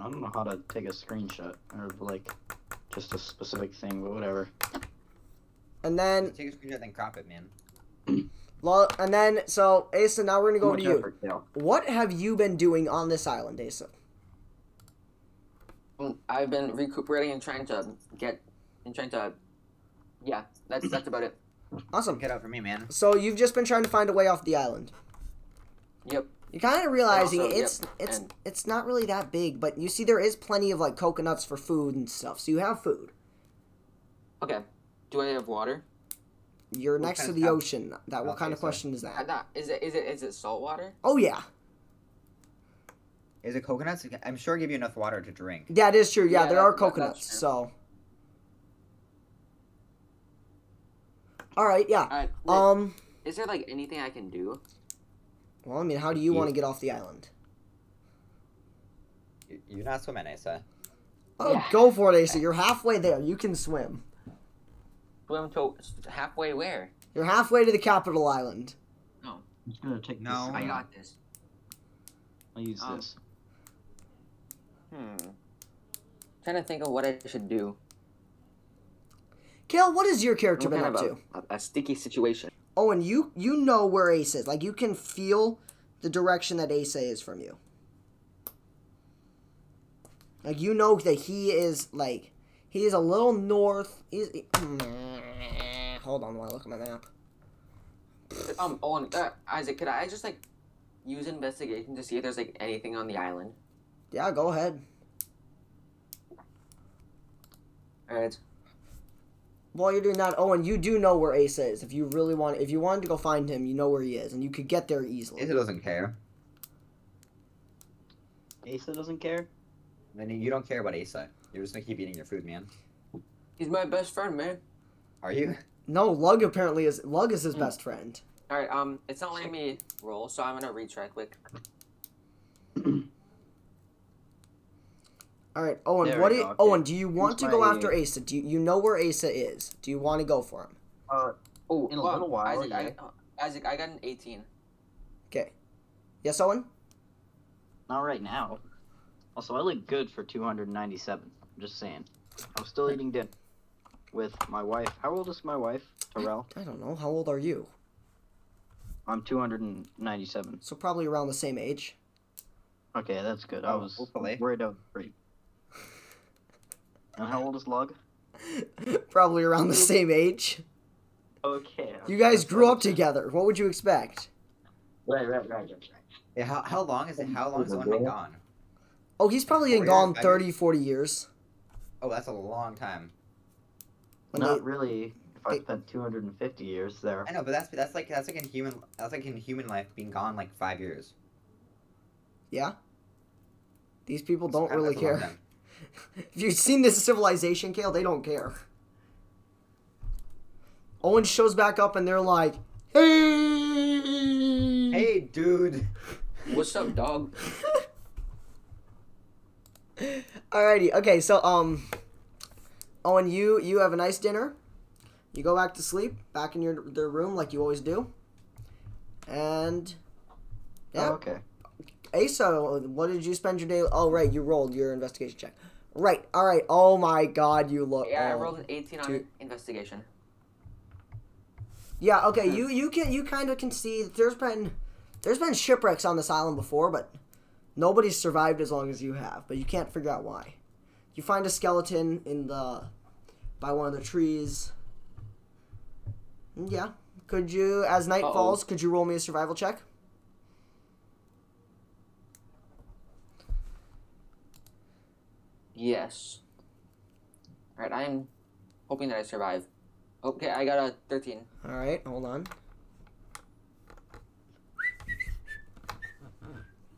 I don't know how to take a screenshot or like just a specific thing, but whatever.
and then,
Take a screenshot then crop it, man.
Lug, and then, so Asa, now we're gonna go
Too
over to
much
you.
effort, Cal.
What have you been doing on this island, Asa?
Well, Mm, I've been recuperating and trying to get and trying to yeah, that's that's about it.
Awesome.
Get out for me, man.
So you've just been trying to find a way off the island.
Yep.
You're kind of realizing
also,
it's
yep,
it's
and-
it's not really that big, but you see there is plenty of like coconuts for food and stuff. So you have food.
Okay. Do I have water?
You're
What
next
kind
to
of
the
cap-
ocean. That what
Okay,
kind of
so-
question is
I
that?
not, is it is it is it salt water?
Oh yeah,
Is it coconuts? I'm sure give you enough water to drink.
that is true. Yeah,
Yeah,
there
that-
are
that- that's
coconuts.
true.
so. All right. Yeah.
Alright. Uh, wait,
Um.
is there like anything I can do?
Well, I mean, how do you want to get off the island?
You- You're not swimming, Asa.
Oh,
Yeah.
go for it, Asa. You're halfway there. You can swim.
Swim to halfway where?
You're halfway to the capital island.
I'm just gonna take
No.
this.
I
I
Mm.
got this.
will use
um,
this.
Hmm. Trying to think of what I should do.
Kale, what has your
I'm
character been
kind
up
of
to?
a, a, a sticky situation.
Oh, and you you know where Ace is. Like you can feel the direction that Ace is from you. Like you know that he is like he is a little north. He's, he- hold on while I look at my map.
Um Owen uh, Isaac, could I just like use investigation to see if there's like anything on the island?
Yeah, go ahead.
Alright.
While you're doing that, Owen, you do know where Ace is. If you really want, if you wanted to go find him, you know where he is, and you could get there easily.
Asa doesn't care.
Asa doesn't care.
I mean, you don't care about Asa. You're just gonna keep eating your food, man.
He's my best friend, man.
Are you?
No, Lug apparently is Lug is his best friend.
All right. Um, it's not letting me roll, so I'm gonna retry quick.
All right, Owen.
There
what do
we
you,
go, okay.
Owen? Do you want to
Who's
go
my-
after Asa? Do you, you know where Asa is? Do you want to go for him?
Oh,
In a little while,
Isaac,
yeah.
I, uh, Isaac, I got an 18.
Yes, Owen.
Not right now. Also, I look good for 297. I'm just saying. I'm still eating dinner with my wife. How old is my wife, Terrell?
I don't know. How old are you?
I'm 297.
So probably around the same age.
Okay, that's good. I
Oh,
was
hopefully.
worried I was great. And how old is Lug?
probably around the same age.
Okay.
You guys grew up together. What would you expect?
Right, right, right, right.
Yeah, how, how long is it? How long has the one been gone?
Oh, he's probably
Four
been
years,
gone
five
30, 40 years.
Oh, that's a long time.
When
Not
they-
really. if I
Wait.
spent 250 years there.
I know, but that's that's like that's like in human that's like in human life being gone like five years.
These people
It's
don't
kinda-
really
that's a long
care.
time.
if you've seen this civilization, Kale, they don't care. Owen shows back up and they're like, hey!
Hey, dude.
What's up, dog?
Alrighty. Okay. So, um, Owen, you you have a nice dinner. You go back to sleep, back in your their room like you always do. And
Oh,
yeah,
okay.
Asa, what did you spend your day? Oh, right, you rolled your investigation check. Right. All right. Oh my God, you
Uh,
look.
Yeah, I
oh.
rolled an 18 on
Dude.
investigation.
Yeah. Okay. You you can you kind of can see that there's been there's been shipwrecks on this island before, but nobody's survived as long as you have. But you can't figure out why. You find a skeleton in the by one of the trees. Mm, Yeah. Could you, as night
Uh-oh.
falls, could you roll me a survival check?
Yes. Alright, I'm hoping that I survive. Okay, I got a 13.
All right. Hold on.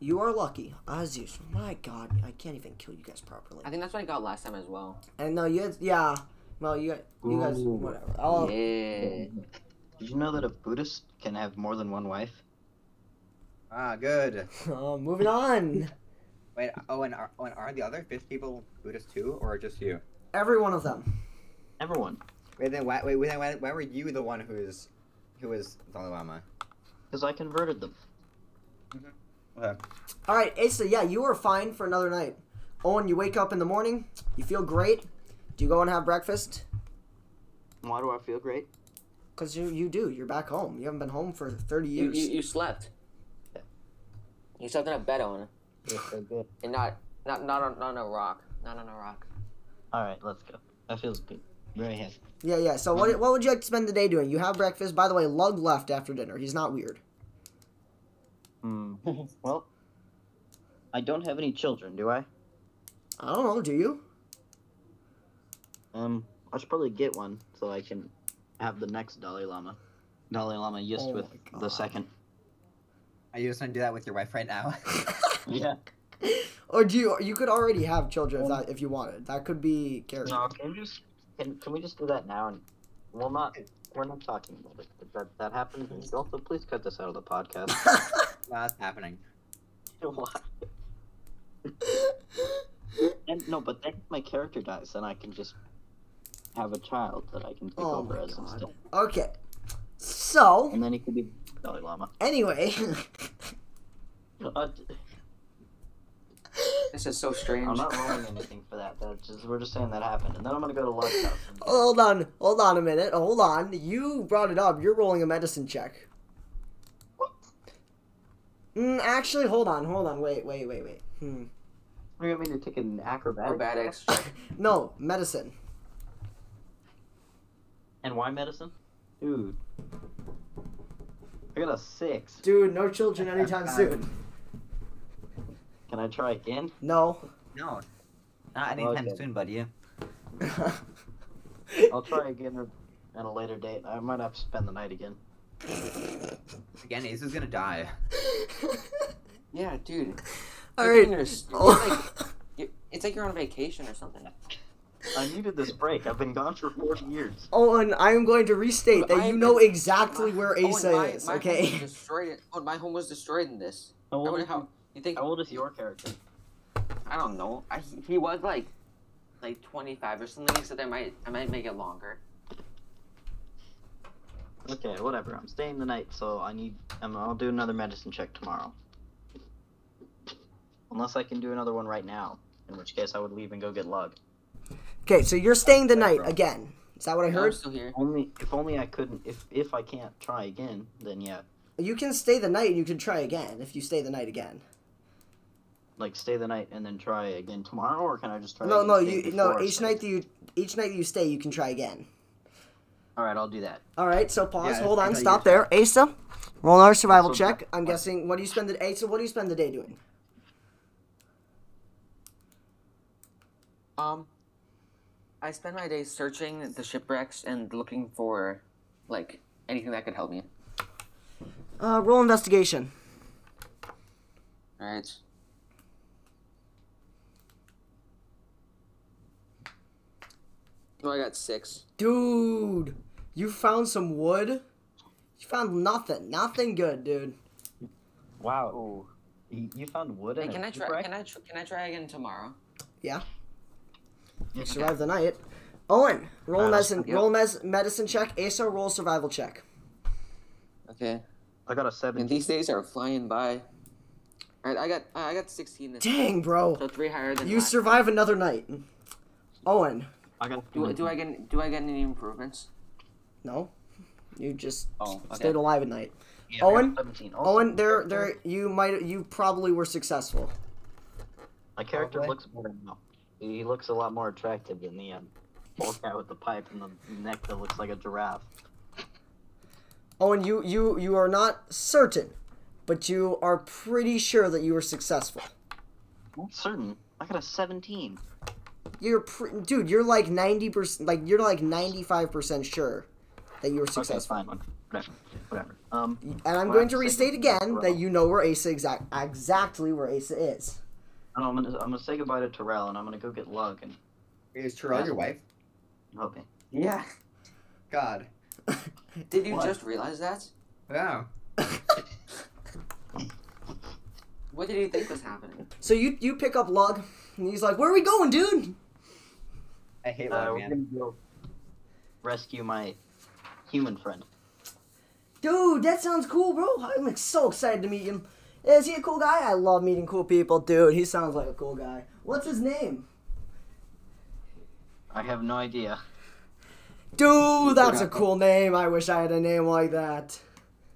You are lucky, as usual. My God, I can't even kill you guys properly.
I think that's what I got last time as well.
And no, you, yeah. Well, you, you guys,
Ooh.
whatever.
Uh,
I'll,
Yeah.
Did you know that a Buddhist can have more than one wife?
Ah, good.
Uh, moving on.
Wait, oh, and are, oh, and are the other fifth people Buddhist too, or just you?
Every one of them.
Everyone.
Wait, then why? Wait, wait, then why, why were you the one who is, who is Dalai Lama?
Because I converted them.
All right, Asa. Yeah, you are fine for another night. Owen, you wake up in the morning. You feel great. Do you go and have breakfast?
Why do I feel great?
Cause you, you do. You're back home. You haven't been home for thirty
You,
years.
you, you slept. You slept in a bed on and not not not on, not on a rock. Not on a rock.
Alright, let's go. That feels good. Very happy.
Yeah, yeah. So what, what would you like to spend the day doing? You have breakfast. By the way, Lug left after dinner. He's not weird.
Hmm. well, I don't have any children, do I?
I don't know. Do you?
Um, I should probably get one so I can have the next Dalai Lama. Dalai Lama just
Oh
with
my
the
God.
second.
Are you just gonna do that with your wife right now?
Yeah.
Or do you? You could already have children if, that, if you wanted. That could be character.
No, can we just can, can we just do that now? And we'll not we're not talking about it. If that that happens, and also please cut this out of the podcast.
That's happening.
Why? and no, but then my character dies, and I can just have a child that I can take
Oh
over
my
as
God.
instead,
okay. So.
and then he could be Dalai Lama.
Anyway,
Uh,
This is so strange.
I'm not rolling anything for that. That's just we're just saying that happened, and then I'm gonna go to lunch house. and-
hold on, hold on a minute, hold on. You brought it up. You're rolling a medicine check. Mm, actually, hold on, hold on. Wait, wait, wait, wait. Hmm.
What do you want me to take an acrobatic?
Acrobatics.
No, medicine.
And why medicine? Dude. I got a six.
Dude, no children anytime soon.
Can I try again?
No.
No, not anytime
Okay.
soon, buddy.
I'll try again or- at a later date. I might have to spend the night again.
Again, Ace is gonna die.
yeah, dude.
All
You're
right.
doing this- It's like, you- it's like you're on vacation or something.
I needed this break. I've been gone for four years.
Owen, I am going to restate that you
I'm-
know exactly where
Oh, and
Asa
my-
is.
my home was
Okay.
destroyed. Oh, my home was destroyed in this.
How
I
old,
wonder
is,
how. You think?
how old is your character?
I don't know. I, he- he was like, like 25 or something. He said I might, I might make it longer.
Okay, whatever. I'm staying the night, so I need. Um, I'll do another medicine check tomorrow. Unless I can do another one right now, in which case I would leave and go get Lug.
Okay, so you're staying the night again. Is that what I
No, I'm
heard?
still here.
Only if only I couldn't. If if I can't try again, then yeah,
You can stay the night and you can try again if you stay the night again.
like stay the night and then try again tomorrow, or can I just try?
No,
again
no,
the day
you no.
before?
Each night that you each night that you stay, you can try again.
All right, I'll do that.
All right, so pause.
Yeah,
hold
I
on.
thought
Stop
you
there, Asa. Roll our survival
So
check.
that-
I'm guessing. What do you spend the Asa? What do you spend the day doing?
Um, I spend my days searching the shipwrecks and looking for, like, anything that could help me.
Uh, roll investigation.
All right. No, Oh, I got six.
Dude, you found some wood. You found nothing. Nothing good, dude.
Wow. You you found wood
Hey,
in
can
a
I try?
shipwreck?
Can I? Tr- can I try again tomorrow?
You survived the night. Owen, roll
Uh,
medicine.
yeah.
Roll mes- medicine check. Asa, roll survival check.
Okay.
I got a
And
17.
these days are flying by. All right, I got I got 16 this
Dang, bro.
So three higher than
You
last.
survive another night. Owen,
I got a
Do, I- do I get do I get any improvements?
no. You just
Oh, okay.
stayed alive at night.
Yeah, I got
Owen?
17. Also,
Owen, there, there. You might. You probably were successful.
My character
Probably.
looks better now. He looks a lot more attractive than the um, old guy with the pipe and the neck that looks like a giraffe.
Owen, you, you, you are not certain, but you are pretty sure that you were successful.
I'm not certain. I got a 17.
You're, pre- dude. You're like ninety percent. Like you're like ninety-five percent sure that you were successful.
Okay, fine. Whatever. Whatever. Um,
And I'm
Well,
going to
I'm
restate
thinking
again
Terrell.
that you know where Asa exact exactly where Asa is.
I don't know, I'm gonna I'm gonna say goodbye to Terrell and I'm gonna go get Lug and
Is Terrell your wife?
help me.
Yeah.
God.
Did you
What?
just realize that?
Wow.
What did you think was happening?
So you you pick up Lug, and he's like, "Where are we going, dude?"
I hate
Uh,
that
we're
man.
gonna go rescue my human friend.
Dude, that sounds cool, bro. I'm like, so excited to meet him. Is he a cool guy? I love meeting cool people, dude. He sounds like a cool guy. What's his name?
I have no idea.
Dude, that's a cool name. I wish I had a name like that.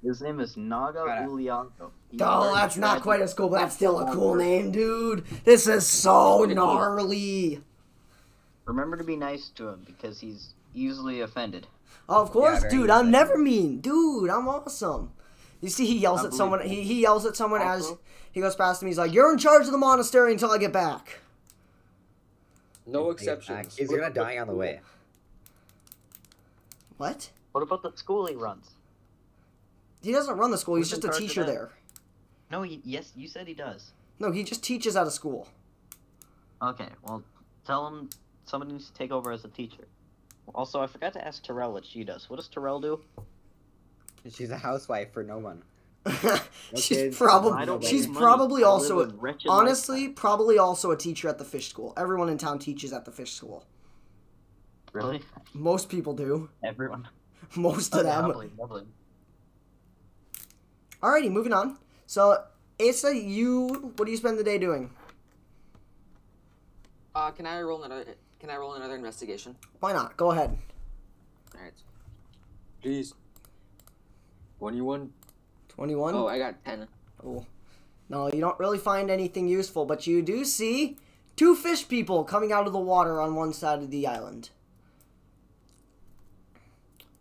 His name is Naga
Got it.
Uliago. He's
Oh,
very
that's not
tragic.
quite as cool, but that's still a cool name, dude. This is so gnarly.
Remember to be nice to him because he's easily offended.
Of course,
very
dude.
good
I'm
thing.
never mean, dude. I'm awesome. You see, he yells at someone. He, he yells at someone as
Also-
he goes past him. He's like, "You're in charge of the monastery until I get back."
No
Like,
exceptions.
He's gonna die on the way.
What?
What about the school he runs?
He doesn't run the school. He's
Who's in
just a
charge of
teacher
that?
there.
No, he, yes, you said he does.
No, he just teaches at a school.
Okay, well, tell him somebody needs to take over as a teacher. Also, I forgot to ask Terrell what she does. What does Terrell do?
She's a housewife for no one. Okay,
she's probably
I don't make
she's
money.
probably
I live
also
a wretched
honestly probably also a teacher at the fish school. Everyone in town teaches at the fish school.
lifestyle. Really?
Most people do.
Everyone.
Most of them.
Lovely, lovely.
Alrighty, moving on. So, Asa, you what do you spend the day doing?
Uh, can I roll another? Can I roll another investigation?
Why not? Go ahead.
All right. Please. Twenty-one.
21.
Oh, I got ten.
No, you don't really find anything useful, but you do see two fish people coming out of the water on one side of the island.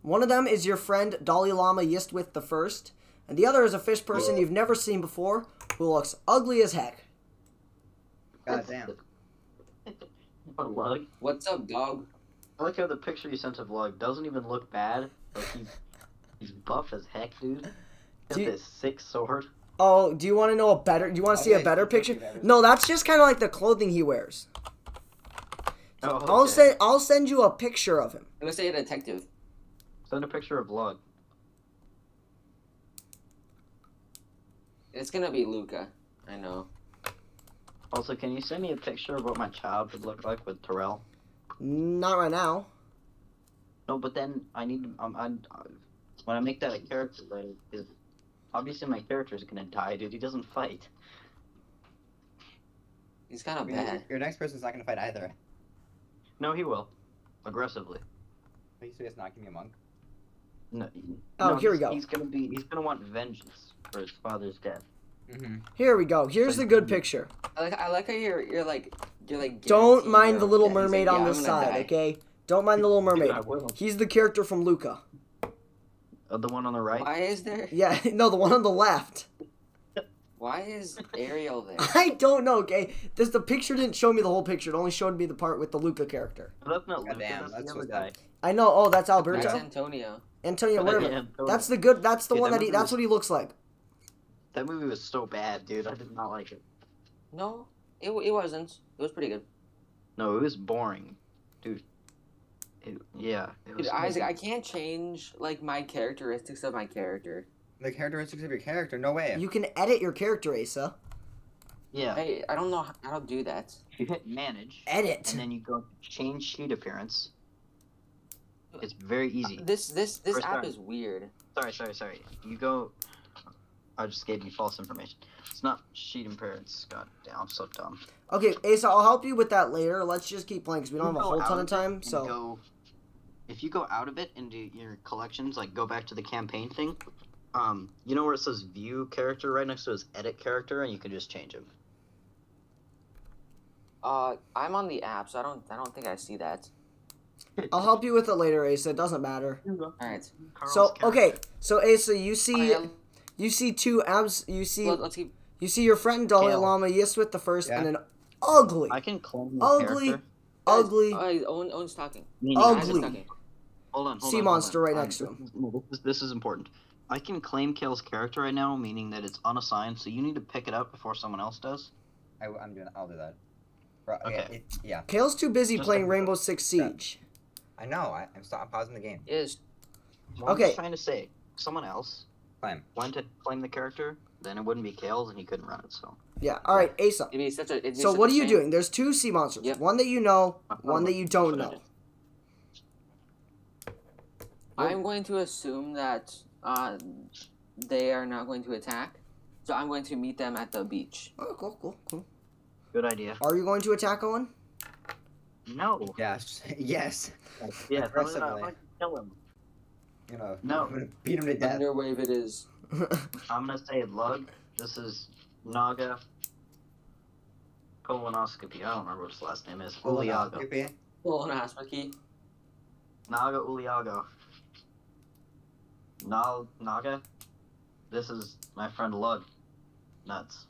One of them is your friend Dalai Lama Yistwith the First, and the other is a fish person you've never seen before who looks ugly as heck.
God damn.
But Lug,
What's up, dog?
I like how the picture you sent of Lug doesn't even look bad. Like he's, he's buff as heck, dude. Got
Do you-
this sick sword.
Oh, do you want to know a better? Do you
Oh,
want to see a
Okay,
better
I think
picture?
you've ever-
No, that's just kind of like the clothing he wears.
Oh,
I'll
okay.
send I'll send you a picture of him.
I'm gonna say a detective.
Send a picture of Lug.
It's gonna be Luca. I know.
Also, can you send me a picture of what my child would look like with Terrell?
Not right now.
No, but then I need to. Um, I, I, when I make that a character, like, is- obviously my character is gonna die, dude. He doesn't fight.
He's kind of
I mean,
bad.
Your next person's not gonna fight either.
No, he will, aggressively.
Are you serious? Not gonna be a monk.
No,
Oh,
no,
here we
he's-
go.
He's gonna be. He's gonna want vengeance for his father's death.
Mm-hmm.
Here we go. Here's the good picture.
I like. I like how you're. You're like. You're like.
Don't
guaranteed
mind
you're-
the Little
yeah, he's like,
Mermaid
"Yeah,
on
I'm
this
gonna
side,
die."
okay? Don't mind the Little Mermaid.
Dude, I will.
He's the character from Luca.
Uh, the one on the right.
Why is there?
Yeah, no, the one on the left.
Why is Ariel there?
I don't know. Okay, this the picture didn't show me the whole picture. It only showed me the part with the Luca character.
That's not Luca,
damn,
that's,
that's
the other
what's
guy.
I know. Oh, that's
That's
Alberto,
Antonio.
Antonio,
But
whatever.
again, those-
That's the good. That's the
Dude,
one
that
that he.
movie
That's
was-
what he looks like.
That movie was so bad, dude. I did not like it.
No, it, it wasn't. It was pretty good.
No, it was boring, dude. It, yeah, it was.
Dude, Isaac, I can't change like my characteristics of my character.
The characteristics of your character, no way.
You can edit your character, Asa.
yeah,
I I don't know how I don't do that.
you hit manage,
Edit.
and then you go change sheet appearance. It's very easy.
This this this
First
app
time.
is weird.
Sorry, sorry, sorry. You go. I just gave you false information. It's not sheet appearance. God damn, I'm so dumb.
Okay, Asa, I'll help you with that later. Let's just keep playing because we don't have a
Go
whole
out
ton of
it
time.
and
So
go, if you go out of it into your collections, like go back to the campaign thing, um, you know where it says view character right next to his edit character, and you can just change him.
Uh, I'm on the app, so I don't I don't think I see that.
I'll help you with it later, Asa. It doesn't matter.
All right,
Carl's
So
character.
okay, so Asa, you see,
I am-
you see two abs. You see,
let, us keep.
you see your friend Dalai
Kale.
Lama Yiswit the first,
Yeah.
and an ugly,
I can clone the
Ugly
character.
guys,
ugly
Uh, Owen, Owen's talking.
meaning-
Ugly.
Isaac's talking.
Hold on, hold
sea
on, hold
monster
on.
right
Um,
next to him.
this is- no, This is, this is important. I can claim Kale's character right now, meaning that it's unassigned, so you need to pick it up before someone else does.
I, am doing. I'll do that. Bro,
Okay.
it- it- yeah,
Kale's too busy
Just
playing
a-
Rainbow Six Siege.
I know. I, I'm, stop, I'm pausing the game.
Is
What I'm
Okay.
just trying to say, someone else
Claim.
went to claim the character, then it wouldn't be Kale's, and he couldn't run it. So
Yeah. All right, Asa.
it'd be such a. It'd be
So
such
what
a
are you
shame.
doing? There's two sea monsters.
Yep.
One that you know,
I thought
one that
about-
you don't
Uh, should I
know.
do-
I'm going to assume that uh, they are not going to attack, so I'm going to meet them at the beach.
Oh, cool, cool, cool.
Good idea.
Are you going to attack Owen?
No.
Yes, yes.
Yeah, tell me that I
Aggressively.
want to kill him.
You know,
No.
I'm gonna beat him to death.
Thunderwave, it is.
I'm gonna say Lug. This is Naga. Colonoscopy. I don't remember what his last name is. Uliago.
Colonoscopy.
Colonoscopy.
Naga Uliago. Nal Naga. This is my friend Lug. Nuts.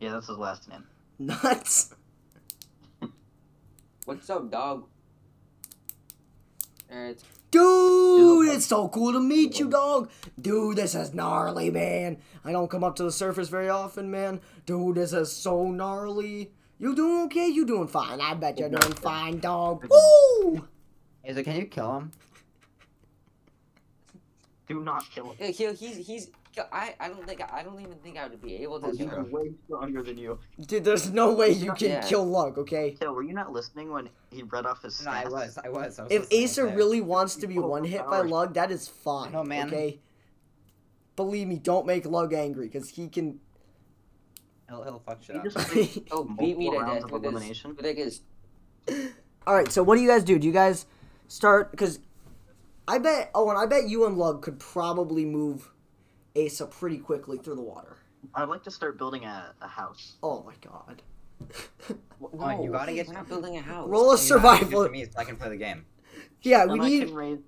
Yeah, that's his last name.
Nuts.
What's up, dog? Alright.
Dude, it's so cool to meet you, dog. Dude, this is gnarly, man. I don't come up to the surface very often, man. Dude, this is so gnarly. You doing okay? You doing fine? I bet you're doing fine, dog. Woo!
Is it? Can you kill him?
Do not kill him.
Yeah, he, he's he's. I, I don't think I don't even think I would be able to.
you
do
can-
it.
He's way stronger than you.
Dude, there's no way you can
Yeah.
kill Lug, okay?
Kale, were you not listening when he read off his stats?
No, I was. I was. I was
If
listening,
Asa
okay.
really wants to be one hit by
Overpowered.
Lug, that is fine.
No, man.
Okay. Believe me, don't make Lug angry, cause he can.
he'll, he'll fuck shit
He
up.
just
Oh, beat me
Multiple
to
rounds
death
of
with this.
elimination?
With this.
All right, so what do you guys do? Do you guys start? Cause I bet. Oh, and I bet you and Lug could probably move Asa pretty quickly through the water.
I'd like to start building a, a house.
Oh my god.
No,
on, you gotta get-
we're not building a house.
Roll a
You know, it's just
survival.
to me, so I can play the game.
Yeah,
Then
we
I
need.
can raise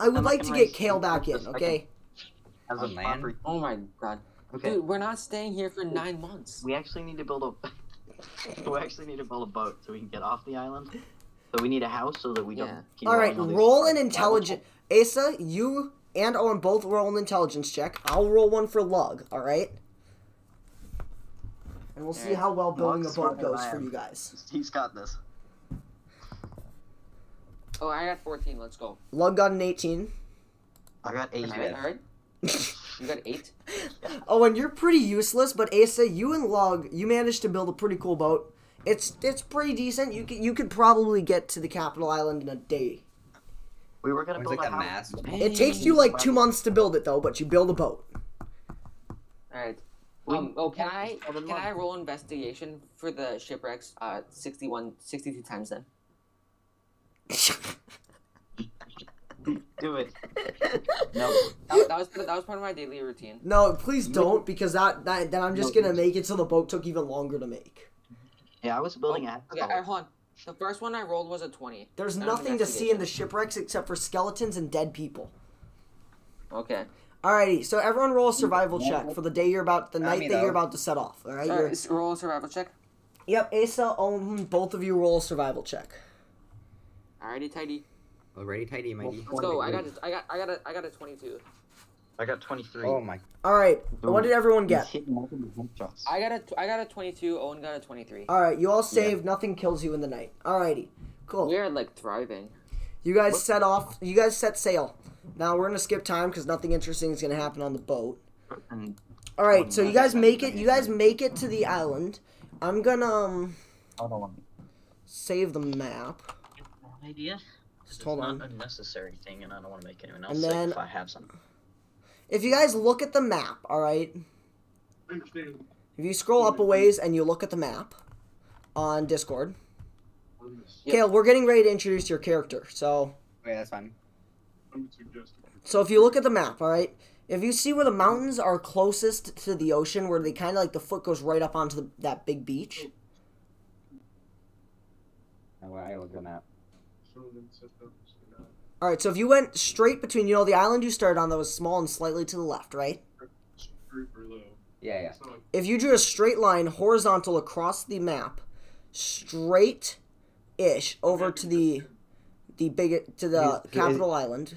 I would
then I
like
can
to
raise
get Kale
two
back in.
bucks. I
Okay.
as a
On land?
property.
Oh my god,
Okay,
dude, we're not staying here for nine months.
we actually need to build a. we actually need to build a boat so we can get off the island. So we need a house so that we
Yeah.
don't. keep
All right,
rolling all these
roll an
survival
intelligent. Asa, you and Owen both roll an intelligence check. I'll roll one for Lug. All right. And we'll see
Alright.
how well building
Lug's
a boat
smarter than
goes
I
for
am.
you guys.
rolls. He's got this.
Oh, I got fourteen. Let's go.
Lug got an 18.
I got eight.
All right, all right. You got eight.
Owen, you're pretty useless, but Asa, you and Lug, you managed to build a pretty cool boat. It's it's pretty decent. You could, you could probably get to the capital island in a day.
We were gonna
It's
build
like
a
a
house.
mast.
It takes you like two months to build it though, but you build a boat.
All right.
We-
Um, oh, can I
Seven
can I
months.
roll investigation for the shipwrecks? Uh, 61, 62 times then.
Do it. No.
That, that was that was part of my daily routine.
No, please don't, because that, that then I'm just
No,
gonna
please.
make it so the boat took even longer to make.
Yeah, I was building a
Okay, all right,
house.
hold on. The first one I rolled was a twenty.
There's
Um,
nothing to see in
investigation.
the shipwrecks except for skeletons and dead people.
Okay.
Alrighty, so everyone roll a survival check for the day you're about, the
Not
night
me,
that you're
though.
about to set off. All right.
All
You're,
right, roll a survival check.
yep. Asa, um, both of you roll a survival check.
Alrighty, tidy.
Already tidy, mighty.
Let's go. I got, a, I got, I got, a, I got a 22.
I got 23.
Oh my.
All right. What did everyone
He's
get?
hitting multiple headshots.
I got a, I got a 22. Owen got a 23.
All right. You all saved. Nothing kills you in the night. Alrighty. Cool.
We are like thriving.
You guys set off. You guys set sail. Now we're gonna skip time because nothing interesting is gonna happen on the boat.
And
All right, so you guys make it. You guys make it to the island. I'm gonna um,
I don't want
save the map.
idea.
Just hold on.
unnecessary thing, and I don't want to make anyone
else And sick then- if
I have some.
If you guys look at the map, all right. If you scroll up a ways and you look at the map on Discord,
Yep.
Kale, we're getting ready to introduce your character. So,
Wait, that's fine.
so if you look at the map, all right. If you see where the mountains are closest to the ocean, where they kind of like the foot goes right up onto the, that big beach,
No, I look on that.
All right, so if you went straight between, you know, the island you started on that was small and slightly to the left, right?
Yeah, yeah.
If you drew a straight line horizontal across the map, straight ish over to the the big to the
Is- is-
capital island,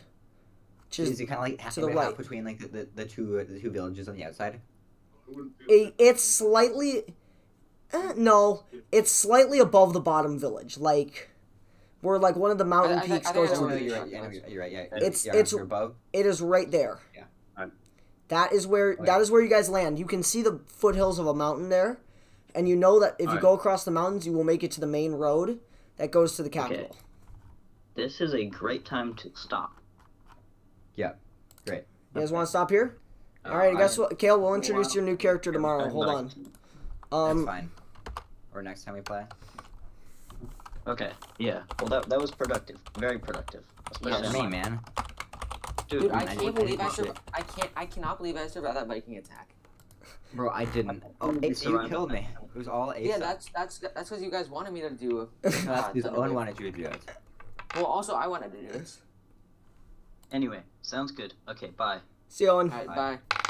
which
Is
is
it kind of like half
to the right.
between like the, the, the two uh, the two villages on the outside?
a, it's slightly eh, no, it's slightly above the bottom village, like where like one of the mountain
I- I- I
peaks
think
goes
I
to
know
the
where
Oh, no,
you
you're right. Yeah,
are.
no, you're, you're right. Yeah,
It's-
yeah,
it's-
you're above.
It is right there.
Yeah.
Alright.
That is where
Okay.
that is where you guys land. You can see the foothills of a mountain there, and you know that if you
Alright.
go across the mountains, you will make it to the main road that goes to the capital.
This is a great time to stop.
You guys want to stop here?
Uh,
All right. I
I-
guess what, Kale, we'll introduce
Wow.
your new character tomorrow. Hold on.
that's
Um.
fine. Or next time we play.
Okay. Yeah. Well, that that was productive. Very productive.
Yeah,
Not for me, man.
Dude, I
I-
can't believe I
I-
sur- I can't, I cannot believe I survived that Viking attack.
Bro, I didn't. Oh,
Only
Asa, you
survived.
killed me. It was all Asa.
Yeah, that's that's that's because you guys wanted me to do.
No, that's
uh,
because
Thunder
Owen
Wave.
wanted you to do it.
Well, also I wanted to do this.
Anyway, sounds good. Okay, bye.
See you, Owen.
All right,
Bye.
bye.